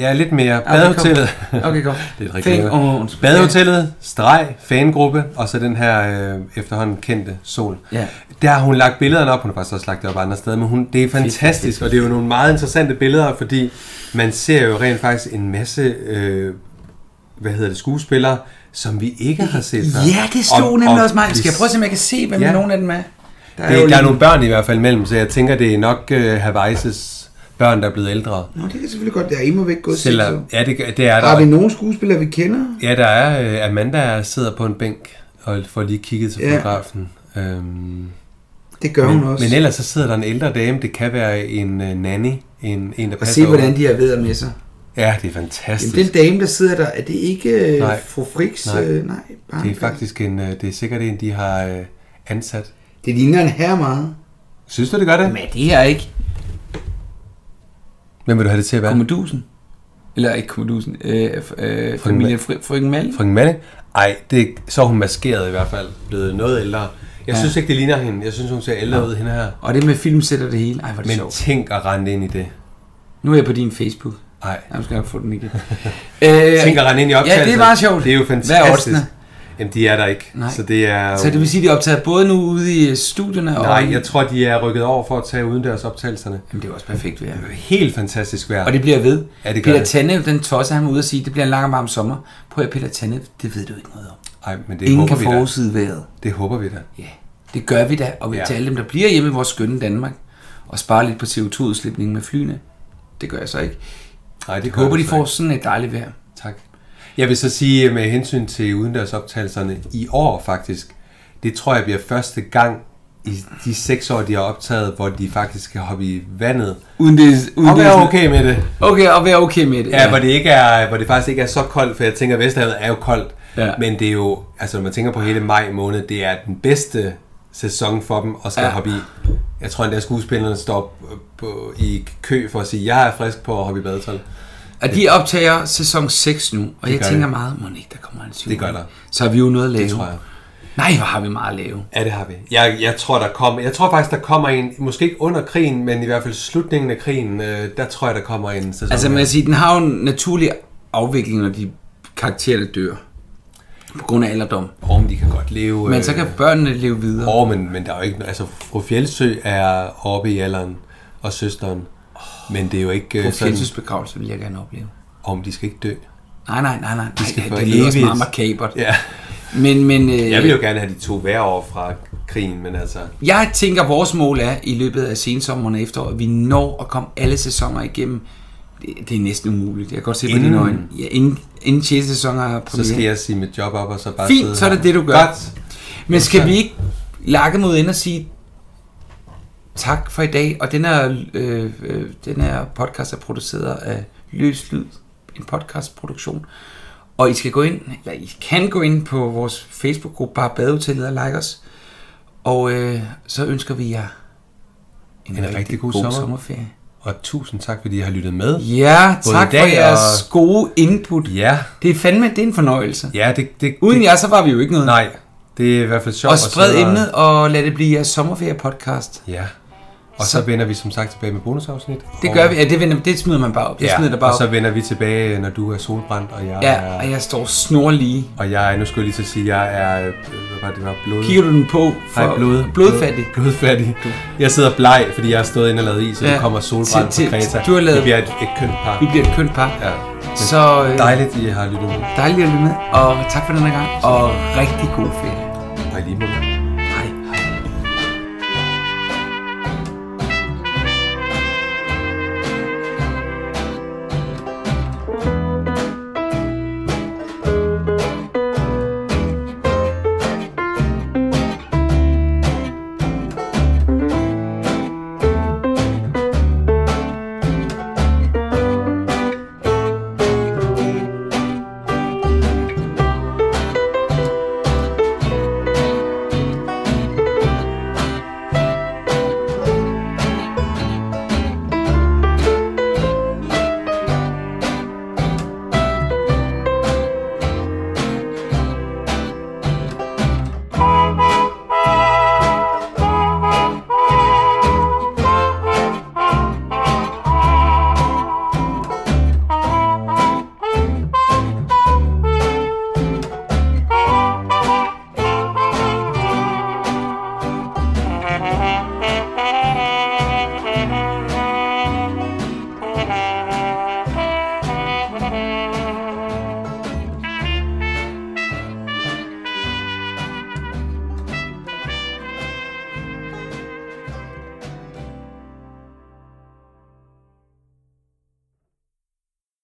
[SPEAKER 2] Ja, lidt mere.
[SPEAKER 1] Ah, okay, kom.
[SPEAKER 2] Badehotellet.
[SPEAKER 1] Okay, kom.
[SPEAKER 2] *laughs* det er et rigtigt
[SPEAKER 1] Fan-
[SPEAKER 2] navn.
[SPEAKER 1] Åh, undskyld.
[SPEAKER 2] Badehotellet, streg, fangruppe, og så den her øh, efterhånden kendte sol.
[SPEAKER 1] Ja.
[SPEAKER 2] Der har hun lagt billederne op. Hun har faktisk også lagt det op andre steder, men hun, det er fantastisk, og det er jo nogle meget interessante billeder, fordi man ser jo rent faktisk en masse øh, hvad hedder det, skuespillere, som vi ikke har set før.
[SPEAKER 1] Ja, det stod
[SPEAKER 2] Og-
[SPEAKER 1] nemlig
[SPEAKER 2] og
[SPEAKER 1] også mig. Skal jeg
[SPEAKER 2] vi-
[SPEAKER 1] prøve at se, om jeg kan se, hvem
[SPEAKER 2] Ja.
[SPEAKER 1] ja. nogen af dem er?
[SPEAKER 2] Der er, det,
[SPEAKER 1] jo
[SPEAKER 2] der
[SPEAKER 1] lige-
[SPEAKER 2] er nogle børn i hvert fald mellem, så jeg tænker, det er nok øh, Havajs' børn, der er blevet ældre.
[SPEAKER 1] Nå, det kan selvfølgelig godt. Der er imod væk gået
[SPEAKER 2] Selvom, ja, det, det er der.
[SPEAKER 1] Har vi nogen skuespillere, vi kender?
[SPEAKER 2] Ja, der er øh, Amanda, der sidder på en bænk og får lige kigget til
[SPEAKER 1] Ja.
[SPEAKER 2] fotografen. Øhm,
[SPEAKER 1] Det gør
[SPEAKER 2] men,
[SPEAKER 1] hun også.
[SPEAKER 2] Men ellers så sidder der en ældre dame, det kan være en øh, nanny, en, en der
[SPEAKER 1] Og
[SPEAKER 2] passer
[SPEAKER 1] se, hvordan
[SPEAKER 2] over.
[SPEAKER 1] de har været med sig.
[SPEAKER 2] Altså- Ja, det er fantastisk.
[SPEAKER 1] Jamen, den dame, der sidder der, er det ikke øh,
[SPEAKER 2] Nej.
[SPEAKER 1] fru Friks?
[SPEAKER 2] Nej.
[SPEAKER 1] øh, nej barn?
[SPEAKER 2] det er faktisk en, øh, det er sikkert en, de har øh, ansat.
[SPEAKER 1] Det ligner en herre meget.
[SPEAKER 2] Synes du, det gør det?
[SPEAKER 1] Men det er ikke.
[SPEAKER 2] Hvem vil du have det til at være?
[SPEAKER 1] Kommodusen. Eller ikke kommodusen. Øh, øh, familien Fri- Frøken Malling.
[SPEAKER 2] Frøken Malling? Ej, det, så er hun maskeret i hvert fald. Blevet noget ældre. Jeg
[SPEAKER 1] Ja.
[SPEAKER 2] ja. synes ikke, det ligner hende. Jeg synes, hun ser ældre
[SPEAKER 1] Nå.
[SPEAKER 2] ud, hende her.
[SPEAKER 1] Og det med filmsæt og det hele. Ej, hvor er det
[SPEAKER 2] Men
[SPEAKER 1] sjovt.
[SPEAKER 2] tænk at rende ind i det.
[SPEAKER 1] Nu er jeg på din Facebook.
[SPEAKER 2] Nej.
[SPEAKER 1] Jeg skal jeg få
[SPEAKER 2] *laughs*
[SPEAKER 1] den igen.
[SPEAKER 2] tænk at rende ind i optagelsen.
[SPEAKER 1] Øh, Ja, det er meget sjovt.
[SPEAKER 2] Det er jo
[SPEAKER 1] Hvad
[SPEAKER 2] fantastisk.
[SPEAKER 1] oddsene?
[SPEAKER 2] Jamen, de er der ikke.
[SPEAKER 1] Nej.
[SPEAKER 2] Så det er...
[SPEAKER 1] Så det vil sige, at de er optaget både nu ude i øh, studierne og...
[SPEAKER 2] Nej, jeg tror, de er rykket over for at tage udendørs optagelserne.
[SPEAKER 1] Jamen, det er også perfekt vejr.
[SPEAKER 2] Helt fantastisk vejr.
[SPEAKER 1] Og det bliver ved.
[SPEAKER 2] Ja, det gør
[SPEAKER 1] Peter
[SPEAKER 2] det.
[SPEAKER 1] Tanne, den tosser ham ud og siger, det bliver en lang og varm sommer. Prøv at høre, Peter Tanne, det ved du ikke noget om.
[SPEAKER 2] Ej, men det
[SPEAKER 1] Ingen
[SPEAKER 2] håber
[SPEAKER 1] kan
[SPEAKER 2] vi da.
[SPEAKER 1] forudsige vejret.
[SPEAKER 2] Det håber vi da.
[SPEAKER 1] Ja, det gør vi da. Og vi
[SPEAKER 2] Ja.
[SPEAKER 1] ja. til alle dem, der bliver hjemme i vores skønne Danmark, og sparer lidt på CO2-udslipningen med flyene. Det gør jeg så ikke.
[SPEAKER 2] Nej, det
[SPEAKER 1] jeg
[SPEAKER 2] gør
[SPEAKER 1] håber,
[SPEAKER 2] du
[SPEAKER 1] de
[SPEAKER 2] så
[SPEAKER 1] får sådan et dejligt vejr.
[SPEAKER 2] Tak. Jeg vil så sige med hensyn til udendørsoptagelserne i år faktisk, det tror jeg bliver første gang i de seks år, de har optaget, hvor de faktisk skal hoppe i vandet.
[SPEAKER 1] Uden det, uden
[SPEAKER 2] og
[SPEAKER 1] det er
[SPEAKER 2] være
[SPEAKER 1] sådan-
[SPEAKER 2] okay med det.
[SPEAKER 1] Okay, og være okay med det.
[SPEAKER 2] Ja, hvor det, ikke er, hvor det faktisk ikke er så koldt, for jeg tænker, at Vesterhavet er jo koldt.
[SPEAKER 1] Ja.
[SPEAKER 2] Men det er jo, altså når man tænker på hele maj måned, det er den bedste sæson for dem at skal
[SPEAKER 1] Ja.
[SPEAKER 2] ja. hoppe i. Jeg tror endda skuespillerne står øh, på, i kø for at sige, jeg er frisk på at hoppe i badetøj.
[SPEAKER 1] Og de optager sæson 6 nu, og
[SPEAKER 2] Det
[SPEAKER 1] jeg
[SPEAKER 2] gør
[SPEAKER 1] tænker
[SPEAKER 2] det.
[SPEAKER 1] meget, må ikke, der kommer en syvende.
[SPEAKER 2] Det gør der.
[SPEAKER 1] Så har vi jo noget at lave.
[SPEAKER 2] tror jeg.
[SPEAKER 1] Nej, hvor har vi meget at lave.
[SPEAKER 2] Ja, det har vi. Jeg, jeg tror, der kommer, jeg tror faktisk, der kommer en, måske ikke under krigen, men i hvert fald slutningen af krigen, øh, der tror jeg, der kommer en sæson.
[SPEAKER 1] Altså, man kan sige, den har jo en naturlig afvikling, når de karaktererne dør. På grund af alderdom.
[SPEAKER 2] Åh, men de kan godt leve... øh,
[SPEAKER 1] Men så kan børnene leve videre.
[SPEAKER 2] Åh, men, men der er jo ikke... Altså, fru Fjeldsø er oppe i alderen, og søsteren. Men det er jo ikke... øh,
[SPEAKER 1] Fru Fjeldsøs begravelse vil jeg gerne opleve.
[SPEAKER 2] Om de skal ikke dø.
[SPEAKER 1] Nej, nej, nej, nej.
[SPEAKER 2] De skal
[SPEAKER 1] nej,
[SPEAKER 2] for
[SPEAKER 1] det lyder også
[SPEAKER 2] evigt.
[SPEAKER 1] meget makabert.
[SPEAKER 2] Ja.
[SPEAKER 1] Men, men... Øh,
[SPEAKER 2] Jeg vil jo gerne have de to hver år fra krigen, men altså...
[SPEAKER 1] Jeg tænker, vores mål er i løbet af sensommeren og efteråret, at vi når at komme alle sæsoner igennem. Det, det er næsten umuligt. Jeg kan godt se på dine
[SPEAKER 2] Inden-
[SPEAKER 1] øjne. Ja, inden, inden 6. sæson er premiere.
[SPEAKER 2] Så skal jeg sige mit job op, og så bare sidde
[SPEAKER 1] Fint, så er det
[SPEAKER 2] her.
[SPEAKER 1] det, du gør.
[SPEAKER 2] Godt.
[SPEAKER 1] Men skal vi ikke lakke mod ind og sige tak for i dag? Og den her, øh, øh, den her podcast er produceret af Løs Lyd, en podcastproduktion. Og I skal gå ind, eller I kan gå ind på vores Facebook-gruppe, bare badehotellet og like os. Og øh, så ønsker vi jer
[SPEAKER 2] En, en rigtig, god, god sommer.
[SPEAKER 1] sommerferie.
[SPEAKER 2] Og tusind tak, fordi I har lyttet med.
[SPEAKER 1] Ja,
[SPEAKER 2] Både
[SPEAKER 1] tak
[SPEAKER 2] i dag
[SPEAKER 1] for jeres gode input.
[SPEAKER 2] Ja.
[SPEAKER 1] Det er fandme det er en fornøjelse.
[SPEAKER 2] Ja, det, det,
[SPEAKER 1] Uden jer, så var vi jo ikke noget.
[SPEAKER 2] Nej, det er i hvert fald sjovt.
[SPEAKER 1] Og
[SPEAKER 2] at
[SPEAKER 1] spred
[SPEAKER 2] sidde og-
[SPEAKER 1] emnet, og lad det blive jeres sommerferie-podcast.
[SPEAKER 2] Ja. Og så,
[SPEAKER 1] Så-
[SPEAKER 2] vender vi som sagt tilbage med bonusafsnit.
[SPEAKER 1] Det
[SPEAKER 2] Og-
[SPEAKER 1] gør vi. Ja, det, vender, det smider man bare op. Det
[SPEAKER 2] ja,
[SPEAKER 1] smider det bare
[SPEAKER 2] og så
[SPEAKER 1] op.
[SPEAKER 2] vender vi tilbage, når du er solbrændt, og jeg
[SPEAKER 1] Ja,
[SPEAKER 2] er...
[SPEAKER 1] og jeg står snorlige.
[SPEAKER 2] Og jeg er, nu skulle jeg lige til at sige, jeg er, øh, hvad var det, det var blod...
[SPEAKER 1] Kigger du den på for-
[SPEAKER 2] Nej, blod,
[SPEAKER 1] blodfattig?
[SPEAKER 2] Blod, blodfattig. Jeg sidder bleg, fordi jeg har stået inde og lavet is, så ja.
[SPEAKER 1] Ja,
[SPEAKER 2] nu kommer solbrændt
[SPEAKER 1] til-
[SPEAKER 2] på
[SPEAKER 1] til-
[SPEAKER 2] Kreta.
[SPEAKER 1] du har lavet-
[SPEAKER 2] Vi bliver et, et kønt par.
[SPEAKER 1] Vi bliver et kønt par.
[SPEAKER 2] Ja.
[SPEAKER 1] Så, øh,
[SPEAKER 2] Dejligt, I har lyttet med.
[SPEAKER 1] Dejligt at lytte med, og tak for den her gang, og rigtig god ferie.
[SPEAKER 2] Og i lige måde.